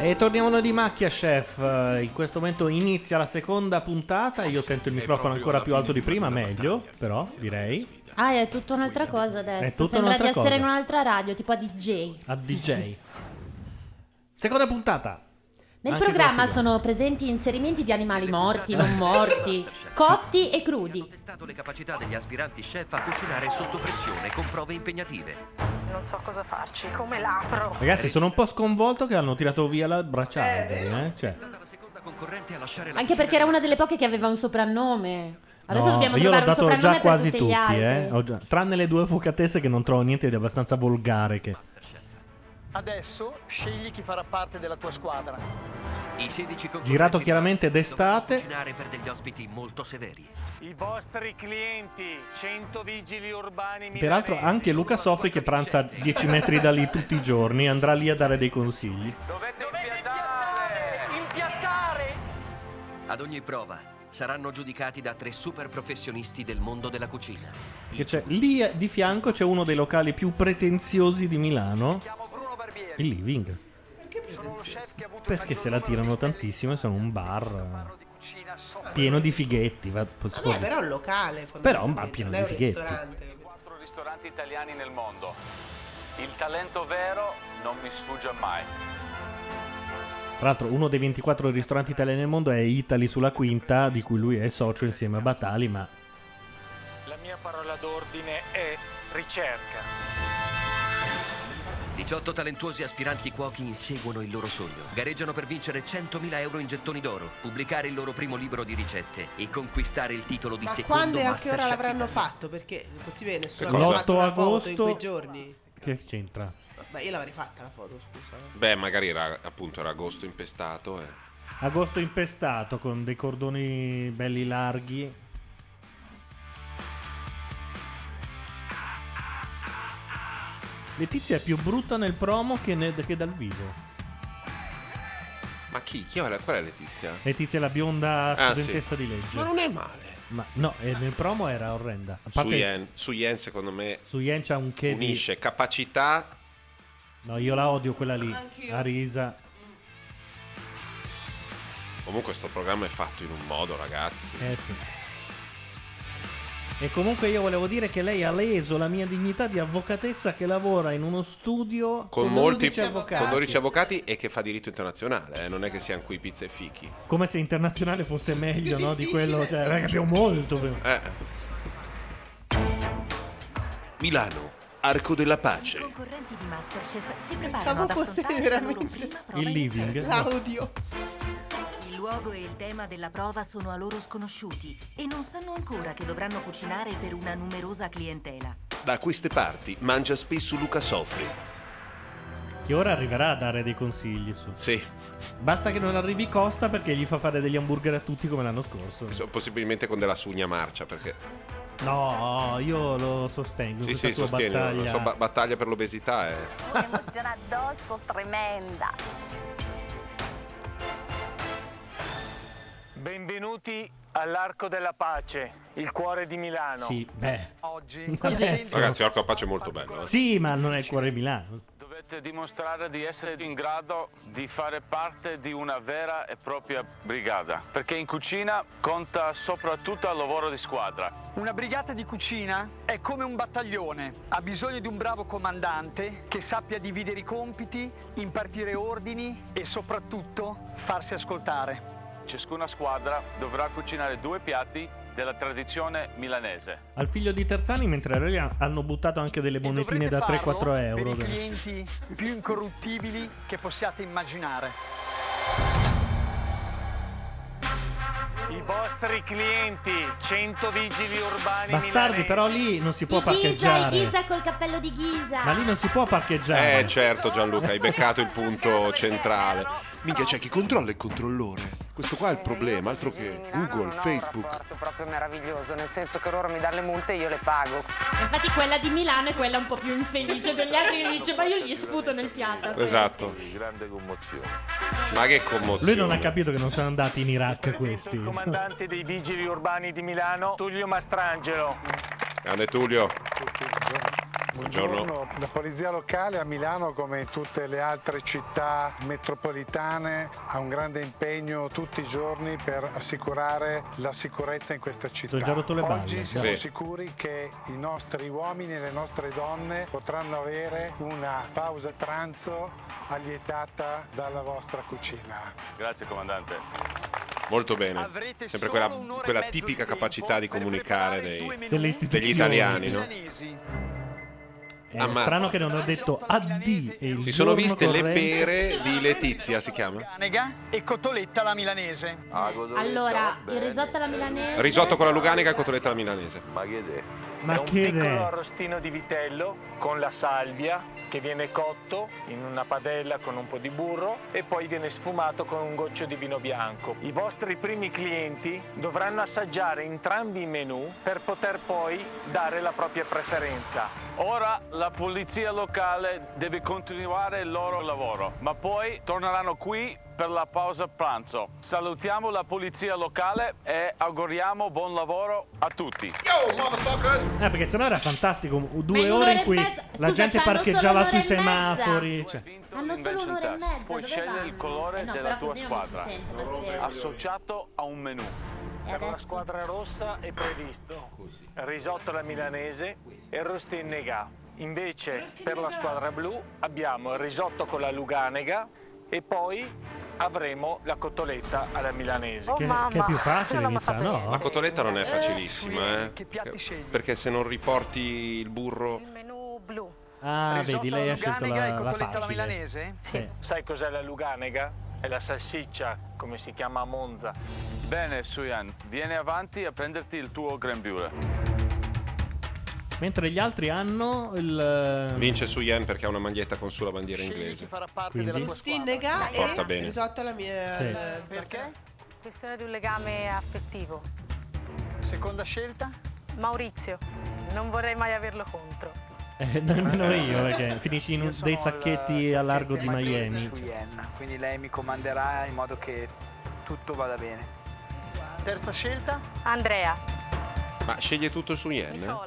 [SPEAKER 3] E torniamo noi di macchia, chef. Eh, In questo momento inizia la seconda puntata. Io sento il microfono ancora più alto di prima, meglio, però direi.
[SPEAKER 6] Ah, è tutta un'altra cosa adesso.
[SPEAKER 3] È tutta
[SPEAKER 6] Sembra di
[SPEAKER 3] un'altra
[SPEAKER 6] essere
[SPEAKER 3] cosa.
[SPEAKER 6] in un'altra radio, tipo a DJ.
[SPEAKER 3] A DJ. Seconda puntata.
[SPEAKER 6] Nel
[SPEAKER 3] Anche
[SPEAKER 6] programma
[SPEAKER 3] quella
[SPEAKER 6] sono presenti inserimenti di animali morti, non morti, cotti e crudi.
[SPEAKER 9] testato le capacità degli aspiranti chef a cucinare sotto pressione con prove impegnative.
[SPEAKER 15] Non so cosa farci, come l'apro.
[SPEAKER 5] Eh,
[SPEAKER 3] Ragazzi, sono un po' sconvolto che hanno tirato via la bracciata. eh, cioè.
[SPEAKER 9] La concorrente a lasciare la
[SPEAKER 6] Anche perché era una delle poche che aveva un soprannome. Adesso
[SPEAKER 3] No,
[SPEAKER 6] dobbiamo
[SPEAKER 3] io l'ho
[SPEAKER 6] trovare un
[SPEAKER 3] dato
[SPEAKER 6] soprannome
[SPEAKER 3] già
[SPEAKER 6] per
[SPEAKER 3] quasi
[SPEAKER 6] tutti gli
[SPEAKER 3] tutti,
[SPEAKER 6] altri.
[SPEAKER 3] eh. Ho già- tranne le due focatesse che non trovo niente di abbastanza volgare. Che...
[SPEAKER 12] Adesso scegli chi farà parte della tua squadra.
[SPEAKER 9] I 16 concorrenti
[SPEAKER 3] Girato chiaramente d'estate.
[SPEAKER 9] cucinare per degli ospiti molto severi.
[SPEAKER 8] I vostri clienti, 100 vigili urbani
[SPEAKER 3] Peraltro anche Luca Sofri che pranza a 10 metri da lì tutti i giorni andrà lì a dare dei consigli.
[SPEAKER 9] Impiattare! Ad ogni prova saranno giudicati da tre super professionisti del mondo della cucina.
[SPEAKER 3] Che c'è- lì eh, di fianco c'è uno dei locali più pretenziosi di Milano. Il Living. Perché se la tirano tantissimo e sono un bar eh, pieno di fighetti. va- si può
[SPEAKER 4] Vabbè,
[SPEAKER 3] dire.
[SPEAKER 4] però è un locale,
[SPEAKER 3] Però un
[SPEAKER 4] fondamentalmente,
[SPEAKER 3] bar pieno
[SPEAKER 4] non
[SPEAKER 3] di
[SPEAKER 4] è un
[SPEAKER 3] fighetti.
[SPEAKER 4] ristorante.
[SPEAKER 12] Quattro ristoranti italiani nel mondo. Il talento vero non mi sfugge mai.
[SPEAKER 3] Tra l'altro, uno dei 24 ristoranti italiani nel mondo è Italy sulla Quinta, di cui lui è socio insieme a Batali. Ma
[SPEAKER 8] La mia parola d'ordine è ricerca.
[SPEAKER 9] 18 talentuosi aspiranti cuochi inseguono il loro sogno. Gareggiano per vincere 100.000 euro in gettoni d'oro, pubblicare il loro primo libro di ricette e conquistare il titolo di
[SPEAKER 4] Ma quando
[SPEAKER 9] secondo
[SPEAKER 4] e a che ora
[SPEAKER 9] Masterchef.
[SPEAKER 4] l'avranno fatto? Perché è possibile nessuno
[SPEAKER 3] Che
[SPEAKER 4] avrà
[SPEAKER 3] cosa?
[SPEAKER 4] fatto
[SPEAKER 3] 8
[SPEAKER 4] una foto in
[SPEAKER 3] agosto.
[SPEAKER 4] quei giorni.
[SPEAKER 3] che c'entra?
[SPEAKER 4] Ma io l'avrei fatta la foto, scusa.
[SPEAKER 5] Beh, magari era appunto era agosto impestato. eh.
[SPEAKER 3] Agosto impestato con dei cordoni belli larghi. Letizia è più brutta nel promo che, nel- che dal vivo.
[SPEAKER 5] Ma chi? chi è la- qual è Letizia?
[SPEAKER 3] Letizia è la bionda
[SPEAKER 5] Ah,
[SPEAKER 3] studentessa
[SPEAKER 5] sì.
[SPEAKER 3] di legge.
[SPEAKER 5] Ma non è male.
[SPEAKER 3] Ma no, e nel promo era orrenda. A
[SPEAKER 5] Su
[SPEAKER 3] parte
[SPEAKER 5] Yen, Su Yen, secondo me
[SPEAKER 3] su Yen c'ha un che di...
[SPEAKER 5] unisce capacità.
[SPEAKER 3] No, io la odio quella lì.
[SPEAKER 15] Anch'io.
[SPEAKER 3] La risa.
[SPEAKER 5] Comunque sto programma è fatto in un modo, ragazzi.
[SPEAKER 3] Eh sì. E comunque io volevo dire che lei ha leso la mia dignità di avvocatessa che lavora in uno studio
[SPEAKER 5] Con, molti
[SPEAKER 3] 12 avvocati.
[SPEAKER 5] con 12 avvocati e che fa diritto internazionale, eh, non è che siano qui pizza e fichi.
[SPEAKER 3] Come se internazionale fosse meglio, no? Di quello, cioè,
[SPEAKER 5] sì.
[SPEAKER 3] raga, abbiamo molto. più.
[SPEAKER 5] Eh.
[SPEAKER 20] Milano, Arco della Pace.
[SPEAKER 17] Concorrenti di Masterchef si preparano
[SPEAKER 4] Pensavo
[SPEAKER 17] ad
[SPEAKER 4] fosse
[SPEAKER 17] affrontare la loro
[SPEAKER 4] veramente
[SPEAKER 17] prima
[SPEAKER 3] Il living.
[SPEAKER 4] l'audio.
[SPEAKER 17] Il luogo e il tema della prova sono a loro sconosciuti e non sanno ancora che dovranno cucinare per una numerosa clientela.
[SPEAKER 20] Da queste parti mangia spesso Luca Sofri.
[SPEAKER 3] Che ora arriverà a dare dei consigli su.
[SPEAKER 5] Sì.
[SPEAKER 3] Basta che non arrivi Costa perché gli fa fare degli hamburger a tutti come l'anno scorso.
[SPEAKER 5] So- Possibilmente con della sugna marcia, perché...
[SPEAKER 3] No, io lo sostengo.
[SPEAKER 5] Sì,
[SPEAKER 3] questa
[SPEAKER 5] sì,
[SPEAKER 3] sua
[SPEAKER 5] sostieni.
[SPEAKER 3] battaglia.
[SPEAKER 5] La sua ba- battaglia per l'obesità è...
[SPEAKER 26] Un'emozione addosso tremenda.
[SPEAKER 8] Benvenuti all'Arco della Pace, il cuore di
[SPEAKER 12] Ah,
[SPEAKER 8] Milano.
[SPEAKER 3] Sì, beh.
[SPEAKER 8] Oggi
[SPEAKER 3] Adesso.
[SPEAKER 5] Ragazzi, Orco Apache è molto bello. eh.
[SPEAKER 3] Sì, ma non è il cuore di Milano.
[SPEAKER 12] Dovete dimostrare di essere in grado di fare parte di una vera e propria brigata, perché in cucina conta soprattutto il lavoro di squadra.
[SPEAKER 10] Una brigata di cucina è come un battaglione. Ha bisogno di un bravo comandante che sappia dividere i compiti, impartire ordini e soprattutto farsi ascoltare.
[SPEAKER 12] Ciascuna squadra dovrà cucinare due piatti della tradizione milanese.
[SPEAKER 3] Al figlio di Terzani, mentre loro gli hanno buttato anche delle monetine da 3-4 euro.
[SPEAKER 10] Per i clienti più incorruttibili che possiate immaginare.
[SPEAKER 8] I vostri clienti, 100 vigili urbani
[SPEAKER 3] Bastardi, però lì non si può
[SPEAKER 6] Ghisa, il
[SPEAKER 3] parcheggiare.
[SPEAKER 6] Ghisa col cappello di Ghisa.
[SPEAKER 3] Ma lì non si può parcheggiare.
[SPEAKER 5] Eh certo Gianluca, hai beccato il punto centrale. Minchia c'è chi controlla il controllore. Questo qua è il problema, altro che
[SPEAKER 12] Eh,
[SPEAKER 5] Google, Facebook.
[SPEAKER 27] proprio meraviglioso, nel senso che loro mi danno le multe e io le pago.
[SPEAKER 6] Infatti quella di Milano è quella un po' più infelice degli altri che dice ma io gli sputo nel piatto.
[SPEAKER 5] Esatto.
[SPEAKER 12] Grande commozione.
[SPEAKER 5] Ma che commozione.
[SPEAKER 3] Lui non ha capito che non sono andati in Iraq questi.
[SPEAKER 8] Comandante dei vigili urbani di Milano, Tullio Mastrangelo.
[SPEAKER 5] Grande Tullio. Buongiorno.
[SPEAKER 23] Buongiorno, la polizia locale a Milano come in tutte le altre città metropolitane ha un grande impegno tutti i giorni per assicurare la sicurezza in questa città.
[SPEAKER 3] Sono già rotto le balle. eh.
[SPEAKER 23] Oggi siamo
[SPEAKER 3] Sì.
[SPEAKER 23] sicuri che i nostri uomini e le nostre donne potranno avere una pausa pranzo allietata dalla vostra cucina.
[SPEAKER 12] Grazie comandante.
[SPEAKER 5] Molto bene. Sempre quella, quella tipica capacità di comunicare dei-
[SPEAKER 3] Delle
[SPEAKER 5] degli
[SPEAKER 3] istituzioni,
[SPEAKER 5] italiani,
[SPEAKER 3] sì.
[SPEAKER 5] no?
[SPEAKER 3] È
[SPEAKER 5] Ammazza.
[SPEAKER 3] strano che non ho detto addio. è il
[SPEAKER 5] Si sono
[SPEAKER 3] giorno
[SPEAKER 5] viste le
[SPEAKER 3] corretto.
[SPEAKER 5] pere di Letizia, si chiama?
[SPEAKER 10] Anega e Cotoletta la milanese.
[SPEAKER 6] Allora, il risotto alla milanese.
[SPEAKER 5] Esatto, Risotto con la luganica e cotoletta alla milanese.
[SPEAKER 8] Ma che idea?
[SPEAKER 3] Ma
[SPEAKER 8] è un
[SPEAKER 3] che
[SPEAKER 8] piccolo
[SPEAKER 3] idea?
[SPEAKER 8] arrostino di vitello con la salvia che viene cotto in una padella con un po' di burro e poi viene sfumato con un goccio di vino bianco. I vostri primi clienti dovranno assaggiare entrambi i menù per poter poi dare la propria preferenza.
[SPEAKER 12] Ora la polizia locale deve continuare il loro lavoro, ma poi torneranno qui per la pausa pranzo. Salutiamo la polizia locale e auguriamo buon lavoro a tutti.
[SPEAKER 3] Eh, perché sennò era fantastico.
[SPEAKER 12] Ma
[SPEAKER 3] Due
[SPEAKER 12] in
[SPEAKER 3] ore
[SPEAKER 12] un'ora
[SPEAKER 3] in
[SPEAKER 12] e
[SPEAKER 3] cui
[SPEAKER 12] mezza-
[SPEAKER 3] la
[SPEAKER 12] scusa,
[SPEAKER 3] gente
[SPEAKER 12] c'hanno solo
[SPEAKER 3] parcheggiava
[SPEAKER 12] un'ora
[SPEAKER 3] sui
[SPEAKER 12] e mezza.
[SPEAKER 3] semafori. Cioè.
[SPEAKER 6] Hanno solo
[SPEAKER 12] Invention
[SPEAKER 6] un'ora e
[SPEAKER 12] Task.
[SPEAKER 6] mezza.
[SPEAKER 12] Puoi
[SPEAKER 6] dove
[SPEAKER 12] scegliere
[SPEAKER 6] vanno?
[SPEAKER 12] il colore
[SPEAKER 6] Eh no,
[SPEAKER 12] della
[SPEAKER 6] però
[SPEAKER 12] tua
[SPEAKER 6] così non mi si
[SPEAKER 12] squadra,
[SPEAKER 6] sente, Matteo.
[SPEAKER 12] associato a un menù.
[SPEAKER 8] Per la squadra rossa è previsto risotto alla milanese e rosti in nega. Invece per la squadra blu abbiamo il risotto con la luganega e poi avremo la cotoletta alla
[SPEAKER 6] Oh,
[SPEAKER 8] milanese.
[SPEAKER 3] Che- che è più facile, mi sa, no?
[SPEAKER 5] La cotoletta non è facilissima, eh? Perché se non riporti il burro.
[SPEAKER 3] Ah, vedi, lei ha scelto la, la facile.
[SPEAKER 10] milanese?
[SPEAKER 3] Sì.
[SPEAKER 8] Sai cos'è la luganega? È la salsiccia, come si chiama a Monza.
[SPEAKER 12] Bene, Suyan, vieni avanti a prenderti il tuo grembiule.
[SPEAKER 3] Mentre gli altri hanno il.
[SPEAKER 5] Vince su Yen perché ha una maglietta con sulla bandiera inglese.
[SPEAKER 3] Quindi?
[SPEAKER 4] Stinnega e
[SPEAKER 5] Porta bene.
[SPEAKER 4] risotto alla mia... eh,
[SPEAKER 5] Sì.
[SPEAKER 4] al-
[SPEAKER 10] Perché?
[SPEAKER 1] Questione di un legame affettivo.
[SPEAKER 10] Seconda scelta?
[SPEAKER 1] Maurizio, non vorrei mai averlo contro.
[SPEAKER 3] Eh, nemmeno io, perché finisci in un- dei sacchetti a largo eh, di Miami.
[SPEAKER 10] Su Yen, quindi lei mi comanderà in modo che tutto vada bene. Terza scelta?
[SPEAKER 1] Andrea.
[SPEAKER 5] Ma sceglie tutto su Yen?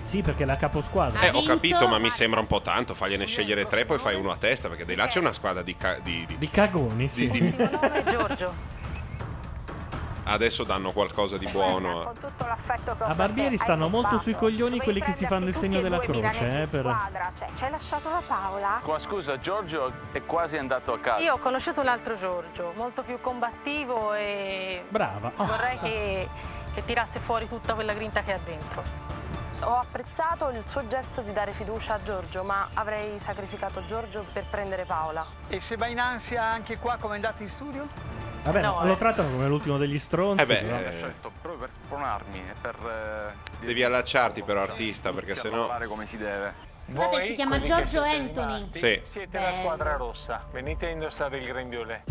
[SPEAKER 3] Sì, perché è la caposquadra.
[SPEAKER 5] Eh, ho capito, ma mi sembra un po' tanto. Fagliene scegliere tre, poi fai uno a testa. Perché dai là c'è una squadra di. ca- di- di-
[SPEAKER 3] Di cagoni, sì.
[SPEAKER 1] Nome Giorgio.
[SPEAKER 5] Adesso danno qualcosa di buono. eh.
[SPEAKER 1] Tutto l'affetto che ho
[SPEAKER 3] A Barbieri stanno molto sui coglioni quelli che si fanno il segno della croce, eh, per...
[SPEAKER 1] squadra, cioè ci hai lasciato la Paola.
[SPEAKER 12] Qua scusa, Giorgio è quasi andato a casa.
[SPEAKER 1] Io ho conosciuto un altro Giorgio, molto più combattivo e
[SPEAKER 3] Brava. Oh.
[SPEAKER 1] vorrei che, che tirasse fuori tutta quella grinta che ha dentro. Ho apprezzato il suo gesto di dare fiducia a Giorgio, ma avrei sacrificato Giorgio per prendere Paola.
[SPEAKER 10] E se va in ansia anche qua come è andata in studio?
[SPEAKER 3] Vabbè,
[SPEAKER 10] No,
[SPEAKER 3] lo trattano come l'ultimo degli stronzi.
[SPEAKER 5] Eh beh,
[SPEAKER 3] però.
[SPEAKER 5] eh,
[SPEAKER 12] Certo, proprio per spronarmi e per eh,
[SPEAKER 5] Devi allacciarti però, artista, perché
[SPEAKER 12] iniziare a
[SPEAKER 5] sennò.
[SPEAKER 12] parlare come si deve.
[SPEAKER 8] Voi,
[SPEAKER 6] si chiama
[SPEAKER 8] quelli che
[SPEAKER 6] Giorgio
[SPEAKER 8] siete
[SPEAKER 6] Anthony.
[SPEAKER 8] rimasti,
[SPEAKER 5] Sì.
[SPEAKER 8] Siete la squadra rossa. Venite a indossare il grembiule.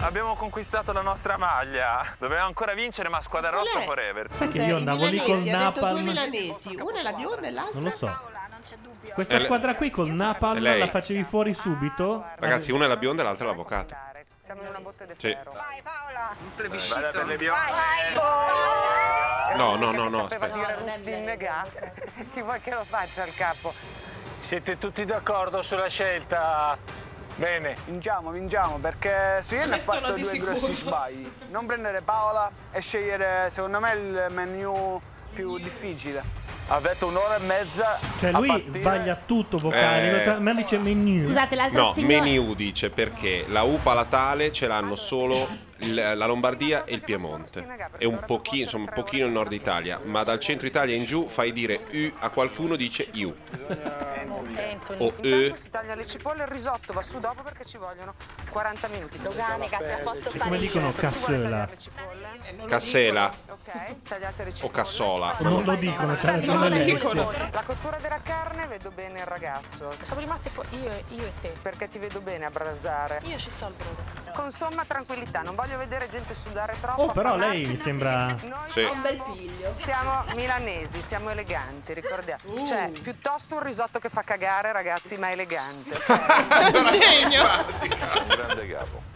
[SPEAKER 22] Abbiamo conquistato la nostra maglia. Doveva ancora vincere, ma squadra rossa forever.
[SPEAKER 3] Sai che io andavo lì col
[SPEAKER 4] milanesi, ha detto due
[SPEAKER 3] Napalm.
[SPEAKER 4] milanesi, una è la bionda e l'altra
[SPEAKER 3] Non lo so. Questa
[SPEAKER 5] È Eh, le-
[SPEAKER 3] squadra qui col
[SPEAKER 5] È
[SPEAKER 3] Napalm
[SPEAKER 5] lei.
[SPEAKER 3] la facevi fuori subito.
[SPEAKER 5] Ragazzi, una è la bionda e l'altra è l'avvocato. Cioè, Sì.
[SPEAKER 22] Un
[SPEAKER 5] plebiscito.
[SPEAKER 22] Vada per le
[SPEAKER 1] Vai, vai.
[SPEAKER 5] No, no, no, no, aspetta.
[SPEAKER 8] Chi vuoi che lo faccia il capo? Siete tutti d'accordo sulla scelta? Bene.
[SPEAKER 10] Vinciamo, vinciamo, perché su Yen ha
[SPEAKER 8] Questo
[SPEAKER 10] fatto
[SPEAKER 8] lo di
[SPEAKER 10] due
[SPEAKER 8] sicuro.
[SPEAKER 10] grossi sbagli. Non prendere Paola e scegliere, secondo me, il menu più difficile.
[SPEAKER 12] Avete un'ora e mezza.
[SPEAKER 3] Cioè, lui sbaglia tutto vocali.
[SPEAKER 5] Eh.
[SPEAKER 3] non sa- Ma dice menu.
[SPEAKER 6] Scusate, l'altra
[SPEAKER 5] No,
[SPEAKER 6] signora.
[SPEAKER 5] Meniu dice perché la UPA latale ce l'hanno solo il- la Lombardia e il Piemonte. E un pochino, insomma, un pochino il nord Italia. Ma dal centro Italia in giù fai dire U a qualcuno dice IU.
[SPEAKER 3] Eh,
[SPEAKER 13] Eh, Anthony.
[SPEAKER 5] O E.
[SPEAKER 13] si taglia le cipolle e il risotto va su dopo perché ci vogliono 40 minuti. Doganega, te la posso
[SPEAKER 3] Cioè, come dicono cassola.
[SPEAKER 5] Cassela
[SPEAKER 13] Ok, tagliate le
[SPEAKER 5] o Cassola.
[SPEAKER 3] Non lo dicono, c'ha ragione lei.
[SPEAKER 13] cipolle. La cottura della carne vedo bene il ragazzo. Sono rimaste io, e te. Perché ti vedo bene a brasare. Io ci sto al brodo. Con somma tranquillità, non voglio vedere gente sudare troppo.
[SPEAKER 3] Oh, però lei
[SPEAKER 13] affannarsi.
[SPEAKER 3] mi sembra.
[SPEAKER 5] Sì.
[SPEAKER 13] Siamo- Siamo milanesi, siamo eleganti, ricordiamo. Cioè, piuttosto un risotto che fa cagare, ragazzi, ma elegante.
[SPEAKER 4] Genio!
[SPEAKER 12] Un grande capo.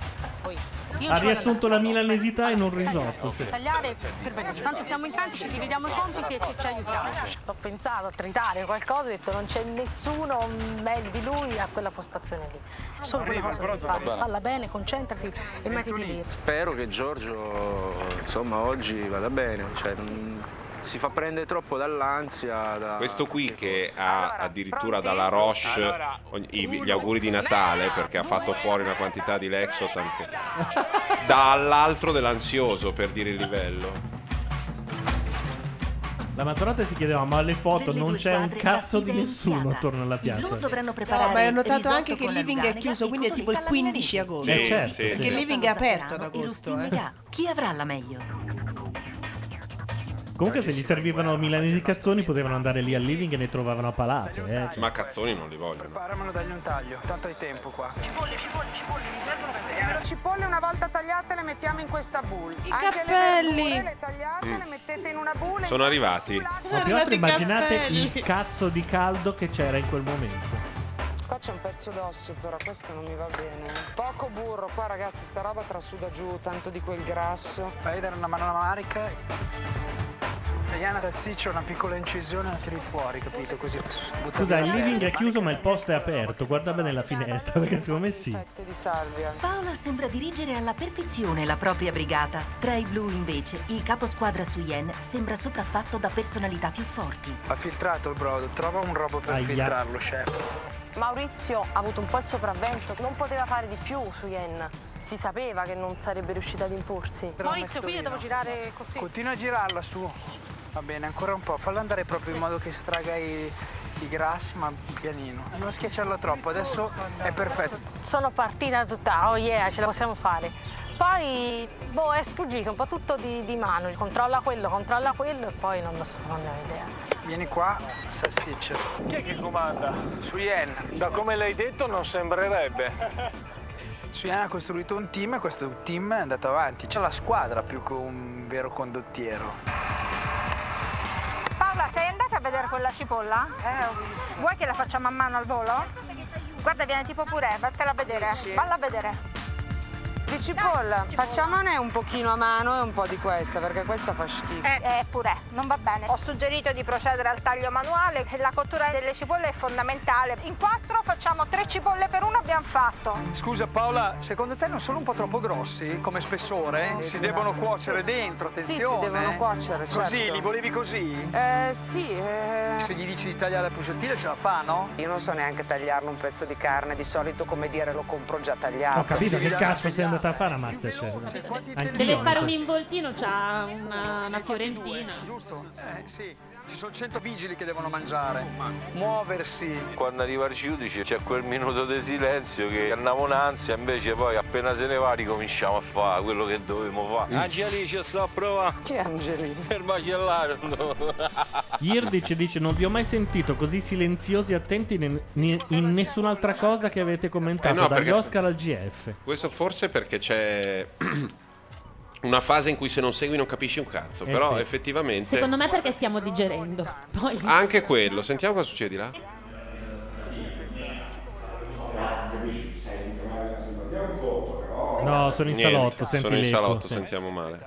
[SPEAKER 3] Ha riassunto la milanesità in un risotto. sì.
[SPEAKER 1] Tagliare per bene. Tanto siamo in tanti, ci dividiamo i compiti e ci, ci aiutiamo. Ho pensato a tritare qualcosa, ho detto non c'è nessuno meglio di lui a quella postazione lì. Solo quella
[SPEAKER 16] Arriva,
[SPEAKER 1] cosa devi
[SPEAKER 16] pronto,
[SPEAKER 1] fare.
[SPEAKER 16] va bene.
[SPEAKER 1] Falla bene, concentrati e mettiti lì.
[SPEAKER 16] Spero che Giorgio, insomma, oggi vada bene. Cioè, non- si fa prendere troppo dall'ansia. da-
[SPEAKER 5] Questo qui che ha addirittura dalla Roche ogni- i- gli auguri di Natale perché ha fatto fuori una quantità di Lexotan che dà all'altro dell'ansioso per dire il livello.
[SPEAKER 3] La Mazzarotta si chiedeva, ma alle foto
[SPEAKER 17] Per le
[SPEAKER 3] non
[SPEAKER 17] due
[SPEAKER 3] c'è un
[SPEAKER 17] squadre
[SPEAKER 3] cazzo
[SPEAKER 17] la
[SPEAKER 3] di
[SPEAKER 17] sfida è
[SPEAKER 3] nessuno
[SPEAKER 17] iniziata.
[SPEAKER 3] attorno alla
[SPEAKER 17] I blu
[SPEAKER 3] piazza.
[SPEAKER 17] dovranno preparare
[SPEAKER 4] No, ma ho notato
[SPEAKER 17] risotto
[SPEAKER 4] anche che
[SPEAKER 17] con
[SPEAKER 4] il living è
[SPEAKER 17] Albanega
[SPEAKER 4] chiuso,
[SPEAKER 17] e
[SPEAKER 4] quindi è
[SPEAKER 17] con
[SPEAKER 4] tipo il
[SPEAKER 17] Ricca
[SPEAKER 4] 15 agosto.
[SPEAKER 3] Eh, certo, sì,
[SPEAKER 4] perché
[SPEAKER 3] sì.
[SPEAKER 4] il living è aperto
[SPEAKER 17] Zaffrano
[SPEAKER 4] ad
[SPEAKER 17] e
[SPEAKER 4] agosto. eh.
[SPEAKER 17] Rustignerà. Chi avrà la meglio?
[SPEAKER 3] Comunque se gli servivano milanesi cazzoni potevano andare lì al living e ne trovavano a palate. Eh, cioè.
[SPEAKER 5] Ma cazzoni non li vogliono.
[SPEAKER 10] Faramelo dagli un taglio, tanto hai tempo qua.
[SPEAKER 13] Le cipolle una volta tagliate le mettiamo in questa boule. I
[SPEAKER 2] cappelli!
[SPEAKER 13] le verdure le tagliate
[SPEAKER 5] Mm.
[SPEAKER 13] le mettete in una boule.
[SPEAKER 5] Sono arrivati.
[SPEAKER 3] Ma più altro immaginate il cazzo di caldo che c'era in quel momento.
[SPEAKER 13] Qua c'è un pezzo d'osso però, questo non mi va bene. Poco burro, qua ragazzi sta roba trasuda giù, tanto di quel grasso.
[SPEAKER 10] Vai a dare una mano alla marica. Tagliare una salsiccia, una piccola incisione, la tiri fuori, capito? Così. butta
[SPEAKER 3] Scusa,
[SPEAKER 10] via
[SPEAKER 3] il
[SPEAKER 10] la
[SPEAKER 3] living è
[SPEAKER 10] pelle.
[SPEAKER 3] chiuso ma il posto è aperto. Guarda bene la finestra perché secondo me sì.
[SPEAKER 13] Fette di salvia.
[SPEAKER 17] Paola sembra dirigere alla perfezione la propria brigata. Tra i blu, invece, il caposquadra su Yen sembra sopraffatto da personalità più forti.
[SPEAKER 10] Ha filtrato il brodo, trova un robo per filtrarlo, chef.
[SPEAKER 2] Maurizio ha avuto un po' il sopravvento, non poteva fare di più su Yen. Si sapeva che non sarebbe riuscita ad imporsi.
[SPEAKER 1] Maurizio, qui io devo girare così.
[SPEAKER 10] Continua a girarla su. Va bene, ancora un po', fallo andare proprio in modo che estraga i, i grassi, ma pianino. Non schiacciarla troppo, adesso è perfetto.
[SPEAKER 1] Sono partita tutta, oh yeah, ce la possiamo fare. Poi, boh, è sfuggito un po' tutto di, di mano. Controlla quello, controlla quello e poi non lo so, non ne ho idea.
[SPEAKER 10] Vieni qua, salsiccia.
[SPEAKER 12] Chi è che comanda?
[SPEAKER 10] Su Yen.
[SPEAKER 12] Da come l'hai detto non sembrerebbe.
[SPEAKER 10] Suyan ha costruito un team e questo team è andato avanti. C'è la squadra più che un vero condottiero.
[SPEAKER 2] Paola, sei andata a vedere quella cipolla? Eh, vuoi che la facciamo a mano al volo? Guarda, viene tipo pure, vattela a vedere. Valla a vedere.
[SPEAKER 13] Di cipolla, facciamone un pochino a mano e un po' di questa, perché questa fa schifo.
[SPEAKER 2] Eh, pure, non va bene. Ho suggerito di procedere al taglio manuale, che la cottura delle cipolle è fondamentale. In quattro facciamo tre cipolle per una, abbiamo fatto.
[SPEAKER 10] Scusa Paola, secondo te non sono un po' troppo grossi come spessore? Si devono cuocere dentro,
[SPEAKER 13] Eh, Sì, si
[SPEAKER 10] attenzione.
[SPEAKER 13] devono cuocere,
[SPEAKER 10] Così,
[SPEAKER 13] certo.
[SPEAKER 10] li volevi così?
[SPEAKER 13] Eh sì, eh.
[SPEAKER 10] Se gli dici di tagliare la pucciottila ce la fa, no?
[SPEAKER 13] Io non so neanche tagliarne un pezzo di carne, di solito come dire lo compro già tagliato.
[SPEAKER 3] Ho capito che cazzo sei andata a fare a Masterchef.
[SPEAKER 6] Deve
[SPEAKER 3] non
[SPEAKER 6] fare
[SPEAKER 3] so-
[SPEAKER 6] un involtino, c'ha una, una fiorentina.
[SPEAKER 10] Giusto? Eh sì, ci sono 100 vigili che devono mangiare, muoversi.
[SPEAKER 7] Quando arriva il giudice c'è quel minuto di silenzio che andavo un'ansia, invece poi appena se ne va ricominciamo a fare quello che dovevamo fare.
[SPEAKER 3] Mm.
[SPEAKER 22] Ah,
[SPEAKER 7] Angeli ci sta provando.
[SPEAKER 13] Che Angeli?
[SPEAKER 7] Per macellare.
[SPEAKER 10] Eh.
[SPEAKER 3] Yirdic dice non vi ho mai sentito così silenziosi e attenti ne- ne- in nessun'altra cosa che avete commentato
[SPEAKER 5] Eh no,
[SPEAKER 3] dagli
[SPEAKER 5] perché-
[SPEAKER 3] Oscar al GF.
[SPEAKER 5] Questo forse perché c'è una fase in cui se non segui non capisci un cazzo.
[SPEAKER 3] Eh
[SPEAKER 5] Però
[SPEAKER 3] sì.
[SPEAKER 5] effettivamente.
[SPEAKER 6] Secondo me perché stiamo digerendo. Poi
[SPEAKER 5] Anche quello, sentiamo cosa succede là.
[SPEAKER 3] No, sono in
[SPEAKER 5] Oh, Niente,
[SPEAKER 3] salotto, senti
[SPEAKER 5] Sono in
[SPEAKER 3] l'eco, Cioè,
[SPEAKER 5] salotto,
[SPEAKER 3] sì.
[SPEAKER 5] sentiamo male.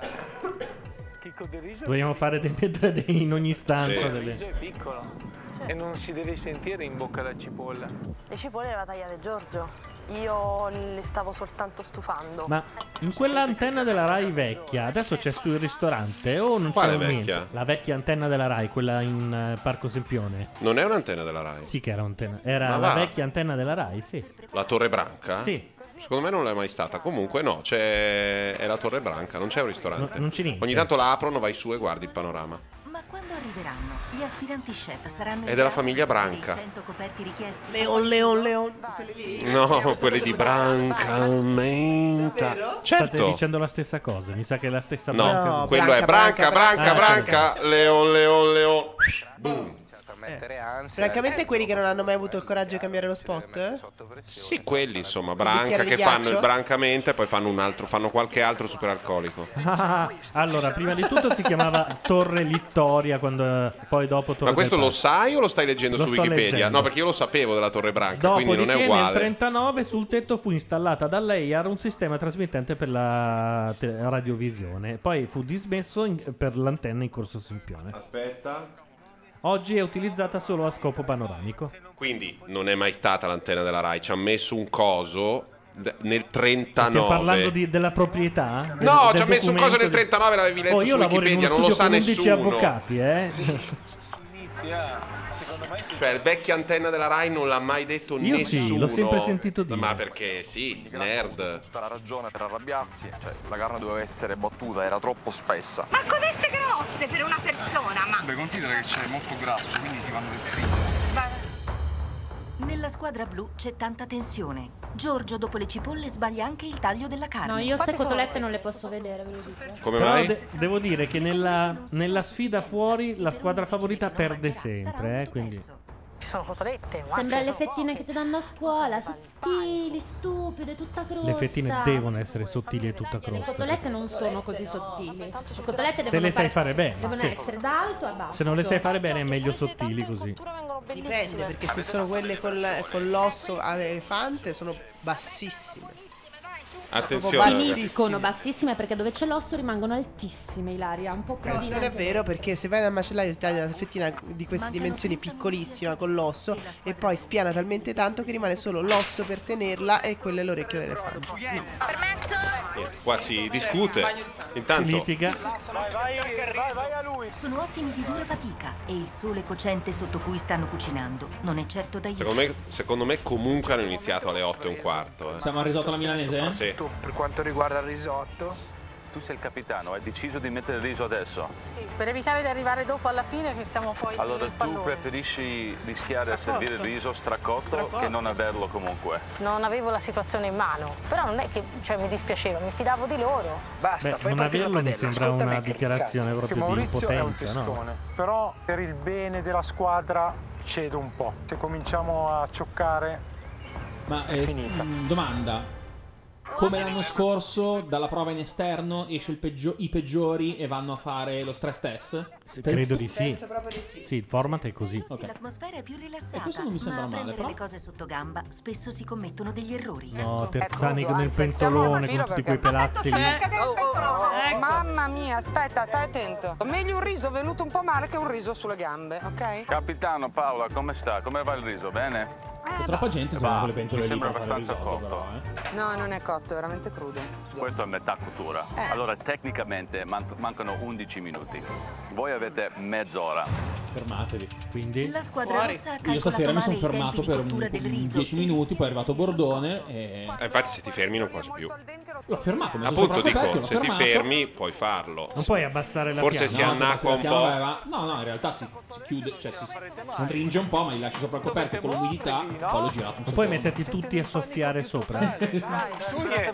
[SPEAKER 3] Vogliamo fare dei dei- in ogni stanza.
[SPEAKER 5] Sì.
[SPEAKER 12] Il
[SPEAKER 3] delle-
[SPEAKER 12] riso è piccolo e non si deve sentire in bocca la cipolla.
[SPEAKER 2] Le cipolle le aveva tagliate Giorgio. Io le stavo soltanto stufando.
[SPEAKER 3] Ma in quella antenna della Rai vecchia, adesso c'è sul ristorante o non
[SPEAKER 5] Quale
[SPEAKER 3] c'è niente?
[SPEAKER 5] vecchia?
[SPEAKER 3] La vecchia antenna della Rai, quella in eh, Parco Sempione.
[SPEAKER 5] Non è un'antenna della Rai?
[SPEAKER 3] Sì che era un'antenna. Era
[SPEAKER 5] Ma
[SPEAKER 3] la
[SPEAKER 5] va.
[SPEAKER 3] vecchia antenna della Rai, sì.
[SPEAKER 5] La Torre Branca?
[SPEAKER 3] Sì.
[SPEAKER 5] Secondo me non l'è mai stata. Comunque no, c'è... è la Torre Branca, non c'è un ristorante.
[SPEAKER 3] No, non c'è niente.
[SPEAKER 5] Ogni tanto la aprono, vai su e guardi il panorama.
[SPEAKER 17] Ma quando arriveranno, gli aspiranti chef saranno
[SPEAKER 5] È
[SPEAKER 17] in
[SPEAKER 5] della
[SPEAKER 17] grado di
[SPEAKER 5] famiglia
[SPEAKER 17] trovare
[SPEAKER 5] Branca.
[SPEAKER 17] i 100 coperti richiesti.
[SPEAKER 4] Leon, Leon, Leon.
[SPEAKER 5] No, quelli di Branca Menta.
[SPEAKER 3] State
[SPEAKER 5] Certo.
[SPEAKER 3] dicendo la stessa cosa, mi sa che è la stessa
[SPEAKER 5] No,
[SPEAKER 3] branca.
[SPEAKER 5] quello è Branca, Branca,
[SPEAKER 3] Ah,
[SPEAKER 5] Branca, Leon, Leon, Leon.
[SPEAKER 4] Francamente, quelli che non hanno mai avuto il coraggio di cambiare lo spot? eh?
[SPEAKER 5] Sì, quelli insomma,
[SPEAKER 4] Quindi
[SPEAKER 5] Branca
[SPEAKER 4] chiari
[SPEAKER 5] che
[SPEAKER 4] di
[SPEAKER 5] fanno
[SPEAKER 4] ghiaccio?
[SPEAKER 5] il Branca Menta e poi fanno un altro, fanno qualche altro superalcolico.
[SPEAKER 3] Ah, allora, prima di tutto si chiamava Torre Littoria, quando, eh, poi dopo Torre
[SPEAKER 5] Ma questo
[SPEAKER 3] del
[SPEAKER 5] lo
[SPEAKER 3] Parco.
[SPEAKER 5] sai o lo stai leggendo
[SPEAKER 3] Lo
[SPEAKER 5] su
[SPEAKER 3] sto
[SPEAKER 5] Wikipedia?
[SPEAKER 3] leggendo.
[SPEAKER 5] No, perché io lo sapevo della Torre Branca, Ecco, quindi non è
[SPEAKER 3] Dopodiché, nel
[SPEAKER 5] uguale.
[SPEAKER 3] 39 sul tetto fu installata dall'EIAR un sistema trasmittente per la te- radiovisione, poi fu dismesso in- per l'antenna in corso Simpione.
[SPEAKER 5] Aspetta.
[SPEAKER 3] Oggi è utilizzata solo a scopo panoramico.
[SPEAKER 5] Quindi non è mai stata l'antenna della Rai, ci ha messo un coso d- nel 39.
[SPEAKER 3] Stiamo parlando di- della proprietà? Del-
[SPEAKER 5] No,
[SPEAKER 3] del
[SPEAKER 5] ci ha messo un coso
[SPEAKER 3] documento
[SPEAKER 5] nel
[SPEAKER 3] di-
[SPEAKER 5] 39, l'avevi letto
[SPEAKER 3] oh,
[SPEAKER 5] su
[SPEAKER 3] io lavoro in uno
[SPEAKER 5] Wikipedia, non lo
[SPEAKER 3] studio
[SPEAKER 5] sa
[SPEAKER 3] con 11
[SPEAKER 5] nessuno.
[SPEAKER 3] avvocati, eh?
[SPEAKER 5] Cioè, il vecchio antenna della Rai non l'ha mai detto
[SPEAKER 3] Io sì,
[SPEAKER 5] nessuno.
[SPEAKER 3] l'ho sempre sentito dire.
[SPEAKER 5] Ma perché sì, nerd.
[SPEAKER 10] Eh.
[SPEAKER 7] La ragione per arrabbiarsi, cioè la carne doveva essere battuta, era troppo spessa.
[SPEAKER 2] Ma codeste che
[SPEAKER 24] fosse per una persona, ma...
[SPEAKER 11] Beh, considera che c'è molto grasso, quindi si vanno restringendo.
[SPEAKER 17] Nella squadra blu c'è tanta tensione. Giorgio, dopo le cipolle, sbaglia anche il taglio della carne.
[SPEAKER 6] No, io ste cotolette non le posso vedere, ve lo dico.
[SPEAKER 5] Come
[SPEAKER 3] Però
[SPEAKER 5] mai?
[SPEAKER 3] de- devo dire che nella, nella sfida fuori la squadra favorita perde sempre, eh, quindi...
[SPEAKER 1] Ci sono cotolette, guarda,
[SPEAKER 6] Sembra
[SPEAKER 1] ci
[SPEAKER 6] le
[SPEAKER 1] sono-
[SPEAKER 6] fettine che ti danno a scuola, sottili, stupide, tutta crosta.
[SPEAKER 3] Le fettine devono essere sottili e tutta
[SPEAKER 6] Le
[SPEAKER 3] crosta.
[SPEAKER 6] cotolette non sono così sottili. Le cotolette
[SPEAKER 3] Se
[SPEAKER 6] devono
[SPEAKER 3] le sai fare bene,
[SPEAKER 6] Devono
[SPEAKER 3] sì.
[SPEAKER 6] essere da alto a basso.
[SPEAKER 3] Se non le sai fare bene è meglio sottili così.
[SPEAKER 4] Dipende perché se sono quelle col- con l'osso all'elefante sono bassissime.
[SPEAKER 5] Attenzione.
[SPEAKER 6] Finiscono bassissime perché dove c'è l'osso rimangono altissime, Ilaria. Un po'
[SPEAKER 4] No,
[SPEAKER 6] così.
[SPEAKER 4] non è vero perché se vai dal macellaio ti taglia una fettina di queste dimensioni piccolissima con l'osso e poi spiana talmente tanto che rimane solo l'osso per tenerla e quello è l'orecchio dell'elefante.
[SPEAKER 5] Niente, eh, Qua si discute. Intanto.
[SPEAKER 3] Si litiga.
[SPEAKER 8] Vai, vai, vai, vai a lui.
[SPEAKER 17] Sono ottimi di dura fatica e il sole cocente sotto cui stanno cucinando non è certo da
[SPEAKER 5] Secondo me, secondo me comunque hanno iniziato alle 8 e un quarto. eh.
[SPEAKER 14] Siamo al risotto alla milanese, eh?
[SPEAKER 5] Sì.
[SPEAKER 14] Per quanto riguarda il risotto,
[SPEAKER 12] Tu sei il capitano, hai deciso di mettere il riso adesso.
[SPEAKER 1] Per evitare di arrivare dopo alla fine che siamo poi
[SPEAKER 12] Allora
[SPEAKER 1] nel
[SPEAKER 12] tu
[SPEAKER 1] pallone.
[SPEAKER 12] preferisci rischiare a servire il riso stracosto
[SPEAKER 1] Stracosto.
[SPEAKER 12] che non averlo comunque.
[SPEAKER 1] Non avevo la situazione in mano, però non è che cioè, mi dispiaceva, mi fidavo di loro.
[SPEAKER 3] Beh, non averlo mi sembra una dichiarazione
[SPEAKER 14] che
[SPEAKER 3] proprio di
[SPEAKER 14] Maurizio è un
[SPEAKER 3] impotenza, no?
[SPEAKER 14] testone.
[SPEAKER 23] Però per il bene della squadra cedo un po'. Se cominciamo a cioccare
[SPEAKER 14] ma
[SPEAKER 23] è
[SPEAKER 14] eh,
[SPEAKER 23] finita.
[SPEAKER 14] mh, domanda. Come l'anno scorso, dalla prova in esterno esce il peggio- i peggiori e vanno a fare lo stress test?
[SPEAKER 3] Credo di sì.
[SPEAKER 4] proprio di sì.
[SPEAKER 3] Sì, il format è così.
[SPEAKER 17] L'atmosfera è più rilassata,
[SPEAKER 14] questo non mi sembra
[SPEAKER 17] ma a
[SPEAKER 14] male,
[SPEAKER 17] prendere
[SPEAKER 14] però.
[SPEAKER 17] le cose sotto gamba spesso si commettono degli errori.
[SPEAKER 14] Ecco,
[SPEAKER 3] No, Terzani con il penzolone, con tutti quei pelazzi lì.
[SPEAKER 15] Eh, oh, ecco.
[SPEAKER 13] Mamma mia, aspetta, stai attento. Meglio un riso venuto un po' male che un riso sulle gambe, ok?
[SPEAKER 12] Capitano Paola, come sta? Come va il riso? Bene?
[SPEAKER 14] Troppa gente trova quelle pentole
[SPEAKER 12] mi
[SPEAKER 14] lì
[SPEAKER 12] sembra
[SPEAKER 14] per fare il
[SPEAKER 12] abbastanza
[SPEAKER 14] risotto,
[SPEAKER 12] cotto.
[SPEAKER 14] eh.
[SPEAKER 13] No, non è cotto, è veramente crudo.
[SPEAKER 12] Questo è metà cottura.
[SPEAKER 13] Eh.
[SPEAKER 12] Allora, tecnicamente man- mancano 11 minuti. Voi avete mezz'ora.
[SPEAKER 14] Fermatevi.
[SPEAKER 3] Quindi
[SPEAKER 17] La squadra rossa ha
[SPEAKER 14] Io
[SPEAKER 17] calcolato
[SPEAKER 14] stasera mi
[SPEAKER 17] male
[SPEAKER 14] sono
[SPEAKER 17] i tempi
[SPEAKER 14] fermato
[SPEAKER 17] di
[SPEAKER 14] per un,
[SPEAKER 17] cottura del riso.
[SPEAKER 14] 10 minuti, poi è arrivato Bordone e
[SPEAKER 5] Eh, infatti se ti fermi non cuoci più.
[SPEAKER 14] l'ho fermato. mi sono
[SPEAKER 5] Appunto
[SPEAKER 14] sopraffetto,
[SPEAKER 5] dico,
[SPEAKER 14] l'ho
[SPEAKER 5] se ti
[SPEAKER 14] fermato.
[SPEAKER 5] fermi puoi farlo.
[SPEAKER 3] Non puoi abbassare la
[SPEAKER 5] Forse
[SPEAKER 3] piana.
[SPEAKER 5] si
[SPEAKER 14] No, se
[SPEAKER 5] annacqua
[SPEAKER 14] la
[SPEAKER 5] un
[SPEAKER 14] chiama,
[SPEAKER 5] po'.
[SPEAKER 14] vai, va- No, no, in realtà si, si chiude, cioè si stringe un po', ma li lasci sopra il coperchio con l'umidità. Poi l'ho girato un
[SPEAKER 3] Non puoi
[SPEAKER 14] secondo.
[SPEAKER 3] metterti tutti a soffiare sopra. eh.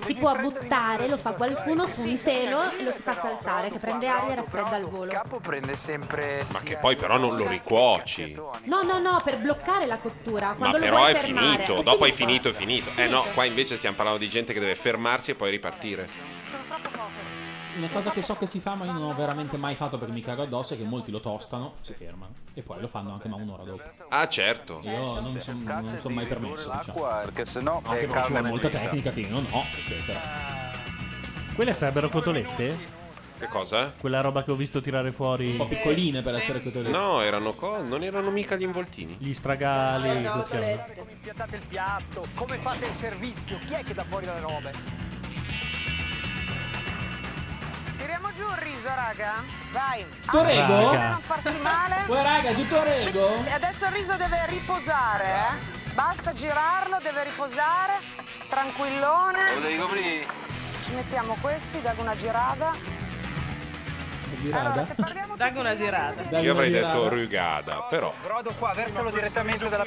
[SPEAKER 6] Si può buttare, lo fa qualcuno su un telo e lo si fa saltare, che prende aria e raffredda il volo.
[SPEAKER 14] prende sempre.
[SPEAKER 5] Ma che poi però non lo ricuoci.
[SPEAKER 6] No, no, no, per bloccare la cottura.
[SPEAKER 5] Ma
[SPEAKER 6] Quando lo
[SPEAKER 5] però
[SPEAKER 6] vuoi
[SPEAKER 5] è
[SPEAKER 6] fermare,
[SPEAKER 5] finito,
[SPEAKER 6] è
[SPEAKER 5] dopo è
[SPEAKER 6] finito.
[SPEAKER 5] finito, è finito. Eh no, qua invece stiamo parlando di gente che deve fermarsi e poi ripartire.
[SPEAKER 14] Una cosa che so che si fa, ma io non ho veramente mai fatto perché mi cago addosso, è che molti lo tostano, si fermano e poi lo fanno anche ma un'ora dopo.
[SPEAKER 5] Ah certo.
[SPEAKER 14] Io non mi son- non sono mai permesso, diciamo.
[SPEAKER 12] Perché sennò
[SPEAKER 14] Anche perché
[SPEAKER 12] è
[SPEAKER 14] ci
[SPEAKER 12] carne
[SPEAKER 14] vuole molta
[SPEAKER 12] grigia.
[SPEAKER 14] tecnica che io non ho, eccetera.
[SPEAKER 3] Quelle sarebbero cotolette?
[SPEAKER 5] Che cosa?
[SPEAKER 3] Quella roba che ho visto tirare fuori. Un
[SPEAKER 14] po' piccoline per essere cotolette.
[SPEAKER 5] No, erano co- non erano mica gli involtini.
[SPEAKER 3] Gli stragali. come si chiamano?
[SPEAKER 10] Come impiattate il piatto, come fate il servizio, chi è che dà fuori dalle robe?
[SPEAKER 13] Tiriamo giù il riso, raga. Vai.
[SPEAKER 10] Tutto rego?
[SPEAKER 13] Attenzione a Ah, non farsi male.
[SPEAKER 10] Poi, raga, tutto rego?
[SPEAKER 13] E adesso il riso deve riposare, eh. Basta girarlo, deve riposare. Tranquillone.
[SPEAKER 11] Lo devi coprire?
[SPEAKER 13] Ci mettiamo questi, dago una girata.
[SPEAKER 6] Ah,
[SPEAKER 15] Girada. Dago una girata.
[SPEAKER 5] Io avrei detto rugada, però.
[SPEAKER 10] Brodo qua, versalo direttamente dalla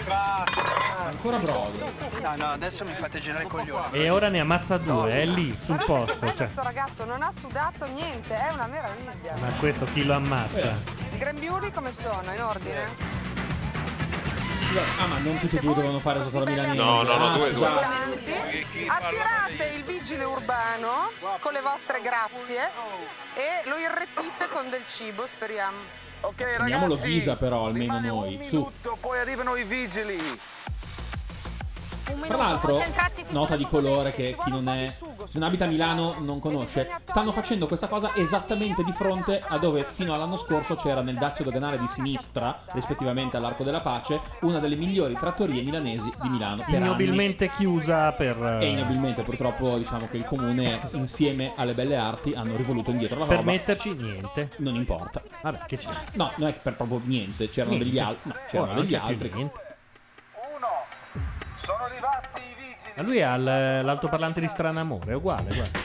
[SPEAKER 14] Ancora brodo.
[SPEAKER 10] No, no, adesso mi fate girare i coglioni.
[SPEAKER 3] E ora ne ammazza due, è lì, sul posto. Cioè.
[SPEAKER 13] Questo ragazzo non ha sudato niente, è una meraviglia.
[SPEAKER 3] Ma questo chi lo ammazza?
[SPEAKER 14] Eh,
[SPEAKER 13] I grembiuli come sono? In
[SPEAKER 15] Eh.
[SPEAKER 13] ordine?
[SPEAKER 14] Ah, ma non tutti e due devono fare la sala milanese.
[SPEAKER 5] No, no, no,
[SPEAKER 14] Ah,
[SPEAKER 5] due, due.
[SPEAKER 14] scusate.
[SPEAKER 13] Tanti. Attirate il vigile urbano con le vostre grazie e lo irretite con del cibo, speriamo.
[SPEAKER 11] Ok,
[SPEAKER 14] Chiamiamolo Ghisa però, almeno noi. Su.
[SPEAKER 11] poi arrivano i vigili.
[SPEAKER 14] Tra l'altro, nota di colore che chi non, è, non abita a Milano non conosce, stanno facendo questa cosa esattamente di fronte a dove fino all'anno scorso c'era nel Dazio Doganale di sinistra, rispettivamente all'Arco della Pace, una delle migliori trattorie milanesi di Milano. Per anni.
[SPEAKER 3] Ignobilmente chiusa per. eh,
[SPEAKER 14] E inabilmente purtroppo diciamo che il comune insieme alle belle arti hanno rivoluto indietro la
[SPEAKER 3] Per
[SPEAKER 14] roba.
[SPEAKER 3] metterci niente.
[SPEAKER 14] Non importa.
[SPEAKER 3] Vabbè, che c'è?
[SPEAKER 14] No, non è che per proprio niente, c'erano
[SPEAKER 3] Niente.
[SPEAKER 14] degli altri. No, c'erano
[SPEAKER 3] Ora non
[SPEAKER 14] degli
[SPEAKER 3] c'è più
[SPEAKER 14] altri.
[SPEAKER 3] niente.
[SPEAKER 11] Sono arrivati i vigili.
[SPEAKER 3] Ma lui ha l- l'altoparlante di Stranamore, è uguale, guarda.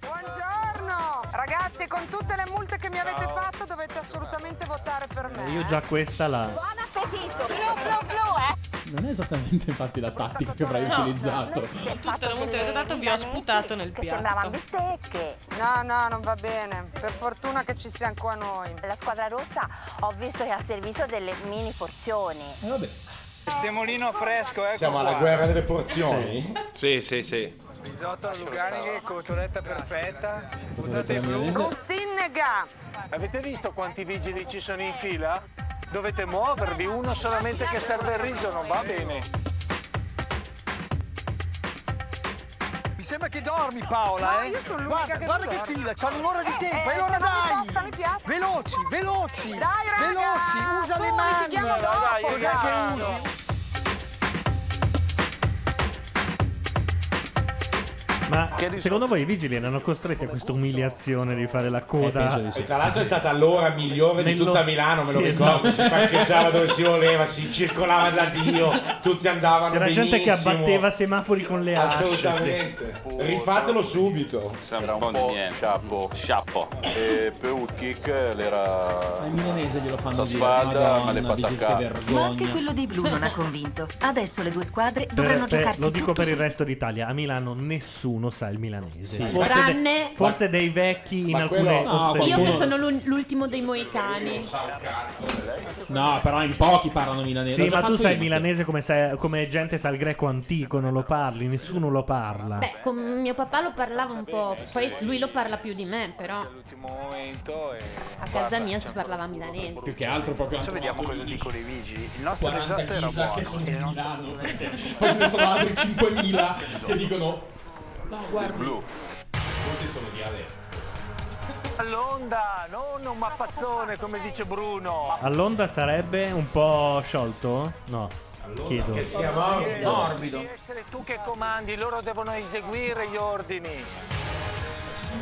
[SPEAKER 13] Buongiorno! Ragazzi, con tutte le multe che mi avete fatto, dovete assolutamente votare per me.
[SPEAKER 3] Eh, Io già questa la.
[SPEAKER 13] Buon appetito! Blu, blu, blu, eh!
[SPEAKER 14] Non è esattamente infatti la tattica che avrai
[SPEAKER 13] No,
[SPEAKER 14] utilizzato.
[SPEAKER 13] Tutta
[SPEAKER 16] la multa che avete dato vi ho sputato nel
[SPEAKER 13] che
[SPEAKER 16] piatto.
[SPEAKER 13] sembravano bistecche. No, no, non va bene. Per fortuna che ci siamo qua noi. La squadra rossa ho visto che ha servito delle mini porzioni.
[SPEAKER 14] Eh, vabbè.
[SPEAKER 28] Semolino fresco,
[SPEAKER 22] Eh,
[SPEAKER 28] ecco
[SPEAKER 7] Siamo
[SPEAKER 28] qua.
[SPEAKER 7] alla guerra delle porzioni.
[SPEAKER 5] Sì, sì, sì.
[SPEAKER 28] Risotto alla Luganiche, cotoletta perfetta,
[SPEAKER 5] Cotoletta
[SPEAKER 28] patate blu.
[SPEAKER 5] milanese.
[SPEAKER 13] Rustinnega!
[SPEAKER 8] Avete visto quanti vigili ci sono in fila? Dovete muovervi, uno solamente che serve il riso, non va bene.
[SPEAKER 10] Mi sembra che dormi Paola,
[SPEAKER 13] No,
[SPEAKER 10] eh.
[SPEAKER 13] io sono l'unica
[SPEAKER 10] guarda,
[SPEAKER 13] che
[SPEAKER 10] guarda
[SPEAKER 13] non
[SPEAKER 10] che
[SPEAKER 13] dorme.
[SPEAKER 10] fila, c'hanno un'ora di
[SPEAKER 13] Eh,
[SPEAKER 10] tempo,
[SPEAKER 13] eh,
[SPEAKER 10] e ora
[SPEAKER 13] se non mi
[SPEAKER 10] dai!
[SPEAKER 13] passano i piatti.
[SPEAKER 10] Veloci, veloci!
[SPEAKER 13] Dai, raga,
[SPEAKER 10] veloci, usa
[SPEAKER 13] su,
[SPEAKER 10] le
[SPEAKER 13] ti
[SPEAKER 10] mani!
[SPEAKER 13] chiamo Dai, dai, dopo, cioè.
[SPEAKER 10] Cos'è che
[SPEAKER 13] dai.
[SPEAKER 10] usi?
[SPEAKER 3] Ma secondo voi i vigili erano costretti a questa umiliazione di fare la
[SPEAKER 14] Eh,
[SPEAKER 3] coda?
[SPEAKER 7] E tra l'altro è stata l'ora migliore di
[SPEAKER 3] Nello-
[SPEAKER 7] tutta Milano, me lo
[SPEAKER 3] Sì,
[SPEAKER 7] ricordo.
[SPEAKER 3] esatto.
[SPEAKER 7] Si parcheggiava dove si voleva, si circolava da Dio, tutti andavano
[SPEAKER 3] C'era
[SPEAKER 7] benissimo.
[SPEAKER 3] gente che abbatteva semafori con le asce.
[SPEAKER 7] Assolutamente.
[SPEAKER 3] sì.
[SPEAKER 7] Rifatelo subito.
[SPEAKER 11] Sembra un po' sciappo. Sciappo. E Peut Kick l'era...
[SPEAKER 14] Al milanese glielo fanno
[SPEAKER 11] Sa
[SPEAKER 14] dire.
[SPEAKER 11] spada, ma le
[SPEAKER 14] Madonna,
[SPEAKER 11] fa
[SPEAKER 14] dici, che
[SPEAKER 11] attaccare.
[SPEAKER 17] Ma
[SPEAKER 14] vergogna.
[SPEAKER 17] anche quello dei blu non ha convinto. Adesso le due squadre
[SPEAKER 3] Per-
[SPEAKER 17] dovranno
[SPEAKER 3] per-
[SPEAKER 17] giocarsi
[SPEAKER 3] Eh, lo dico
[SPEAKER 17] tutto
[SPEAKER 3] per il
[SPEAKER 17] sul
[SPEAKER 3] resto d'Italia, a Milano nessuno sa il
[SPEAKER 14] Sì.
[SPEAKER 3] milanese. Forse,
[SPEAKER 6] Tranne-
[SPEAKER 3] forse dei vecchi in
[SPEAKER 14] Ma
[SPEAKER 3] alcune
[SPEAKER 14] quello- No,
[SPEAKER 6] Io che
[SPEAKER 3] osterie.
[SPEAKER 6] sono l'ul- l'ultimo dei moicani.
[SPEAKER 14] No, però in pochi parlano milanese.
[SPEAKER 3] Sì,
[SPEAKER 14] L'ho già
[SPEAKER 3] ma tu
[SPEAKER 14] fatto
[SPEAKER 3] sai
[SPEAKER 14] io.
[SPEAKER 3] il milanese come, sai- come gente sa il greco antico, non lo parli, nessuno lo parla.
[SPEAKER 6] Beh, con mio papà lo parlava un po', poi lui lo parla più di me, però a casa mia si parlava milanese.
[SPEAKER 14] Più che altro proprio
[SPEAKER 28] Adesso
[SPEAKER 14] hanno
[SPEAKER 28] vediamo
[SPEAKER 14] trovato
[SPEAKER 28] cosa
[SPEAKER 14] lì
[SPEAKER 28] dicono i vigili. Il nostro
[SPEAKER 14] 40
[SPEAKER 28] risotto era
[SPEAKER 14] ghisa che
[SPEAKER 28] buono. eh, Il
[SPEAKER 14] sono di
[SPEAKER 28] nostro
[SPEAKER 14] Milano, Poi ce ne sono altri 5.000 che dicono
[SPEAKER 10] No,
[SPEAKER 14] guarda.
[SPEAKER 7] Tutti sono di Ale.
[SPEAKER 8] All'onda, non un mappazzone come dice Bruno.
[SPEAKER 3] All'onda sarebbe un po' sciolto? No, chiedo.
[SPEAKER 7] che sia morbido.
[SPEAKER 8] Devi essere tu che comandi, loro devono eseguire gli ordini.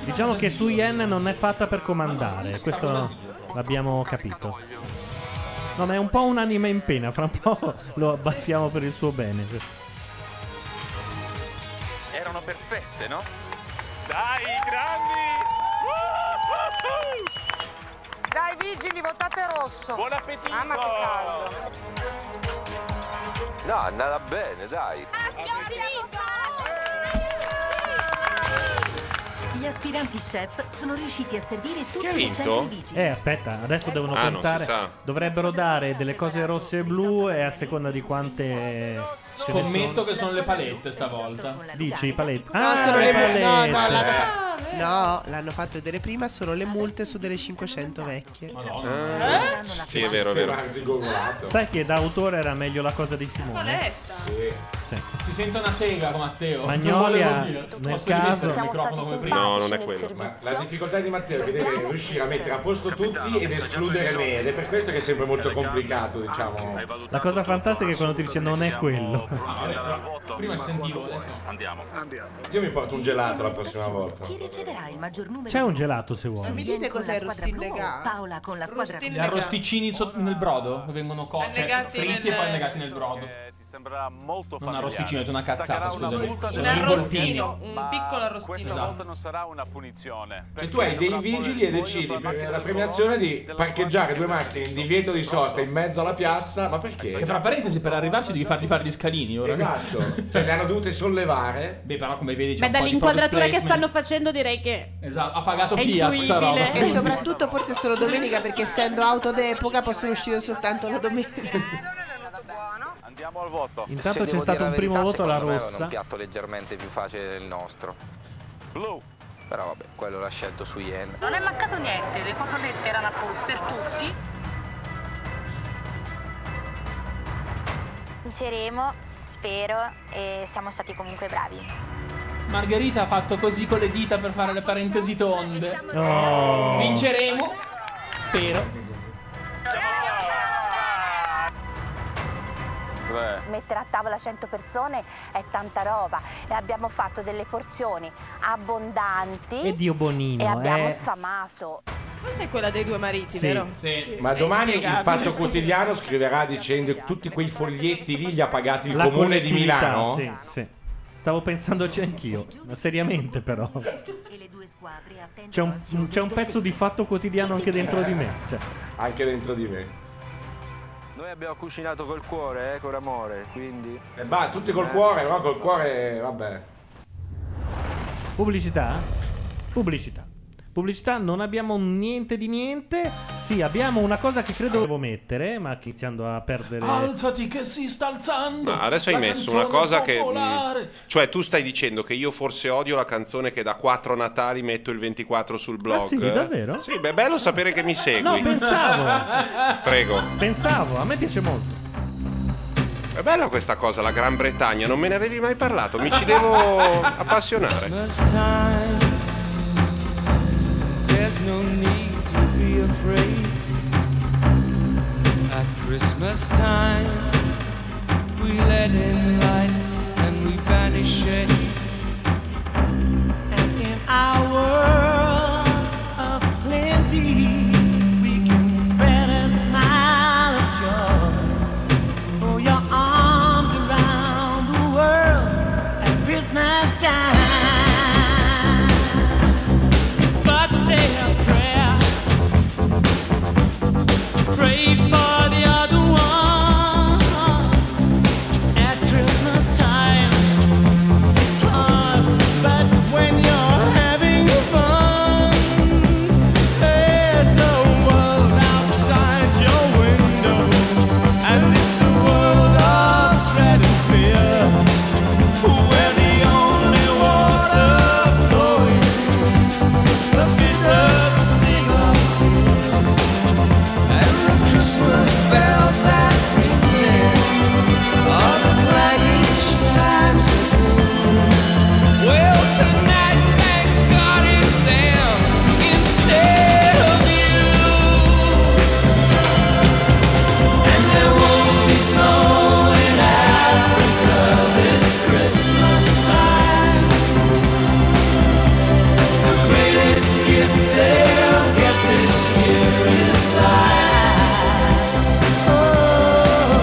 [SPEAKER 3] Diciamo che su Yen non è fatta per comandare, questo l'abbiamo capito. No, ma è un po' un'anima in pena, fra un po' lo abbattiamo per il suo bene.
[SPEAKER 28] Erano perfette, no? Dai, grandi!
[SPEAKER 13] Dai vigili, votate rosso. Buon appetito. Mamma che caldo.
[SPEAKER 11] No, è andata bene, dai.
[SPEAKER 17] posto. Gli aspiranti chef sono riusciti a servire tutti
[SPEAKER 5] ha
[SPEAKER 17] i
[SPEAKER 5] vinto?
[SPEAKER 17] 100 vigili.
[SPEAKER 3] Eh, aspetta, adesso devono
[SPEAKER 5] Ah, non si
[SPEAKER 3] contare.
[SPEAKER 5] sa.
[SPEAKER 3] Dovrebbero dare delle cose rosse e blu e a seconda di quante. ce ne
[SPEAKER 14] Scommetto
[SPEAKER 3] sono.
[SPEAKER 14] che sono le palette stavolta.
[SPEAKER 3] Dici i paletti.
[SPEAKER 14] No,
[SPEAKER 3] Ah,
[SPEAKER 14] sono le blu-
[SPEAKER 3] palette.
[SPEAKER 14] no,
[SPEAKER 4] no,
[SPEAKER 14] l'hanno
[SPEAKER 6] Ah,
[SPEAKER 4] No, l'hanno fatto vedere prima, sono le multe su delle 500 vecchie.
[SPEAKER 14] Eh?
[SPEAKER 5] Ah, Sì, è vero, è vero.
[SPEAKER 3] Sai che da autore era meglio la cosa di Simone?
[SPEAKER 14] Si sente una sega, Matteo.
[SPEAKER 3] Magnolia,
[SPEAKER 14] Non volevo dire.
[SPEAKER 3] nel
[SPEAKER 14] Posso diventare
[SPEAKER 3] caso-
[SPEAKER 14] il
[SPEAKER 3] Siamo
[SPEAKER 14] microfono come prima?
[SPEAKER 5] No, non è quello.
[SPEAKER 7] Ma la difficoltà di Matteo è che deve riuscire a mettere a posto tutti ed escludere me ed è per questo che è sempre molto complicato, diciamo.
[SPEAKER 3] La cosa fantastica è quando ti dice non è quello.
[SPEAKER 14] Prima sentivo, adesso no.
[SPEAKER 7] Andiamo. Io mi porto un gelato la prossima volta.
[SPEAKER 17] Chi riceverà il maggior numero
[SPEAKER 3] C'è un
[SPEAKER 17] di
[SPEAKER 3] gelato se
[SPEAKER 17] voti?
[SPEAKER 3] vuoi.
[SPEAKER 4] dite
[SPEAKER 17] Yen con
[SPEAKER 4] cos'è
[SPEAKER 17] la squadra blu
[SPEAKER 4] Rustin
[SPEAKER 17] o Paola con la squadra
[SPEAKER 14] Gli arrosticini so- nel brodo che vengono cotti, cioè,
[SPEAKER 16] Annegati
[SPEAKER 14] fritti
[SPEAKER 16] nel-
[SPEAKER 14] e poi annegati nel brodo.
[SPEAKER 11] Eh,
[SPEAKER 29] Sembra molto
[SPEAKER 14] Non
[SPEAKER 29] familiare.
[SPEAKER 14] arrosticino, è una
[SPEAKER 29] Staccherà
[SPEAKER 14] cazzata,
[SPEAKER 29] una
[SPEAKER 14] scusami.
[SPEAKER 29] multa
[SPEAKER 14] Un
[SPEAKER 29] della
[SPEAKER 14] arrostino,
[SPEAKER 29] Lamborghini.
[SPEAKER 16] un
[SPEAKER 29] Ma
[SPEAKER 16] piccolo arrostino.
[SPEAKER 29] Questa
[SPEAKER 16] Esatto.
[SPEAKER 29] volta non sarà una punizione.
[SPEAKER 7] Cioè
[SPEAKER 29] perché
[SPEAKER 7] tu hai dei
[SPEAKER 29] dovrà porre
[SPEAKER 7] vigili e
[SPEAKER 29] il foglio
[SPEAKER 7] decidi
[SPEAKER 29] sulla
[SPEAKER 7] per
[SPEAKER 29] macchina
[SPEAKER 7] la
[SPEAKER 29] del
[SPEAKER 7] premiazione di parcheggiare due macchine in divieto di sosta in mezzo alla piazza, ma perché?
[SPEAKER 14] Che tra parentesi, per arrivarci devi fargli fare gli scalini ora.
[SPEAKER 7] Esatto, cioè le hanno dovute sollevare.
[SPEAKER 14] Beh, però come vedi c'è
[SPEAKER 6] Beh,
[SPEAKER 14] un po' di
[SPEAKER 6] dall'inquadratura
[SPEAKER 14] product
[SPEAKER 6] che
[SPEAKER 14] placement.
[SPEAKER 6] stanno facendo direi che...
[SPEAKER 14] Esatto, ha pagato
[SPEAKER 6] È
[SPEAKER 14] Fiat sta roba.
[SPEAKER 6] incredibile.
[SPEAKER 4] E soprattutto forse solo domenica perché essendo auto d'epoca possono uscire soltanto la domenica.
[SPEAKER 11] Andiamo al voto.
[SPEAKER 3] Intanto c'è stato un primo voto alla
[SPEAKER 22] Era un
[SPEAKER 3] rossa.
[SPEAKER 22] piatto leggermente più facile del nostro. Blu. Però vabbè, quello l'ha scelto su Yen.
[SPEAKER 1] Non è mancato niente, le cotolette erano a posto per tutti.
[SPEAKER 24] Vinceremo, spero, e siamo stati comunque bravi.
[SPEAKER 14] Margherita ha fatto così con le dita per fare le parentesi tonde.
[SPEAKER 3] No.
[SPEAKER 14] Vinceremo. Spero.
[SPEAKER 24] Mettere a tavola 100 persone è tanta roba e abbiamo fatto delle porzioni abbondanti
[SPEAKER 3] E Dio
[SPEAKER 24] e
[SPEAKER 3] Bonino,
[SPEAKER 24] abbiamo
[SPEAKER 3] eh.
[SPEAKER 24] sfamato.
[SPEAKER 16] Questa è quella dei due mariti,
[SPEAKER 7] Sì,
[SPEAKER 16] vero?
[SPEAKER 14] Sì.
[SPEAKER 7] Ma
[SPEAKER 16] È
[SPEAKER 7] domani il
[SPEAKER 16] inspiegabile.
[SPEAKER 7] Fatto Quotidiano scriverà dicendo che tutti quei foglietti lì li ha pagati il
[SPEAKER 3] La
[SPEAKER 7] comune di
[SPEAKER 3] collettività,
[SPEAKER 7] Milano.
[SPEAKER 3] Sì, sì. Stavo pensandoci anch'io, ma seriamente però. C'è un, c'è un pezzo di fatto quotidiano anche dentro di me. Cioè,
[SPEAKER 9] Anche dentro di me.
[SPEAKER 20] Noi abbiamo cucinato col cuore, eh, con amore, quindi...
[SPEAKER 9] E va, Eh, tutti col cuore, no? Col cuore, vabbè.
[SPEAKER 3] pubblicità? Pubblicità. Pubblicità, non abbiamo niente di niente. Sì, abbiamo una cosa che credo devo mettere, ma che iniziando a perdere...
[SPEAKER 8] Ah,
[SPEAKER 14] Alzati che si sta alzando.
[SPEAKER 5] Ma adesso hai
[SPEAKER 14] la
[SPEAKER 5] messo una
[SPEAKER 14] canzone
[SPEAKER 5] cosa che.
[SPEAKER 14] popolare.
[SPEAKER 5] mh, cioè, tu stai dicendo che io forse odio la canzone che da quattro Natali metto il 24 sul blog. eh?
[SPEAKER 3] sì, davvero?
[SPEAKER 5] Sì, beh, è bello sapere che mi segui.
[SPEAKER 3] No, pensavo.
[SPEAKER 5] Prego.
[SPEAKER 3] Pensavo, a me piace molto.
[SPEAKER 5] È bella questa cosa, la Gran Bretagna, non me ne avevi mai parlato, mi ci devo appassionare.
[SPEAKER 22] There's no need to be afraid. At Christmas time, we let in light and we banish it. And in our world of plenty, we can spread a smile of joy. Throw your arms around the world at Christmas time. But say a prayer. Pray for the other ones at Christmas time. It's hard, but when you're having fun, there's no world outside your window, and it's a world of dread and fear, where the only water flowing the bitter sting of tears And the Christmas bells that ring there Are the clanging chimes of doom Well, tonight, thank God it's them Instead of you And there won't be snow in Africa this Christmas time the greatest gift they'll get this year is life. Oh,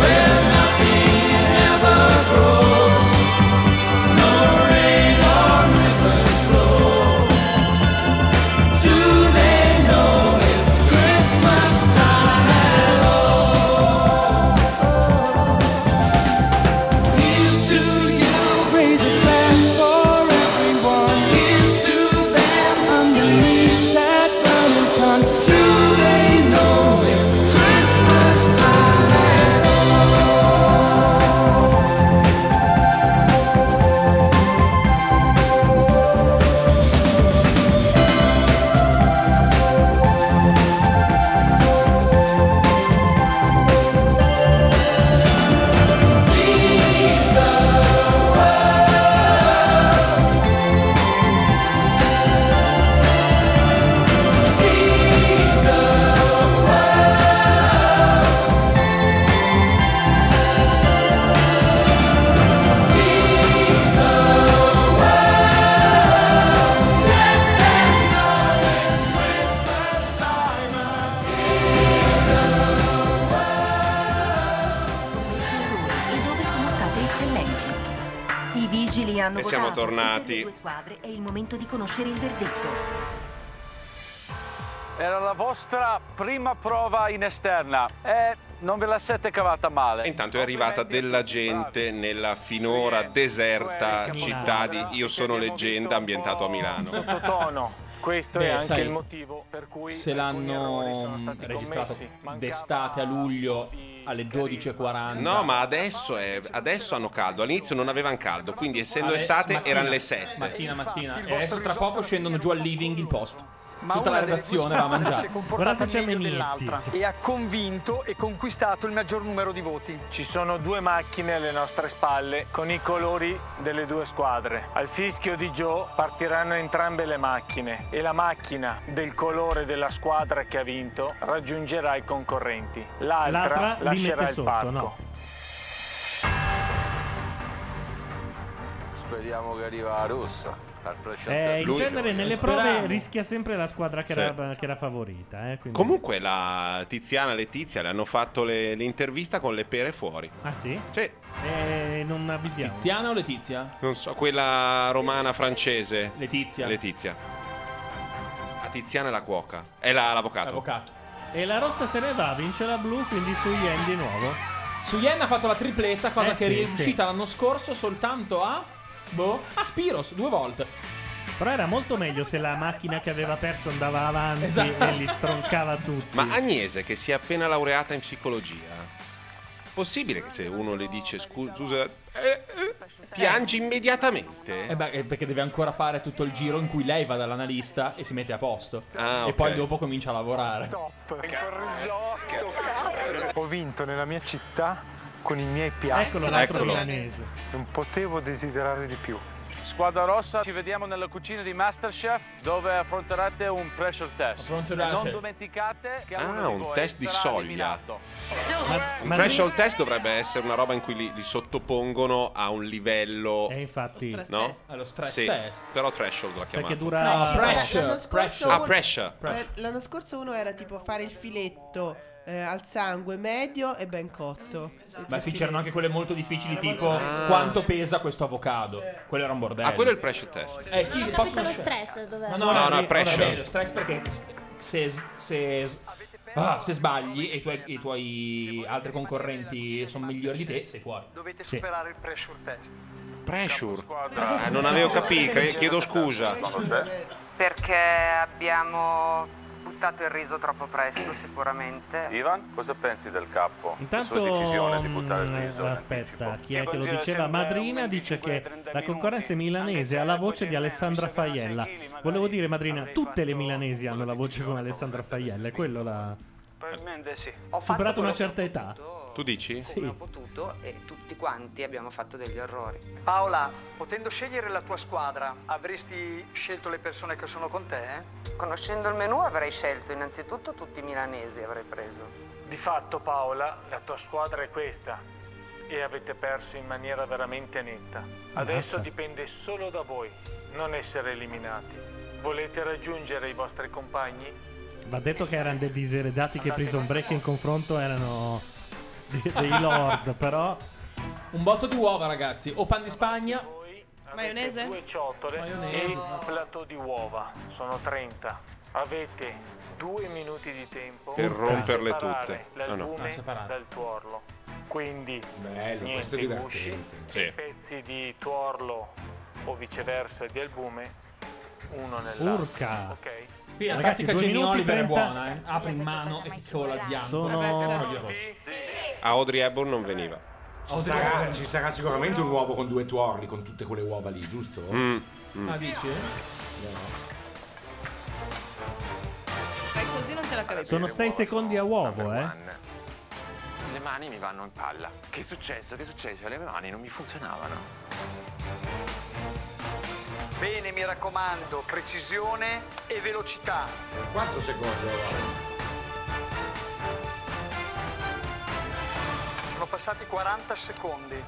[SPEAKER 22] where nothing ever grows, no rain or rivers flow. Do they know it's Christmas time at all? Here's to you, raising glass for everyone. Here's to them underneath that burning sun. Do they know it's Christmas time at all?
[SPEAKER 17] E dove sono state eccellenti. I vigili hanno
[SPEAKER 5] E siamo
[SPEAKER 17] votato
[SPEAKER 5] tornati.
[SPEAKER 17] tutte le due squadre, è il momento di conoscere il verdetto.
[SPEAKER 12] Era la vostra prima prova in esterna e non ve la siete cavata male.
[SPEAKER 5] Intanto è arrivata della gente nella finora deserta città di Io sono leggenda ambientato a Milano.
[SPEAKER 11] Sottotono. Questo
[SPEAKER 14] Beh,
[SPEAKER 11] è anche
[SPEAKER 14] sai,
[SPEAKER 11] il motivo per cui
[SPEAKER 14] se
[SPEAKER 11] alcuni errori
[SPEAKER 14] l'hanno
[SPEAKER 11] sono stati
[SPEAKER 14] mh, registrato
[SPEAKER 11] commessi. Mancava
[SPEAKER 14] d'estate a luglio alle 12.40.
[SPEAKER 5] No, ma adesso, è- adesso hanno caldo. All'inizio non avevano caldo, quindi essendo
[SPEAKER 14] Vabbè,
[SPEAKER 5] estate
[SPEAKER 14] mattina,
[SPEAKER 5] erano le 7.
[SPEAKER 14] Mattina, mattina. E adesso tra poco scendono giù al living il post. Tutta la
[SPEAKER 10] delle
[SPEAKER 14] redazione
[SPEAKER 10] due
[SPEAKER 14] va a
[SPEAKER 10] squadre
[SPEAKER 14] mangiare.
[SPEAKER 10] si è comportata meglio dell'altra e ha convinto e conquistato il maggior numero di voti.
[SPEAKER 8] Ci sono due macchine alle nostre spalle con i colori delle due squadre. Al fischio di Joe partiranno entrambe le macchine e la macchina del colore della squadra che ha vinto raggiungerà i concorrenti. L'altra,
[SPEAKER 3] L'altra li
[SPEAKER 8] lascerà
[SPEAKER 3] mette
[SPEAKER 8] il
[SPEAKER 3] sotto,
[SPEAKER 8] parco.
[SPEAKER 3] no.
[SPEAKER 7] Speriamo che arriva la rossa. al
[SPEAKER 8] Certo.
[SPEAKER 3] Eh,
[SPEAKER 7] 300.
[SPEAKER 3] in genere nelle prove rischia sempre la squadra che,
[SPEAKER 5] Sì.
[SPEAKER 3] era, che era favorita. Eh, quindi-
[SPEAKER 5] Comunque la Tiziana e Letizia le hanno fatto le- l'intervista con le pere fuori.
[SPEAKER 3] Ah sì?
[SPEAKER 5] Sì.
[SPEAKER 3] Eh, non avvisiamo.
[SPEAKER 14] Tiziana o Letizia?
[SPEAKER 5] Non so, quella romana francese.
[SPEAKER 14] Letizia.
[SPEAKER 5] Letizia. A Tiziana è la cuoca. È la- l'avvocato.
[SPEAKER 3] E la rossa se ne va, vince la blu, quindi su Yen di nuovo.
[SPEAKER 14] Su Yen ha fatto la tripletta, cosa
[SPEAKER 3] Eh
[SPEAKER 14] che
[SPEAKER 3] sì,
[SPEAKER 14] è riuscita
[SPEAKER 3] sì.
[SPEAKER 14] l'anno scorso soltanto a. Boh. A Spiros, due volte.
[SPEAKER 3] Però era molto meglio se la macchina che aveva perso andava avanti
[SPEAKER 14] Esatto.
[SPEAKER 3] e li stroncava tutti.
[SPEAKER 5] Ma Agnese, che si è appena laureata in psicologia, possibile che se uno le dice "Scu- scusa, eh, eh", piangi immediatamente?
[SPEAKER 14] Eh beh, eh, perché deve ancora fare tutto il giro in cui lei va dall'analista e si mette a posto.
[SPEAKER 5] Ah, ok.
[SPEAKER 14] E poi dopo comincia a lavorare.
[SPEAKER 23] Ho vinto nella mia città con i miei piatti.
[SPEAKER 3] Eccolo l'altro Eccolo. milanese.
[SPEAKER 23] Non potevo desiderare di più.
[SPEAKER 11] Squadra rossa, ci vediamo nella cucina di Masterchef dove affronterete un pressure test.
[SPEAKER 14] Affronterate.
[SPEAKER 11] E non dimenticate che a uno
[SPEAKER 5] Ah,
[SPEAKER 11] di
[SPEAKER 5] un
[SPEAKER 11] voi
[SPEAKER 5] test di
[SPEAKER 11] sarà
[SPEAKER 5] soglia.
[SPEAKER 11] eliminato.
[SPEAKER 5] Un threshold test dovrebbe essere una roba in cui li, li sottopongono a un livello.
[SPEAKER 3] E infatti.
[SPEAKER 14] Lo stress
[SPEAKER 5] no?
[SPEAKER 14] test. Ah, lo stress
[SPEAKER 5] Sì,
[SPEAKER 14] test.
[SPEAKER 5] Però threshold l'ha chiamato.
[SPEAKER 3] dura- No,
[SPEAKER 14] pressure,
[SPEAKER 4] L'anno scorso,
[SPEAKER 5] Ah,
[SPEAKER 4] uno-
[SPEAKER 5] pressure.
[SPEAKER 4] eh, l'anno scorso uno era tipo fare il filetto eh, al sangue medio e ben cotto.
[SPEAKER 14] Ma sì, c'erano anche quelle molto difficili, tipo
[SPEAKER 5] Ah.
[SPEAKER 14] quanto pesa questo avocado. Quello era un bordello.
[SPEAKER 5] Ah, quello è il pressure test.
[SPEAKER 14] Eh sì,
[SPEAKER 6] Capito
[SPEAKER 14] possono
[SPEAKER 6] lo stress dov'è?
[SPEAKER 14] Ma
[SPEAKER 5] No,
[SPEAKER 14] era-
[SPEAKER 5] no,
[SPEAKER 14] era
[SPEAKER 5] pressure.
[SPEAKER 14] bello, stress perché se, se- se- ah, se sbagli e i tuoi, i tuoi altri concorrenti sono migliori di te, sei fuori.
[SPEAKER 10] Dovete
[SPEAKER 14] Sì.
[SPEAKER 10] superare il pressure test.
[SPEAKER 5] Pressure? Ah, non avevo capito, cre- chiedo scusa.
[SPEAKER 13] Perché abbiamo buttato il riso troppo presto, sicuramente.
[SPEAKER 30] Ivan, cosa pensi del capo?
[SPEAKER 3] Intanto,
[SPEAKER 30] La sua decisione di buttare il
[SPEAKER 3] mm,
[SPEAKER 30] riso.
[SPEAKER 3] aspetta, chi è che lo diceva? Madrina dice che la concorrenza è milanese ha la voce di Alessandra Faiella. Volevo dire, Madrina, tutte le milanesi hanno la voce come Alessandra Faiella, è quello la...
[SPEAKER 13] Probabilmente sì. Ho fatto
[SPEAKER 3] superato
[SPEAKER 13] quello
[SPEAKER 3] una certa età.
[SPEAKER 5] Tu dici?
[SPEAKER 13] come ho potuto e tutti quanti abbiamo fatto degli errori.
[SPEAKER 10] Paola, potendo scegliere la tua squadra, avresti scelto le persone che sono con te? eh?
[SPEAKER 13] Conoscendo il menù avrei scelto innanzitutto tutti i milanesi avrei preso.
[SPEAKER 8] Di fatto, Paola, la tua squadra è questa e avete perso in maniera veramente netta. Adesso
[SPEAKER 10] Ammazza.
[SPEAKER 8] dipende solo da voi non essere eliminati. Volete raggiungere i vostri compagni?
[SPEAKER 3] Va detto che erano dei diseredati che Prison Break in confronto erano de- dei lord, però...
[SPEAKER 14] Un botto di uova, ragazzi, o pan di Spagna.
[SPEAKER 8] Maionese? Due ciotole e un plato di uova. Sono 30. Avete due minuti di tempo
[SPEAKER 5] Per romperle
[SPEAKER 8] separare
[SPEAKER 5] tutte. Ah, no.
[SPEAKER 8] L'albume
[SPEAKER 5] Ah, separare.
[SPEAKER 8] dal tuorlo. Quindi
[SPEAKER 5] questo è
[SPEAKER 8] niente
[SPEAKER 5] divertente.
[SPEAKER 8] gusci,
[SPEAKER 5] Sì.
[SPEAKER 8] pezzi di tuorlo o viceversa di albume uno nell'altro.
[SPEAKER 3] Urca!
[SPEAKER 8] Ok.
[SPEAKER 14] Qui la
[SPEAKER 3] Ragazzi,
[SPEAKER 14] tattica
[SPEAKER 3] due
[SPEAKER 14] Jenny
[SPEAKER 3] minuti
[SPEAKER 14] Oliver è
[SPEAKER 3] 30.
[SPEAKER 14] buona, eh. Apri in mano e ti cola il bianco.
[SPEAKER 3] Sono-
[SPEAKER 14] Vabbè, però- rosso.
[SPEAKER 5] A Audrey Hepburn non veniva. Oh,
[SPEAKER 7] Ci sarà, ci sarà sicuramente un uovo con due tuorli, con tutte quelle uova lì, giusto?
[SPEAKER 5] Mm, mm.
[SPEAKER 14] Ah, dici?
[SPEAKER 31] Fai così non te la cavi
[SPEAKER 3] Sono 6 secondi a uovo, eh.
[SPEAKER 22] Le mani mi vanno in palla. Che è successo? Che è successo? Le mani non mi funzionavano.
[SPEAKER 10] Bene, mi raccomando, precisione e velocità.
[SPEAKER 7] Quanto secondo?
[SPEAKER 10] Sono passati 40 secondi.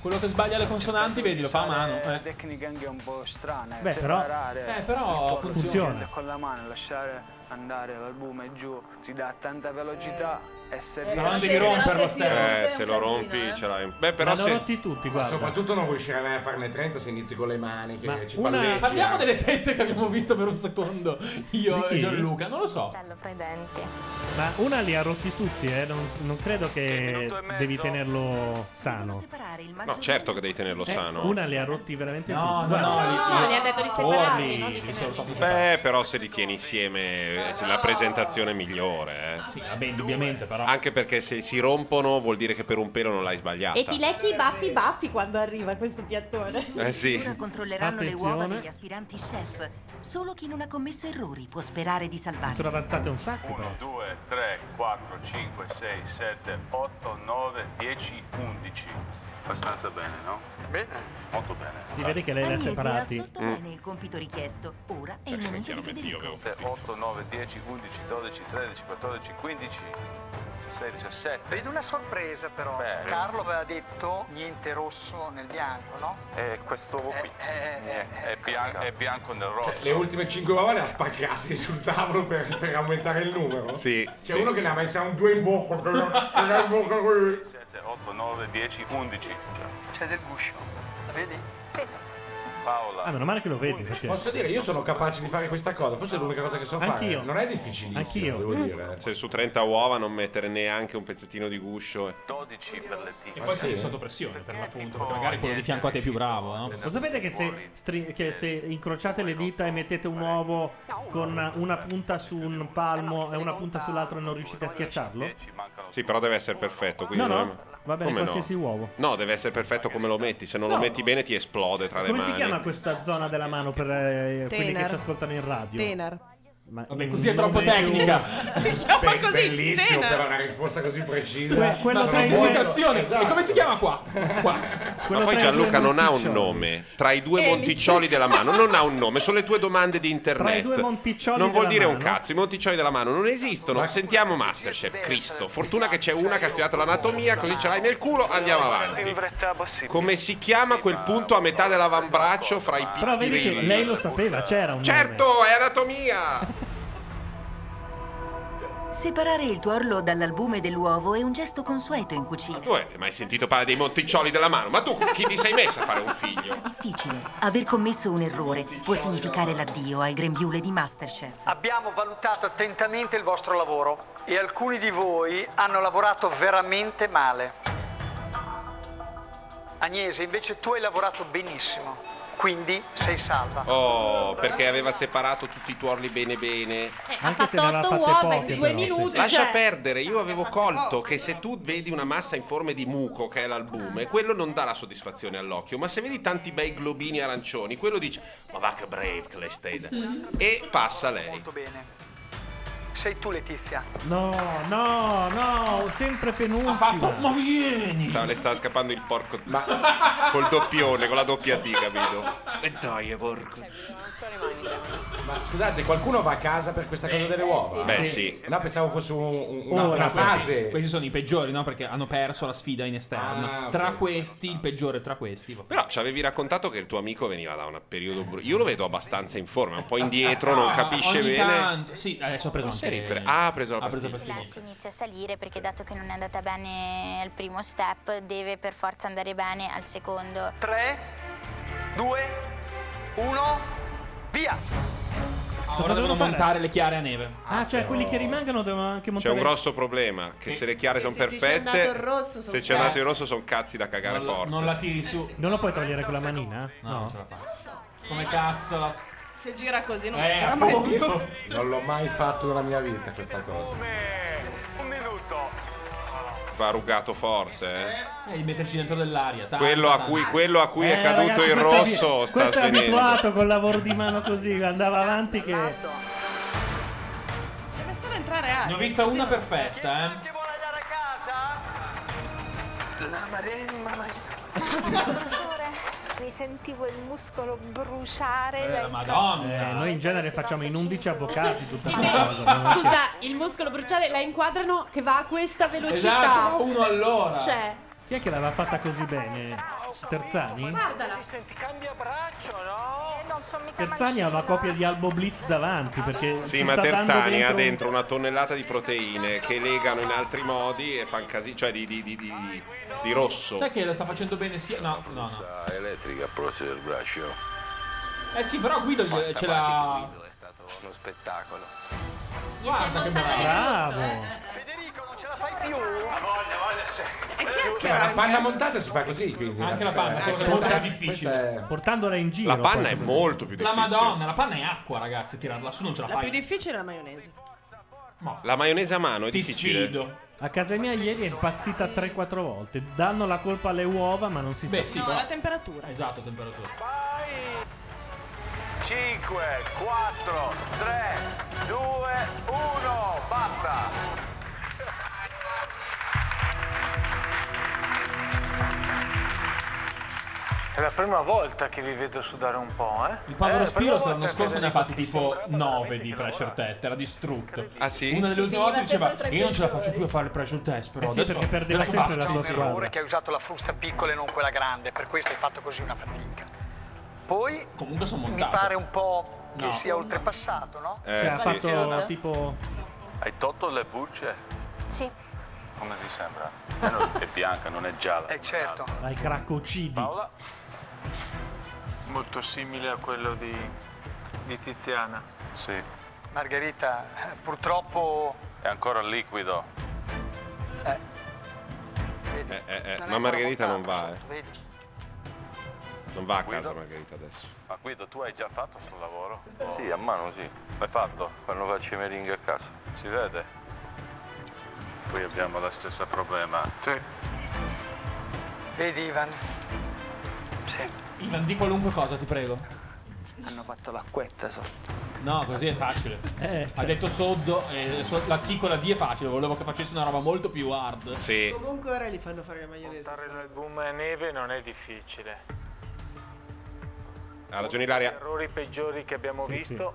[SPEAKER 14] Quello che sbaglia le consonanti, vedi, lo fa a mano.
[SPEAKER 21] La
[SPEAKER 14] Eh.
[SPEAKER 21] tecnica anche un po' strana.
[SPEAKER 14] Beh, però-
[SPEAKER 21] separare
[SPEAKER 14] Eh, però
[SPEAKER 21] il corpo
[SPEAKER 14] funziona.
[SPEAKER 21] gente Con la mano, lasciare andare l'albume giù, ti dà tanta velocità
[SPEAKER 8] Eh,
[SPEAKER 21] e Eh, se
[SPEAKER 14] però non devi romperlo, Stefano.
[SPEAKER 5] Eh, se lo rompi ce l'hai. Beh, però
[SPEAKER 7] Ma ne ho
[SPEAKER 5] se.
[SPEAKER 7] rotti
[SPEAKER 3] tutti,
[SPEAKER 7] Ma soprattutto non riuscirai mai a farne 30 se inizi con le mani che ci palleggi
[SPEAKER 14] Parliamo
[SPEAKER 7] anche.
[SPEAKER 14] delle tette che abbiamo visto per un secondo io
[SPEAKER 3] Di
[SPEAKER 14] e
[SPEAKER 3] chi?
[SPEAKER 14] Gianluca, non lo so.
[SPEAKER 32] fra i denti.
[SPEAKER 3] Ma una li ha rotti tutti, eh. Non, non credo che devi tenerlo sano.
[SPEAKER 5] No, certo che devi tenerlo
[SPEAKER 3] Eh,
[SPEAKER 5] sano.
[SPEAKER 3] Una li ha rotti veramente tutti.
[SPEAKER 14] no, no,
[SPEAKER 3] Guarda.
[SPEAKER 14] li- li-
[SPEAKER 32] ha detto di
[SPEAKER 14] Orli,
[SPEAKER 32] separarli, no? Di
[SPEAKER 14] li sono proprio-
[SPEAKER 5] Beh, però se li tieni insieme eh, la presentazione è migliore. Eh.
[SPEAKER 14] Sì, vabbè, indubbiamente però.
[SPEAKER 5] Anche perché se si rompono vuol dire che per un pelo non l'hai sbagliata.
[SPEAKER 6] E ti lecchi i baffi baffi quando arriva questo piattone.
[SPEAKER 5] Eh sì.
[SPEAKER 17] Ora controlleranno le uova
[SPEAKER 5] Attenzione.
[SPEAKER 17] degli aspiranti chef. Solo chi non ha commesso errori può sperare di salvarsi.
[SPEAKER 3] Sono avanzate un sacco, però.
[SPEAKER 11] 2, 3, 4, 5, 6, 7, 8, 9, 10, 11. Abbastanza bene, no? Bene. Molto bene.
[SPEAKER 3] Si vede che lei li ha
[SPEAKER 17] Agnese ha
[SPEAKER 3] separati.
[SPEAKER 17] assolto
[SPEAKER 22] Mm.
[SPEAKER 17] bene il compito richiesto. Ora
[SPEAKER 5] Certo,
[SPEAKER 17] è il momento di Federico.
[SPEAKER 11] 8, 9, 10, 11, 12, 13, 14, 15, 16, 17.
[SPEAKER 10] Vedo una sorpresa però.
[SPEAKER 11] Bene.
[SPEAKER 10] Carlo aveva detto niente rosso nel bianco, no?
[SPEAKER 11] E quest'uovo qui.
[SPEAKER 10] Eh,
[SPEAKER 11] è, bianco, è bianco nel
[SPEAKER 3] Cioè,
[SPEAKER 11] rosso.
[SPEAKER 7] Le ultime 5 uova le ha spaccate sul tavolo per, per aumentare il numero.
[SPEAKER 5] Sì,
[SPEAKER 7] C'è
[SPEAKER 5] sì.
[SPEAKER 7] uno che ne ha messo un due in bocca. quello- quello in bocca così.
[SPEAKER 11] 7, 8,
[SPEAKER 12] 9, 10, 11.
[SPEAKER 16] C'è del guscio. Vedi?
[SPEAKER 13] Sì.
[SPEAKER 12] Paola.
[SPEAKER 3] Ah, meno male che lo vedi. Perché...
[SPEAKER 9] Posso dire, io sono capace di fare questa cosa, forse è l'unica cosa che so fare.
[SPEAKER 3] Anch'io.
[SPEAKER 9] Non è difficilissimo,
[SPEAKER 3] Anch'io.
[SPEAKER 5] Mm.
[SPEAKER 9] devo dire. eh.
[SPEAKER 5] Se su 30 uova non mettere neanche un pezzettino di guscio. eh.
[SPEAKER 12] 12 per le
[SPEAKER 14] E poi sei sotto pressione per l'appunto, perché magari quello di fianco a te è più bravo, no?
[SPEAKER 3] Lo sapete che se, stri- che se incrociate le dita e mettete un uovo con una punta su un palmo e una punta sull'altro e non riuscite a schiacciarlo?
[SPEAKER 5] Sì, però deve essere perfetto. Quindi
[SPEAKER 3] No, no,
[SPEAKER 5] non è-
[SPEAKER 3] va bene
[SPEAKER 5] Come no?
[SPEAKER 3] qualsiasi uovo.
[SPEAKER 5] No, deve essere perfetto come lo metti. Se non
[SPEAKER 3] No.
[SPEAKER 5] lo metti bene, ti esplode tra le
[SPEAKER 3] Come si
[SPEAKER 5] mani.
[SPEAKER 3] chiama questa zona della mano per eh, quelli che
[SPEAKER 15] Tenar.
[SPEAKER 3] ci ascoltano in radio?
[SPEAKER 15] Tenar.
[SPEAKER 3] Ma-
[SPEAKER 9] Vabbè,
[SPEAKER 3] un nome più-
[SPEAKER 9] si
[SPEAKER 15] chiama così,
[SPEAKER 9] Mm. Bellissimo,
[SPEAKER 15] Tener.
[SPEAKER 9] però una risposta così precisa.
[SPEAKER 14] Que- quello
[SPEAKER 9] Ma
[SPEAKER 14] tra
[SPEAKER 9] non
[SPEAKER 14] i
[SPEAKER 9] vuoi- Esatto.
[SPEAKER 14] due- Citazione. E come si chiama qua?
[SPEAKER 5] Ma poi Gianluca non ha un nome. Tra i due
[SPEAKER 3] Elice.
[SPEAKER 5] monticcioli della mano non ha un nome. Sono le tue domande di internet.
[SPEAKER 3] Eh, Tra i due monticcioli
[SPEAKER 5] non vuol
[SPEAKER 3] della
[SPEAKER 5] dire un
[SPEAKER 3] mano.
[SPEAKER 5] cazzo. I monticcioli della mano non esistono. Sentiamo Masterchef. Cristo. Fortuna che c'è una che
[SPEAKER 3] cioè,
[SPEAKER 5] ha studiato l'anatomia. Così ce l'hai nel culo. Andiamo
[SPEAKER 12] Eh,
[SPEAKER 5] avanti. Come si chiama quel punto a metà dell'avambraccio fra i
[SPEAKER 3] Però vedi che
[SPEAKER 5] pittirilli?
[SPEAKER 3] lei lo sapeva, c'era un
[SPEAKER 5] Certo, è anatomia.
[SPEAKER 17] Separare il tuorlo dall'albume dell'uovo è un gesto consueto in cucina.
[SPEAKER 5] Tu avete mai sentito parlare dei monticcioli della mano? Ma tu chi ti sei messa a fare un figlio?
[SPEAKER 17] Difficile. Aver commesso un errore può significare l'addio al grembiule di Masterchef.
[SPEAKER 10] Abbiamo valutato attentamente il vostro lavoro e alcuni di voi hanno lavorato veramente male. Agnese, invece tu hai lavorato benissimo, quindi sei salva.
[SPEAKER 5] Oh, perché aveva separato tutti i tuorli bene bene.
[SPEAKER 6] Eh, ha Anche se ne fatto aveva otto fatte uova in poche, due però, sì. minuti,
[SPEAKER 5] Lascia
[SPEAKER 6] cioè.
[SPEAKER 5] perdere, io avevo colto che se tu vedi una massa in forma di muco, che è l'albume, quello non dà la soddisfazione all'occhio, ma se vedi tanti bei globini arancioni, quello dice "Ma va che brave che lei stai". E passa lei.
[SPEAKER 10] Sei tu Letizia.
[SPEAKER 3] No, no, no, sempre penultima.
[SPEAKER 10] ma vieni!
[SPEAKER 5] Sta- le stava scappando il porco col doppione, con la doppia D, capito? E dai, eh, porco.
[SPEAKER 9] Ma scusate, qualcuno va a casa per questa cosa delle uova?
[SPEAKER 5] Beh, sì.
[SPEAKER 9] No, pensavo fosse un- un-
[SPEAKER 14] No,
[SPEAKER 9] una, una
[SPEAKER 14] no, questi-
[SPEAKER 9] fase.
[SPEAKER 14] Questi sono i peggiori, no? Perché hanno perso la sfida in esterno.
[SPEAKER 9] Ah, ok.
[SPEAKER 14] Tra questi, il peggiore tra questi. vabbè.
[SPEAKER 5] Però ci avevi raccontato che il tuo amico veniva da un periodo brutto. Io lo vedo abbastanza in forma, è un po' indietro, non
[SPEAKER 14] Ah,
[SPEAKER 5] capisce
[SPEAKER 14] ogni
[SPEAKER 5] bene.
[SPEAKER 14] tanto- Sì, adesso ha preso
[SPEAKER 5] Non si
[SPEAKER 14] anche-
[SPEAKER 5] ripre- ah, ha preso la
[SPEAKER 14] pastiglia.
[SPEAKER 24] Là si inizia a salire perché dato che non è andata bene al primo step deve per forza andare bene al secondo.
[SPEAKER 10] 3,
[SPEAKER 6] Eh,
[SPEAKER 10] 2, 1, via!
[SPEAKER 7] Ah,
[SPEAKER 14] Ora devono montare le chiare a neve.
[SPEAKER 3] Ah, cioè quelli che rimangono devono anche
[SPEAKER 5] C'è
[SPEAKER 3] montare.
[SPEAKER 5] un grosso problema, che se le chiare sono
[SPEAKER 3] se ti c'è
[SPEAKER 5] perfette,
[SPEAKER 3] andato il rosso, son
[SPEAKER 5] se c'è andato il
[SPEAKER 3] cazzi.
[SPEAKER 5] rosso sono cazzi da cagare forte.
[SPEAKER 14] Non la tiri su.
[SPEAKER 3] Non lo puoi togliere con la manina?
[SPEAKER 14] No, non ce la fa. Come cazzo la...
[SPEAKER 15] Se gira così non
[SPEAKER 9] Eh,
[SPEAKER 15] verrà mai più.
[SPEAKER 9] appunto. Non l'ho mai fatto nella mia vita questa cosa. Cioè,
[SPEAKER 5] Va rugato forte, eh.
[SPEAKER 14] E metterci dentro dell'aria. tanto,
[SPEAKER 5] Quello a
[SPEAKER 14] tanto.
[SPEAKER 5] cui, quello a cui è
[SPEAKER 3] Eh,
[SPEAKER 5] caduto
[SPEAKER 3] ragazzi,
[SPEAKER 5] il
[SPEAKER 3] questo è-
[SPEAKER 5] rosso sta
[SPEAKER 3] Questo è
[SPEAKER 5] svenendo.
[SPEAKER 3] abituato col lavoro di mano così, andava avanti che...
[SPEAKER 15] Deve solo entrare aria.
[SPEAKER 14] Ne ho vista una perfetta, eh.
[SPEAKER 21] La maremma
[SPEAKER 23] Mi sentivo il muscolo bruciare.
[SPEAKER 14] Eh,
[SPEAKER 23] dai-
[SPEAKER 3] Eh, noi in genere facciamo in 11 avvocati tutta questa cosa. non è che-
[SPEAKER 6] Scusa, il muscolo bruciale la inquadrano che va a questa velocità.
[SPEAKER 3] Esatto, uno all'ora.
[SPEAKER 6] Cioè,
[SPEAKER 3] Chi è che l'aveva fatta così bene? Terzani?
[SPEAKER 6] guardala.
[SPEAKER 3] Terzani ha una copia di Albo Blitz davanti perché...
[SPEAKER 5] Sì,
[SPEAKER 3] ci
[SPEAKER 5] ma
[SPEAKER 3] sta dando
[SPEAKER 5] Terzani ha
[SPEAKER 3] un-
[SPEAKER 5] dentro una tonnellata di proteine che legano in altri modi e fan casino, cioè di, di- di- di- di rosso.
[SPEAKER 14] Sai che lo sta facendo bene sia... No, no, no.
[SPEAKER 7] elettrica procede il braccio.
[SPEAKER 14] Eh sì, però Guido gli-
[SPEAKER 7] Basta,
[SPEAKER 14] ce l'ha...
[SPEAKER 7] Guido, È stato uno spettacolo.
[SPEAKER 14] Guarda che bravo.
[SPEAKER 10] Federico, non ce la fai più?
[SPEAKER 12] voglia, voglia, Eh,
[SPEAKER 9] Cioè, la panna montata si fa così, quindi. eh,
[SPEAKER 14] Anche la panna, solo che è molto più difficile.
[SPEAKER 3] Portandola in giro.
[SPEAKER 5] La panna è
[SPEAKER 3] poi-
[SPEAKER 5] molto più
[SPEAKER 14] La
[SPEAKER 5] difficile.
[SPEAKER 14] madonna, la panna è acqua, ragazzi. Tirarla su non ce la
[SPEAKER 15] La più
[SPEAKER 14] fai.
[SPEAKER 15] difficile è la maionese.
[SPEAKER 5] La maionese a mano è difficile.
[SPEAKER 3] A casa mia ieri è impazzita 3-4 volte. Danno la colpa alle uova, ma non si sa.
[SPEAKER 15] no, la temperatura.
[SPEAKER 14] Esatto, temperatura.
[SPEAKER 12] 5, 4, 3, 2, 1, basta.
[SPEAKER 11] È la prima volta che vi vedo sudare un po', eh?
[SPEAKER 14] Il povero
[SPEAKER 11] Eh,
[SPEAKER 14] Spiro
[SPEAKER 11] prima
[SPEAKER 14] l'anno
[SPEAKER 11] volta
[SPEAKER 14] scorso
[SPEAKER 11] che
[SPEAKER 14] ne ha fatti tipo 9 di pressure test, era distrutto.
[SPEAKER 5] Ah sì?
[SPEAKER 14] Una delle ultime volte
[SPEAKER 10] sempre
[SPEAKER 14] diceva
[SPEAKER 10] tra i
[SPEAKER 14] io non ce la
[SPEAKER 10] peggiori."
[SPEAKER 14] faccio più a fare il pressure test però.
[SPEAKER 3] Eh sì,
[SPEAKER 14] adesso-
[SPEAKER 3] perché perdeva
[SPEAKER 14] adesso
[SPEAKER 3] sempre
[SPEAKER 14] faccio."
[SPEAKER 3] la
[SPEAKER 10] C'è un errore che hai usato la frusta piccola e non quella grande, per questo hai fatto così una fatica. Poi
[SPEAKER 14] Comunque sono
[SPEAKER 10] mi
[SPEAKER 14] montato.
[SPEAKER 10] pare un po' che
[SPEAKER 14] No.
[SPEAKER 10] sia
[SPEAKER 5] Eh,
[SPEAKER 10] oltrepassato, no? Eh,
[SPEAKER 3] Cioè, ha fatto tipo...
[SPEAKER 12] Hai tolto le bucce?
[SPEAKER 23] Sì.
[SPEAKER 12] Come
[SPEAKER 11] come ti sembra? Eh, no, è bianca, non è gialla.
[SPEAKER 8] Eh certo.
[SPEAKER 3] Dai, crack, uccidi.
[SPEAKER 8] Paola? Molto simile a quello di, di Tiziana.
[SPEAKER 11] Sì,
[SPEAKER 8] Margherita, eh, purtroppo
[SPEAKER 11] è ancora liquido.
[SPEAKER 5] Eh, eh, eh,
[SPEAKER 11] Non è
[SPEAKER 5] ma Margherita
[SPEAKER 11] ancora
[SPEAKER 5] non va, eh.
[SPEAKER 8] vedi.
[SPEAKER 5] Non va a
[SPEAKER 11] Guido?
[SPEAKER 5] casa Margherita adesso.
[SPEAKER 11] Ma Guido, tu hai già fatto sul lavoro?
[SPEAKER 33] Sì, a mano sì.
[SPEAKER 11] L'hai fatto?
[SPEAKER 33] Quando faccio i meringhe a casa.
[SPEAKER 11] Si vede? Qui abbiamo lo stesso problema. Sì.
[SPEAKER 8] Vedi Ivan?
[SPEAKER 14] Ivan, di qualunque cosa, ti prego.
[SPEAKER 8] Hanno fatto l'acquetta sotto.
[SPEAKER 14] No, così è facile.
[SPEAKER 8] Eh,
[SPEAKER 14] ha detto soddo, eh, so- l'articola D è facile, volevo che facessi una roba molto più hard.
[SPEAKER 5] Sì.
[SPEAKER 4] Comunque ora gli fanno fare la maionese.
[SPEAKER 8] Montare l'albume a neve non è difficile.
[SPEAKER 5] Ha ragione
[SPEAKER 8] Gli
[SPEAKER 5] Ilaria.
[SPEAKER 8] errori peggiori che abbiamo
[SPEAKER 5] Sì,
[SPEAKER 8] visto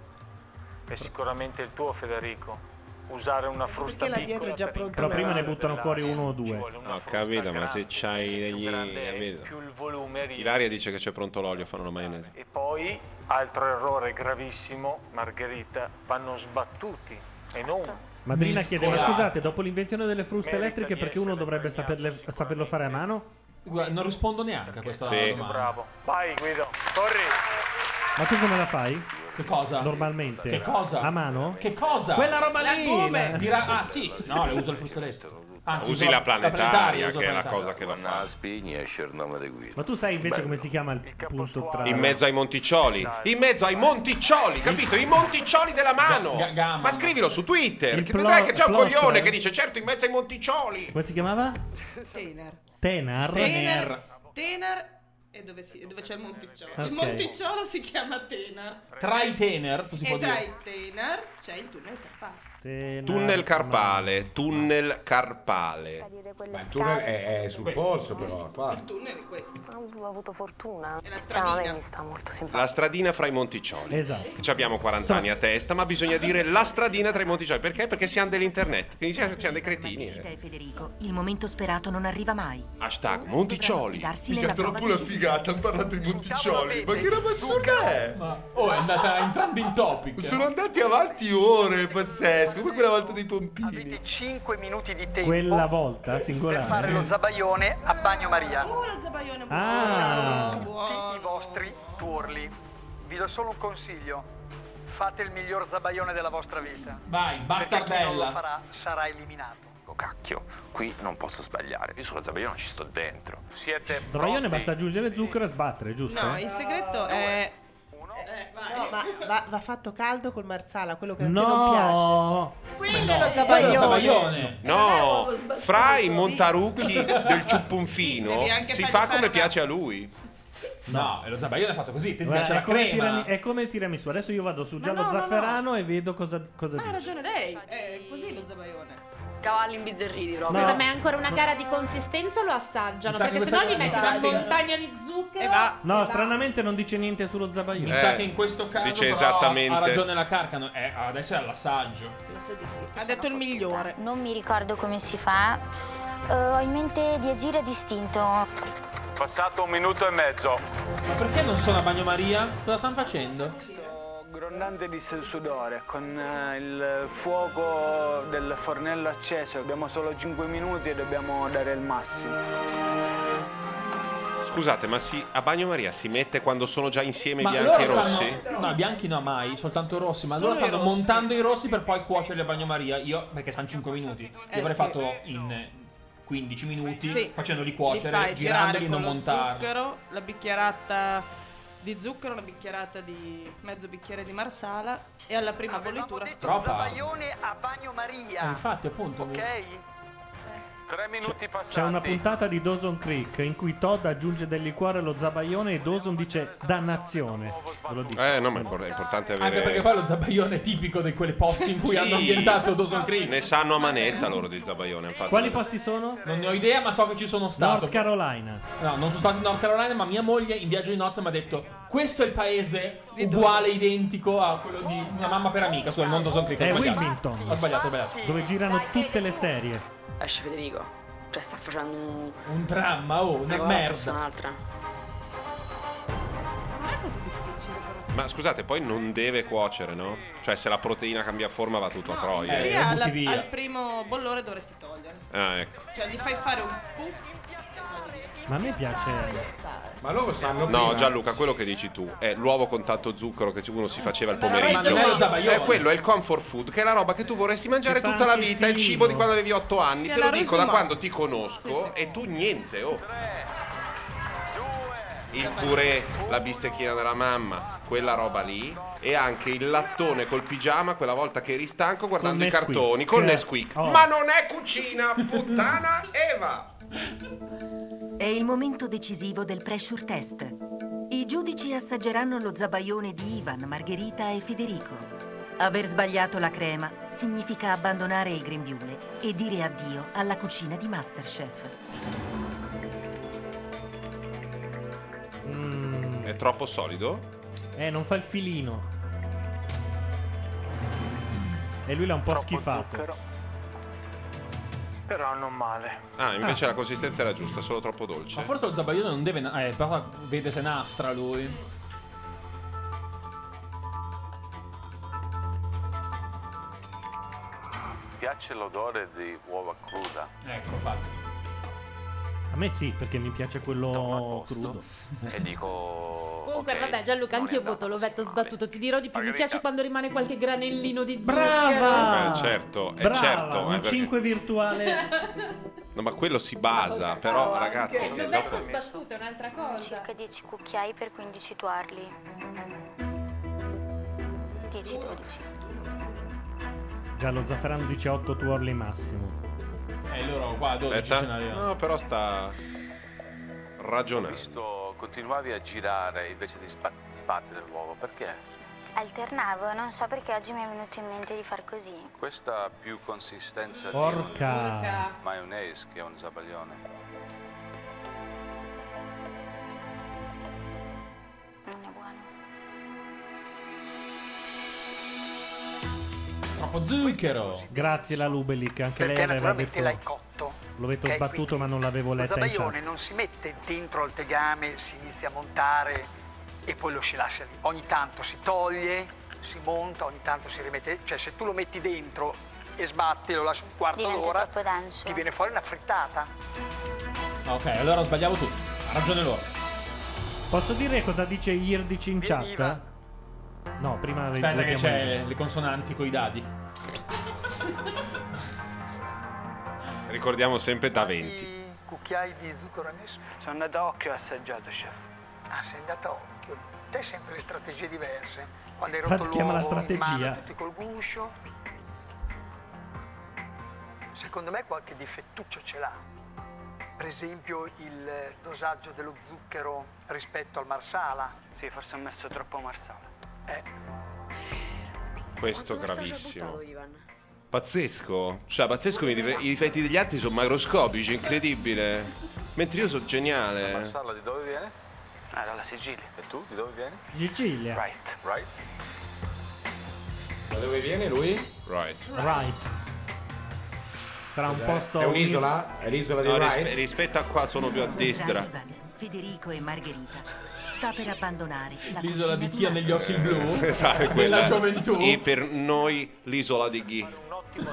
[SPEAKER 8] è sicuramente il tuo Federico. Usare una frusta
[SPEAKER 4] là
[SPEAKER 8] piccola
[SPEAKER 4] dietro è già
[SPEAKER 8] per
[SPEAKER 4] pronta
[SPEAKER 3] Però prima ne
[SPEAKER 8] incanalare
[SPEAKER 3] buttano fuori uno o due.
[SPEAKER 5] Ho capito, ma se c'hai degli. capito?
[SPEAKER 8] il volume ri-
[SPEAKER 5] Ilaria dice che c'è pronto l'olio, fanno la maionese.
[SPEAKER 8] e poi altro errore gravissimo, Margherita, vanno sbattuti e non
[SPEAKER 3] Madrina chiede: Ma
[SPEAKER 8] Mescolati.
[SPEAKER 3] scusate, dopo l'invenzione delle fruste
[SPEAKER 8] Merita
[SPEAKER 3] elettriche,
[SPEAKER 8] di
[SPEAKER 3] perché uno dovrebbe saperle- saperlo fare a mano?
[SPEAKER 14] Guarda, non rispondo neanche a questa
[SPEAKER 3] Sì.
[SPEAKER 14] domanda.
[SPEAKER 8] Bravo. Vai Guido, corri.
[SPEAKER 3] Ma tu come la fai?
[SPEAKER 14] Che cosa?
[SPEAKER 3] Normalmente.
[SPEAKER 14] Che cosa?
[SPEAKER 3] A mano?
[SPEAKER 14] Che cosa?
[SPEAKER 3] Quella roba lì!
[SPEAKER 14] L'albume! Dirà, ah sì, no, le uso il frustelletto. Anzi,
[SPEAKER 5] Usi
[SPEAKER 14] uso
[SPEAKER 5] la planetaria,
[SPEAKER 14] uso
[SPEAKER 5] che è la
[SPEAKER 14] planetaria.
[SPEAKER 5] cosa che la fa.
[SPEAKER 33] Spigni esce il nome di Guido.
[SPEAKER 3] Ma tu sai invece come si chiama il punto tra.
[SPEAKER 5] In mezzo ai monticcioli. In mezzo ai monticcioli, capito? I monticcioli della mano.
[SPEAKER 3] Esatto. Ga- ga-
[SPEAKER 5] Ma scrivilo su Twitter.
[SPEAKER 3] Il
[SPEAKER 5] Che
[SPEAKER 3] plo-
[SPEAKER 5] vedrai che c'è un
[SPEAKER 3] plot,
[SPEAKER 5] coglione
[SPEAKER 3] eh.
[SPEAKER 5] che dice: Certo, in mezzo ai monticcioli.
[SPEAKER 3] Come si chiamava?
[SPEAKER 15] Tenar.
[SPEAKER 3] Tenar.
[SPEAKER 15] Tenar e dove, si- dove c'è il monticciolo.
[SPEAKER 14] Ok.
[SPEAKER 15] Il monticciolo si chiama Tenar.
[SPEAKER 14] Tra i tener, si può
[SPEAKER 15] e tra
[SPEAKER 14] dire.
[SPEAKER 15] i Tenar c'è il tunnel Carpato.
[SPEAKER 5] Tunnel carpale. Tunnel carpale.
[SPEAKER 1] Ma il tunnel è, è sul
[SPEAKER 5] Questo.
[SPEAKER 1] polso però, qua.
[SPEAKER 15] Il tunnel è questo.
[SPEAKER 22] Ah, Ho avuto fortuna.
[SPEAKER 15] stradina. Ah,
[SPEAKER 22] Tiziana mi sta molto simpatica.
[SPEAKER 5] La stradina fra i monticcioli.
[SPEAKER 3] Esatto.
[SPEAKER 5] Ci abbiamo 40 anni a testa, ma bisogna dire la stradina tra i monticcioli. Perché? Perché siamo dell'internet. Quindi siamo, siamo dei cretini.
[SPEAKER 17] Margherita
[SPEAKER 5] eh.
[SPEAKER 17] e Federico, il momento sperato non arriva mai.
[SPEAKER 5] Hashtag monticcioli.
[SPEAKER 17] Darsi nella prova decisiva.
[SPEAKER 5] figata, hanno parlato di monticcioli. Ma che roba assurda è?
[SPEAKER 14] Oh, è andata entrambi in topic.
[SPEAKER 5] Sono andati avanti ore, pazzesco, come quella volta dei pompini.
[SPEAKER 8] Avete 5 minuti di tempo
[SPEAKER 3] Quella volta,
[SPEAKER 8] per fare
[SPEAKER 3] singolare.
[SPEAKER 8] lo zabaione a bagnomaria.
[SPEAKER 3] Ah.
[SPEAKER 8] Usando tutti i vostri tuorli. Vi do solo un consiglio. Fate il miglior zabaione della vostra vita.
[SPEAKER 14] Vai,
[SPEAKER 8] Perché chi non lo
[SPEAKER 14] bastardella.
[SPEAKER 8] farà sarà eliminato.
[SPEAKER 7] Cacchio, qui non posso sbagliare. Io sulla zabaglione ci sto dentro. Siete
[SPEAKER 3] Zabaione basta aggiungere zucchero e sbattere, giusto?
[SPEAKER 15] No, il segreto è...
[SPEAKER 4] eh, No, ma va, va fatto caldo col marsala, quello che a te non piace.
[SPEAKER 3] No!
[SPEAKER 4] Quello è lo
[SPEAKER 3] Quello è lo
[SPEAKER 4] zabaglione.
[SPEAKER 3] zabaglione.
[SPEAKER 14] Eh,
[SPEAKER 5] No, fra i montarucchi del ciuppunfino
[SPEAKER 14] devi anche
[SPEAKER 5] si
[SPEAKER 14] fargli
[SPEAKER 5] fa
[SPEAKER 14] fare
[SPEAKER 5] come
[SPEAKER 14] una-
[SPEAKER 5] piace a lui.
[SPEAKER 14] No, e lo zabaione è fatto così, ti
[SPEAKER 3] Guarda,
[SPEAKER 14] piace la
[SPEAKER 3] è, come
[SPEAKER 14] crema.
[SPEAKER 3] tirami- è come il tiramisù. Adesso io vado su giallo
[SPEAKER 15] no, no, no.
[SPEAKER 3] zafferano e vedo cosa, cosa
[SPEAKER 15] Ah, ha
[SPEAKER 3] dice.
[SPEAKER 15] ragione lei. È così lo zabaione.
[SPEAKER 22] Cavalli imbizzarriti proprio.
[SPEAKER 6] Scusa, ma è ancora una gara di consistenza o lo assaggiano?
[SPEAKER 3] Mi sa che
[SPEAKER 6] Perché
[SPEAKER 3] questa
[SPEAKER 6] sennò gli
[SPEAKER 3] cosa-
[SPEAKER 6] mettono
[SPEAKER 3] mi
[SPEAKER 6] una
[SPEAKER 3] sa che-
[SPEAKER 6] montagna di zucchero.
[SPEAKER 3] No, stranamente non dice niente sullo zabaglione.
[SPEAKER 14] Mi sa che in questo caso
[SPEAKER 5] Eh, Dice
[SPEAKER 14] però
[SPEAKER 5] esattamente-
[SPEAKER 14] ha ragione la Carcano, eh, adesso è all'assaggio.
[SPEAKER 15] Ha detto il migliore.
[SPEAKER 24] Non mi ricordo come si fa. Eh, ho in mente di agire distinto.
[SPEAKER 11] Passato un minuto e mezzo.
[SPEAKER 14] Ma perché non sono a bagnomaria? Cosa stanno facendo?
[SPEAKER 8] Grondante di sudore con eh, il fuoco del fornello acceso. Abbiamo solo 5 minuti e dobbiamo dare il massimo.
[SPEAKER 5] Scusate, ma si, a bagnomaria si mette quando sono già insieme i
[SPEAKER 14] Ma
[SPEAKER 5] bianchi e
[SPEAKER 14] loro
[SPEAKER 5] rossi?
[SPEAKER 14] stanno- No, bianchi no mai, soltanto rossi. Ma
[SPEAKER 5] Solo
[SPEAKER 14] loro stanno
[SPEAKER 5] i rossi.
[SPEAKER 14] montando i rossi per poi cuocerli a bagnomaria. Io, perché stanno 5 minuti, li
[SPEAKER 15] Eh,
[SPEAKER 14] avrei
[SPEAKER 15] sì.
[SPEAKER 14] fatto in eh, 15 minuti,
[SPEAKER 15] Sì.
[SPEAKER 14] facendoli
[SPEAKER 15] Li fai
[SPEAKER 14] cuocere,
[SPEAKER 15] girare
[SPEAKER 14] girandoli e
[SPEAKER 15] con
[SPEAKER 14] non
[SPEAKER 15] lo
[SPEAKER 14] montarli.
[SPEAKER 15] zucchero, la bicchierata di zucchero, la bicchierata di mezzo bicchiere di marsala e alla prima bollitura
[SPEAKER 14] Troppa.
[SPEAKER 8] Zabaione a bagnomaria.
[SPEAKER 14] Eh, infatti, Cioè, appunto.
[SPEAKER 8] Ok?
[SPEAKER 15] Eh.
[SPEAKER 11] Tre minuti passati.
[SPEAKER 3] C'è una puntata di Dawson Creek in cui Todd aggiunge del liquore allo zabaione e Dawson dice dannazione. Ve lo dico.
[SPEAKER 5] Eh, no, ma è impor- è importante avere.
[SPEAKER 14] Anche perché poi lo zabaione è tipico di quei posti in cui
[SPEAKER 5] Sì.
[SPEAKER 14] hanno ambientato Dawson Creek.
[SPEAKER 5] Ne sanno a manetta loro di Zabaione. Infatti.
[SPEAKER 3] Quali posti sono?
[SPEAKER 14] Non ne ho idea, ma so che ci sono stato.
[SPEAKER 3] North Carolina.
[SPEAKER 14] No, non sono stato in North Carolina, ma mia moglie in viaggio di nozze mi ha detto: Questo è il paese uguale, identico a quello di una mamma per amica. Scusa, non Dawson Creek. ho
[SPEAKER 3] È
[SPEAKER 14] sbagliato.
[SPEAKER 3] Wilmington.
[SPEAKER 14] Ho sbagliato, ho sbagliato.
[SPEAKER 3] Dove girano tutte le serie.
[SPEAKER 22] Lascia Federico. Cioè sta facendo un...
[SPEAKER 14] Un dramma, oh, una
[SPEAKER 22] Una volta
[SPEAKER 14] merda.
[SPEAKER 22] passa Un'altra.
[SPEAKER 5] Ma scusate, poi non deve cuocere, no? Cioè, se la proteina cambia forma va tutto a troia.
[SPEAKER 14] Eh,
[SPEAKER 15] In teoria, alla- al primo bollore dovresti togliere.
[SPEAKER 5] Ah, ecco.
[SPEAKER 15] Cioè, gli fai fare un puff.
[SPEAKER 3] Ma a me piace.
[SPEAKER 7] Ma loro sanno
[SPEAKER 5] No,
[SPEAKER 7] prima.
[SPEAKER 5] Gianluca, quello che dici tu è l'uovo con tanto zucchero che uno si faceva il
[SPEAKER 7] Ma non è lo
[SPEAKER 5] pomeriggio.
[SPEAKER 7] zabaione.
[SPEAKER 5] È quello è il comfort food, che è la roba che tu vorresti mangiare tutta la vita, è il cibo di quando avevi 8 anni,
[SPEAKER 7] Che
[SPEAKER 5] te
[SPEAKER 7] la
[SPEAKER 5] lo dico da
[SPEAKER 7] resuma.
[SPEAKER 5] quando ti conosco e tu niente, oh. Il purè, la bistecchina della mamma, quella roba lì e anche il lattone col pigiama quella volta che eri stanco guardando i
[SPEAKER 34] Nesquik.
[SPEAKER 5] cartoni con
[SPEAKER 34] Eh.
[SPEAKER 5] Nesquik.
[SPEAKER 34] Oh.
[SPEAKER 5] Ma non è cucina, puttana Eva!
[SPEAKER 17] È il momento decisivo del pressure test. I giudici assaggeranno lo zabaione di Ivan, Margherita e Federico. Aver sbagliato la crema significa abbandonare il grembiule e dire addio alla cucina di Masterchef.
[SPEAKER 14] Mm.
[SPEAKER 5] È troppo solido?
[SPEAKER 3] Eh, non fa il filino. E lui l'ha un po' schifato.
[SPEAKER 8] Però non male.
[SPEAKER 5] Ah, invece
[SPEAKER 14] Ah.
[SPEAKER 5] la consistenza era giusta, solo troppo dolce.
[SPEAKER 14] Ma forse lo zabaione non deve. na- eh, però vede se nastra lui.
[SPEAKER 11] Piace l'odore di uova cruda.
[SPEAKER 14] Ecco, infatti.
[SPEAKER 3] A me sì, perché mi piace quello crudo.
[SPEAKER 11] E dico.
[SPEAKER 6] Comunque, vabbè, Gianluca, anch'io voto l'ovetto sbattuto. Ti dirò di più. Mi piace quando rimane qualche granellino di zucchero.
[SPEAKER 5] Eh, Beh, certo, è
[SPEAKER 3] Brava,
[SPEAKER 5] certo. eh,
[SPEAKER 3] un
[SPEAKER 5] perché-
[SPEAKER 3] 5 virtuale.
[SPEAKER 5] No, ma quello si basa, però ragazzi,
[SPEAKER 24] Cioè,
[SPEAKER 5] dopo-
[SPEAKER 24] sbattuto è un'altra cosa. Circa 10 cucchiai per 15 tuorli. 10-12.
[SPEAKER 3] Già lo zafferano dice 8 tuorli massimo.
[SPEAKER 14] Eh, loro qua 12
[SPEAKER 5] Aspetta.
[SPEAKER 14] ce n'avevano.
[SPEAKER 5] No, però sta
[SPEAKER 11] Ho
[SPEAKER 5] ragionando.
[SPEAKER 11] visto, continuavi a girare invece di spa- sbattere l'uovo. Perché?
[SPEAKER 24] Alternavo, non so perché oggi mi è venuto in mente di far così.
[SPEAKER 11] Questa ha più consistenza
[SPEAKER 3] Porca.
[SPEAKER 11] di
[SPEAKER 3] Porca.
[SPEAKER 11] un mayonnaise che è un zabaglione.
[SPEAKER 14] Troppo zucchero.
[SPEAKER 3] Grazie la Lubelic, anche
[SPEAKER 14] Perché
[SPEAKER 3] lei aveva
[SPEAKER 14] naturalmente
[SPEAKER 3] detto.
[SPEAKER 14] l'hai
[SPEAKER 10] cotto.
[SPEAKER 3] L'ho detto
[SPEAKER 11] Eh,
[SPEAKER 10] Ok,
[SPEAKER 3] sbattuto, ma non l'avevo
[SPEAKER 10] Lo
[SPEAKER 3] letta in
[SPEAKER 10] zabaione
[SPEAKER 3] chat.
[SPEAKER 10] non si mette dentro al tegame, si inizia a montare e poi lo si lascia lì. Ogni tanto si toglie, si monta, ogni tanto si rimette. Cioè se tu lo metti dentro e sbatti, lo lasci un quarto d'ora, ti viene fuori una frittata.
[SPEAKER 14] Ah, Ok, allora sbagliavo tutto. Ha ragione loro.
[SPEAKER 3] Posso dire cosa dice Irdici in chat? No, prima
[SPEAKER 14] Aspetta che
[SPEAKER 3] vediamo
[SPEAKER 14] c'è le consonanti coi dadi.
[SPEAKER 5] Ricordiamo sempre da 20.
[SPEAKER 10] Cucchiai di zucchero a messo.
[SPEAKER 21] Sono andato a occhio e ho assaggiato, chef.
[SPEAKER 10] Ah, sei andata a occhio. Te sempre le strategie diverse. Quando hai
[SPEAKER 3] Stra-
[SPEAKER 10] rotto
[SPEAKER 3] chiama la
[SPEAKER 10] l'uovo, in mano,
[SPEAKER 3] strategia.
[SPEAKER 10] tutti col guscio. Secondo me qualche difettuccio ce l'ha. Per esempio il dosaggio dello zucchero rispetto al marsala. Sì, forse ho messo troppo marsala.
[SPEAKER 5] Questo è gravissimo. Pazzesco. Cioè, pazzesco, i dif- i difetti degli altri sono macroscopici, incredibile. Mentre io sono
[SPEAKER 11] La
[SPEAKER 5] geniale.
[SPEAKER 11] marsala di dove viene? Eh. Ah, dalla Sicilia. E tu di dove vieni?
[SPEAKER 3] Sicilia.
[SPEAKER 11] Right. Right.
[SPEAKER 7] Da dove viene lui?
[SPEAKER 5] Right.
[SPEAKER 3] Right. Sarà un
[SPEAKER 7] Cos'è?
[SPEAKER 3] posto.
[SPEAKER 7] È un'isola? È l'isola di
[SPEAKER 5] No,
[SPEAKER 7] Wright?
[SPEAKER 5] rispe- rispetto a qua sono più a destra.
[SPEAKER 17] Ivan, Federico e Margherita sta per abbandonare la
[SPEAKER 14] L'isola
[SPEAKER 17] cucina
[SPEAKER 14] di chi ha negli occhi il blu.
[SPEAKER 5] Esatto,
[SPEAKER 14] Della
[SPEAKER 5] quella.
[SPEAKER 14] gioventù.
[SPEAKER 5] E per noi l'isola di Ghi.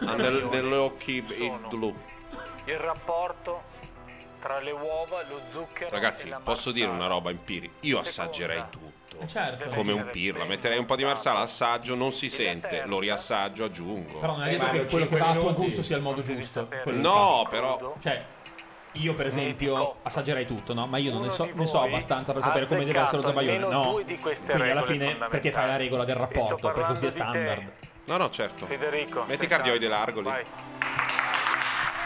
[SPEAKER 5] Ha nel- negli occhi il blu.
[SPEAKER 8] Il rapporto tra le uova, lo zucchero
[SPEAKER 5] Ragazzi,
[SPEAKER 8] e la
[SPEAKER 5] posso dire una
[SPEAKER 8] marsala.
[SPEAKER 5] roba empirica? Io assaggerei tutto.
[SPEAKER 14] Certo.
[SPEAKER 5] Come un pirla, metterei un po' di marsala, assaggio, non si sente, lo riassaggio, aggiungo.
[SPEAKER 14] Però non è detto che quello che va a tuo gusto sia il modo giusto. quello
[SPEAKER 5] No,
[SPEAKER 14] che fa.
[SPEAKER 5] però.
[SPEAKER 14] Cioè, io per esempio assaggerei tutto, no? Ma io non ne so, ne so abbastanza per
[SPEAKER 8] ha
[SPEAKER 14] sapere come deve
[SPEAKER 8] azzeccato
[SPEAKER 14] essere lo zabaione,
[SPEAKER 8] almeno
[SPEAKER 14] no?
[SPEAKER 8] due di queste
[SPEAKER 14] Quindi alla
[SPEAKER 8] regole
[SPEAKER 14] fine, perché fai
[SPEAKER 8] fondamentali.
[SPEAKER 14] la regola del
[SPEAKER 8] E sto
[SPEAKER 14] rapporto, per così è
[SPEAKER 8] parlando di te.
[SPEAKER 14] standard.
[SPEAKER 5] No, no, certo.
[SPEAKER 8] Federico,
[SPEAKER 5] Metti
[SPEAKER 8] sei
[SPEAKER 5] i cardioidi Eh,
[SPEAKER 8] santo.
[SPEAKER 5] largo lì.
[SPEAKER 8] Vai.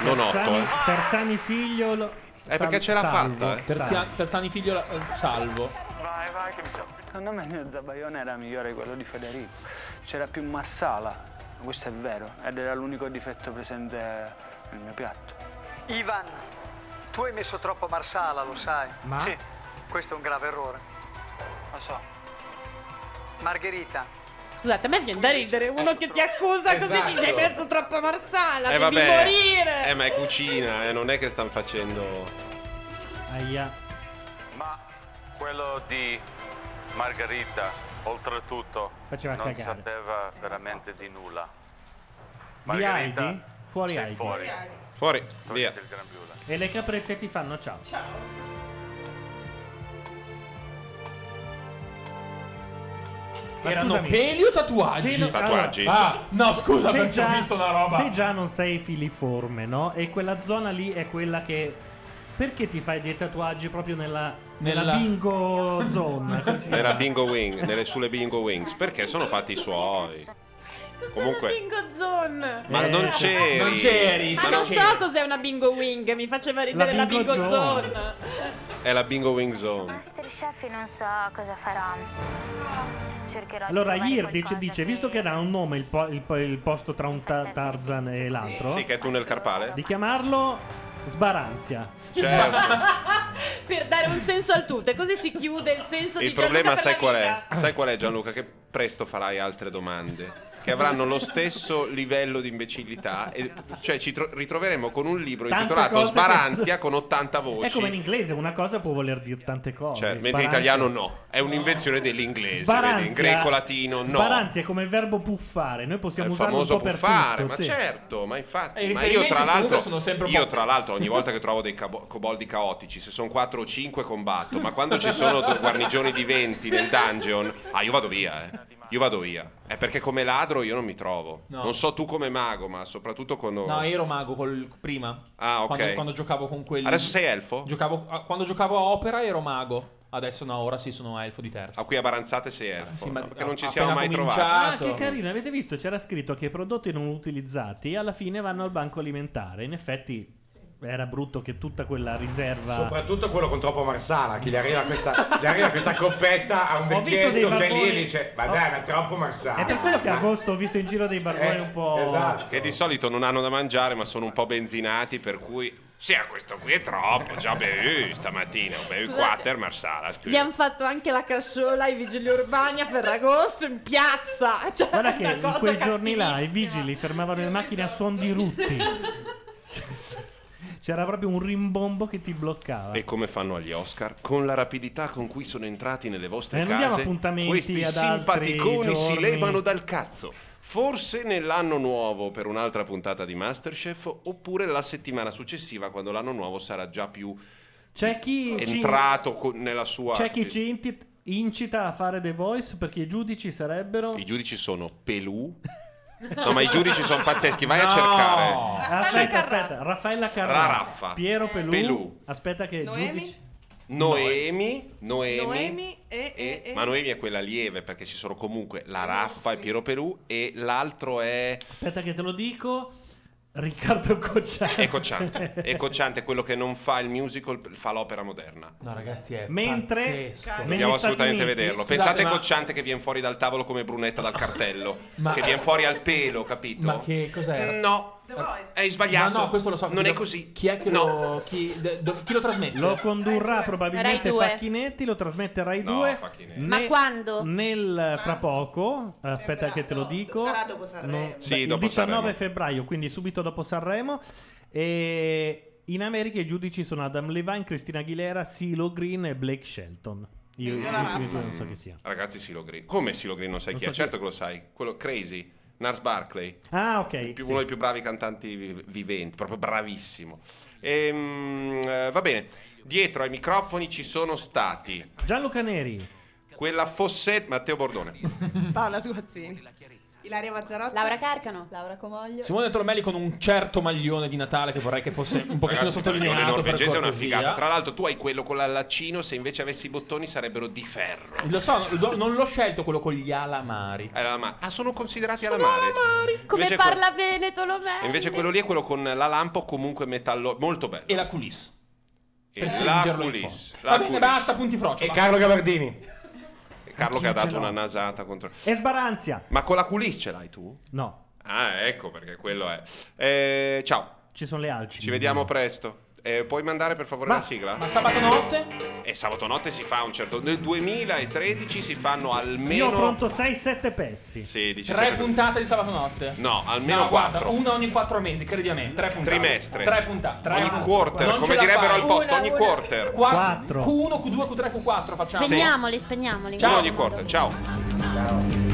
[SPEAKER 5] Non otto, eh.
[SPEAKER 3] Terzani figlio. Lo...
[SPEAKER 5] Eh, perché ce l'ha fatta, eh.
[SPEAKER 14] Terzia- Terzani figlio, la- eh, salvo.
[SPEAKER 21] Vai, vai, che mi so. Secondo me il zabaione era migliore di quello di Federico. C'era più marsala, questo è vero, ed era l'unico difetto presente nel mio piatto.
[SPEAKER 10] Ivan, tu hai messo troppo marsala, lo sai.
[SPEAKER 21] Ma? Sì.
[SPEAKER 10] Questo è un grave errore. Lo so. Margherita,
[SPEAKER 6] Scusate, a me viene da ridere uno che ti accusa così
[SPEAKER 5] ecco. Esatto.
[SPEAKER 6] dice hai messo troppa marsala,
[SPEAKER 5] Eh,
[SPEAKER 6] devi
[SPEAKER 5] vabbè.
[SPEAKER 6] morire.
[SPEAKER 5] Eh, ma è cucina, eh, non è che stanno facendo.
[SPEAKER 3] Aia.
[SPEAKER 11] Ma quello di Margherita, oltretutto,
[SPEAKER 3] Faceva
[SPEAKER 11] non
[SPEAKER 3] cagare.
[SPEAKER 11] sapeva veramente di nulla.
[SPEAKER 3] Di Heidi? Fuori
[SPEAKER 11] sei
[SPEAKER 3] Heidi.
[SPEAKER 11] fuori.
[SPEAKER 5] Fuori, via.
[SPEAKER 3] E le caprette ti fanno ciao. Ma
[SPEAKER 14] Erano
[SPEAKER 3] scusami,
[SPEAKER 14] peli o tatuaggi?
[SPEAKER 3] se no-
[SPEAKER 14] Tatuaggi.
[SPEAKER 3] allora,
[SPEAKER 14] Ah, no, scusa,
[SPEAKER 3] se
[SPEAKER 14] perché ho
[SPEAKER 3] già-
[SPEAKER 14] visto una roba.
[SPEAKER 3] Se già non sei filiforme, no? E quella zona lì è quella che. Perché ti fai dei tatuaggi proprio nella, nella,
[SPEAKER 5] Nella-
[SPEAKER 3] bingo zone? Eh, così?
[SPEAKER 5] Nella bingo wing, nelle, sulle bingo wings, perché sono fatti i suoi. Comunque,
[SPEAKER 8] Bingo Zone.
[SPEAKER 3] Eh,
[SPEAKER 5] ma non c'eri.
[SPEAKER 14] Non c'eri,
[SPEAKER 8] Ma
[SPEAKER 5] Ma
[SPEAKER 8] non
[SPEAKER 5] non
[SPEAKER 8] so cos'è una bingo wing, mi faceva ridere la bingo,
[SPEAKER 5] bingo
[SPEAKER 8] zone.
[SPEAKER 5] zone. è la bingo wing zone.
[SPEAKER 24] Masterchef non so cosa farò. Cercherò
[SPEAKER 3] Allora,
[SPEAKER 24] di trovare
[SPEAKER 3] Irdic dice: visto che ha un nome il, po- il po- il posto tra un ta- Tarzan e l'altro,
[SPEAKER 5] Sì, che è tunnel carpale?
[SPEAKER 3] di chiamarlo Sbaranzia.
[SPEAKER 6] Cioè,
[SPEAKER 8] per dare un senso al tutto, e così si chiude il senso
[SPEAKER 5] Il
[SPEAKER 8] di Gianluca
[SPEAKER 5] problema
[SPEAKER 8] per
[SPEAKER 5] sai
[SPEAKER 8] la
[SPEAKER 5] qual
[SPEAKER 8] vita.
[SPEAKER 5] è? Sai qual è Gianluca? Che presto farai altre domande che avranno lo stesso livello di imbecillità e- cioè ci tro- ritroveremo con un libro
[SPEAKER 3] Tante
[SPEAKER 5] intitolato
[SPEAKER 3] cose-
[SPEAKER 5] Sbaranzia con 80
[SPEAKER 3] È come in
[SPEAKER 5] voci.
[SPEAKER 3] inglese, una cosa può voler dire tante cose.
[SPEAKER 5] Cioè, mentre in
[SPEAKER 3] Sbaranzia-
[SPEAKER 5] italiano no, è un'invenzione dell'inglese,
[SPEAKER 3] Sbaranzia-
[SPEAKER 5] vedi? in greco latino no.
[SPEAKER 3] Sbaranzia è come il verbo puffare, noi
[SPEAKER 5] È
[SPEAKER 3] possiamo
[SPEAKER 5] il
[SPEAKER 3] usarlo un
[SPEAKER 5] famoso
[SPEAKER 3] po' per
[SPEAKER 5] puffare,
[SPEAKER 3] tutto,
[SPEAKER 5] ma
[SPEAKER 3] sì.
[SPEAKER 5] certo, ma
[SPEAKER 14] E
[SPEAKER 5] infatti,
[SPEAKER 14] i
[SPEAKER 5] ma io tra
[SPEAKER 14] riferimenti
[SPEAKER 5] l'altro,
[SPEAKER 14] comunque sono sempre
[SPEAKER 5] io
[SPEAKER 14] pochi.
[SPEAKER 5] tra l'altro ogni volta che trovo dei cabo- coboldi caotici, se sono 4 o 5 combatto, ma quando ci sono due guarnigioni di 20 nel dungeon, ah io vado via, eh. Io vado via. È perché come ladro io non mi trovo.
[SPEAKER 14] No.
[SPEAKER 5] Non so tu come mago, ma soprattutto con
[SPEAKER 14] No, ero mago col- prima.
[SPEAKER 5] Oh. Ah, ok.
[SPEAKER 14] Quando, quando giocavo con quelli.
[SPEAKER 5] Adesso sei elfo?
[SPEAKER 14] Giocavo, a- quando giocavo a opera ero mago. Adesso no, ora sì, sono elfo di terza.
[SPEAKER 5] A qui a Baranzate sei elfo.
[SPEAKER 14] Sì, ma-
[SPEAKER 5] no? Perché non ci
[SPEAKER 14] appena
[SPEAKER 5] siamo mai
[SPEAKER 14] cominciato.
[SPEAKER 5] trovati.
[SPEAKER 3] Ah, che carino, avete visto? C'era scritto che i prodotti non utilizzati alla fine vanno al banco alimentare. In effetti era brutto che tutta quella riserva.
[SPEAKER 9] Soprattutto quello con troppo Marsala, che gli arriva questa, gli arriva questa coppetta a un
[SPEAKER 3] Ho visto dei
[SPEAKER 9] vecchietto che è lì e
[SPEAKER 3] barboni-
[SPEAKER 9] dice: Ma
[SPEAKER 3] Ho-
[SPEAKER 9] dai, ma è troppo
[SPEAKER 3] È per
[SPEAKER 9] Marsala. Eh, esatto.
[SPEAKER 3] quello che a agosto ho visto in giro dei barboni un po'.
[SPEAKER 5] Che di solito non hanno da mangiare, ma sono un po' benzinati, per cui. Sì, a questo qui è troppo. Già bevi stamattina, ho bevi
[SPEAKER 8] Scusate.
[SPEAKER 5] quater marsala. scusa.
[SPEAKER 8] Gli hanno fatto anche la casciola ai vigili urbani a Ferragosto in piazza. Cioè,
[SPEAKER 3] Guarda che
[SPEAKER 5] Eh.
[SPEAKER 8] una
[SPEAKER 3] in
[SPEAKER 8] cosa
[SPEAKER 3] quei giorni là i vigili fermavano le macchine a suon di rutti. C'era proprio un rimbombo che ti bloccava.
[SPEAKER 5] E come fanno agli Oscar? Con la rapidità con cui sono entrati nelle vostre
[SPEAKER 3] Eh, non diamo
[SPEAKER 5] case,
[SPEAKER 3] appuntamenti
[SPEAKER 5] questi
[SPEAKER 3] ad altri
[SPEAKER 5] simpaticoni si
[SPEAKER 3] giorni.
[SPEAKER 5] levano dal cazzo. Forse nell'anno nuovo per un'altra puntata di Masterchef, oppure la settimana successiva, quando l'anno nuovo sarà già più
[SPEAKER 3] C'è chi ci-
[SPEAKER 5] entrato co- nella sua. Eh,
[SPEAKER 3] C'è chi ci inti- incita a fare The Voice perché i giudici sarebbero.
[SPEAKER 5] I giudici sono Pelù. No, ma i giudici sono pazzeschi, vai a cercare.
[SPEAKER 3] Aspetta, aspetta, Raffaella Carrà,
[SPEAKER 5] Raraffa.
[SPEAKER 3] Piero Pelù.
[SPEAKER 5] Pelù.
[SPEAKER 3] Aspetta che
[SPEAKER 15] Noemi?
[SPEAKER 3] giudici.
[SPEAKER 5] Noemi, Noemi,
[SPEAKER 15] Noemi e, e, e-
[SPEAKER 5] Ma Noemi è quella lieve perché ci sono comunque la Raffa e Piero Pelù e l'altro è
[SPEAKER 3] Aspetta che te lo dico. Riccardo Cocciante.
[SPEAKER 5] è Cocciante. È Cocciante quello che non fa il musical, fa l'opera moderna.
[SPEAKER 14] No, ragazzi, è
[SPEAKER 3] Mentre-
[SPEAKER 14] pazzesco.
[SPEAKER 3] Negli
[SPEAKER 5] Dobbiamo
[SPEAKER 3] Stati
[SPEAKER 5] assolutamente
[SPEAKER 3] Uniti-
[SPEAKER 5] vederlo.
[SPEAKER 14] Scusate,
[SPEAKER 5] Pensate a
[SPEAKER 14] ma-
[SPEAKER 5] Cocciante che viene fuori dal tavolo come Brunetta dal cartello,
[SPEAKER 14] Ma-
[SPEAKER 5] che viene fuori al pelo, capito?
[SPEAKER 14] Ma che cos'era?
[SPEAKER 5] No. Hai sbagliato.
[SPEAKER 14] No, no, questo lo so.
[SPEAKER 5] Non
[SPEAKER 14] Chi
[SPEAKER 5] è
[SPEAKER 14] lo-
[SPEAKER 5] così.
[SPEAKER 14] Chi è che
[SPEAKER 5] No.
[SPEAKER 14] lo. Chi, de- do- chi lo trasmette?
[SPEAKER 3] Lo condurrà probabilmente
[SPEAKER 6] Rai due.
[SPEAKER 3] Facchinetti, lo trasmette Rai
[SPEAKER 14] No,
[SPEAKER 3] 2.
[SPEAKER 14] Facchinetti.
[SPEAKER 3] Ne-
[SPEAKER 6] Ma quando?
[SPEAKER 3] Nel eh, fra poco, aspetta che te lo dico.
[SPEAKER 4] sarà dopo Sanremo.
[SPEAKER 3] No,
[SPEAKER 5] Sì,
[SPEAKER 3] beh, il
[SPEAKER 5] dopo
[SPEAKER 3] 19
[SPEAKER 5] Sanremo.
[SPEAKER 3] febbraio, quindi subito dopo Sanremo. E in America i giudici sono Adam Levine, Cristina Aguilera, Silo Green e Blake Shelton. Io gli ultimi due
[SPEAKER 5] Mm.
[SPEAKER 3] non so chi sia.
[SPEAKER 5] Ragazzi, Silo Green. Come Silo Green non sai
[SPEAKER 3] Non
[SPEAKER 5] chi
[SPEAKER 3] so
[SPEAKER 5] è?
[SPEAKER 3] chi
[SPEAKER 5] Certo che lo sai. Quello crazy. Nars Barclay.
[SPEAKER 3] Ah, ok.
[SPEAKER 5] Il più-
[SPEAKER 3] sì.
[SPEAKER 5] Uno dei più bravi cantanti vi- viventi, proprio bravissimo. Ehm, eh, va bene, dietro ai microfoni ci sono stati
[SPEAKER 3] Gianluca Neri,
[SPEAKER 5] quella Fossetti, Matteo Bordone,
[SPEAKER 8] Paola Sguazzini.
[SPEAKER 4] Ilaria Mazzarotti.
[SPEAKER 8] Laura Carcano. Laura Comoglio.
[SPEAKER 14] Simone Tromelli con un certo maglione di Natale che vorrei che fosse un pochettino
[SPEAKER 5] Ragazzi, il
[SPEAKER 14] sottolineato. eh.
[SPEAKER 5] maglione norvegese è
[SPEAKER 14] per
[SPEAKER 5] una
[SPEAKER 14] cortesia.
[SPEAKER 5] figata. Tra l'altro, tu hai quello con l'allaccino. Se invece avessi i bottoni, sarebbero di ferro.
[SPEAKER 14] Lo so, do- non l'ho scelto quello con gli alamari.
[SPEAKER 5] Ah, sono considerati alamari.
[SPEAKER 8] Come
[SPEAKER 5] Invece
[SPEAKER 8] parla bene Tolomeo.
[SPEAKER 5] E Invece quello lì è quello con la lampa o comunque metallo, molto bello. E
[SPEAKER 14] la coulisse.
[SPEAKER 5] E
[SPEAKER 14] Per
[SPEAKER 5] la
[SPEAKER 14] stringerlo in
[SPEAKER 5] coulisse.
[SPEAKER 14] fondo.
[SPEAKER 5] La
[SPEAKER 14] Va bene,
[SPEAKER 5] coulisse.
[SPEAKER 14] basta, punti frocio.
[SPEAKER 5] E
[SPEAKER 14] va.
[SPEAKER 5] Carlo Gabardini. E Carlo che ha
[SPEAKER 3] Chi ce
[SPEAKER 5] dato
[SPEAKER 3] l'ha?
[SPEAKER 5] una nasata contro...
[SPEAKER 3] e Sbaranzia.
[SPEAKER 5] Ma con la coulisse ce l'hai tu?
[SPEAKER 3] No,
[SPEAKER 5] Ah, ecco perché quello è. Eh, ciao,
[SPEAKER 3] ci sono le alci.
[SPEAKER 5] ci vediamo presto. Eh, puoi mandare per favore la sigla?
[SPEAKER 14] Ma sabato notte?
[SPEAKER 5] E sabato notte si fa un certo... Nel 2013 si
[SPEAKER 3] Io
[SPEAKER 5] fanno
[SPEAKER 3] ho
[SPEAKER 5] almeno...
[SPEAKER 3] pronto 6-7 pezzi.
[SPEAKER 5] Sì, dici
[SPEAKER 14] Tre
[SPEAKER 5] sempre-
[SPEAKER 14] puntate di sabato notte.
[SPEAKER 5] No, almeno
[SPEAKER 14] No, guarda,
[SPEAKER 5] quattro.
[SPEAKER 14] una ogni quattro mesi, credi a me. Tre puntate.
[SPEAKER 5] Trimestre.
[SPEAKER 14] Tre puntate. Tre
[SPEAKER 5] Ogni
[SPEAKER 14] puntate.
[SPEAKER 5] quarter,
[SPEAKER 14] Non
[SPEAKER 5] come
[SPEAKER 14] ce la
[SPEAKER 5] direbbero
[SPEAKER 14] fai.
[SPEAKER 5] al posto,
[SPEAKER 14] Una,
[SPEAKER 5] ogni
[SPEAKER 14] una.
[SPEAKER 5] quarter.
[SPEAKER 14] Quattro. Q1, Q2, Q3, Q4 facciamo.
[SPEAKER 6] Spegniamoli, spegniamoli.
[SPEAKER 5] Ciao, ogni quarter. Ciao.
[SPEAKER 6] Ciao.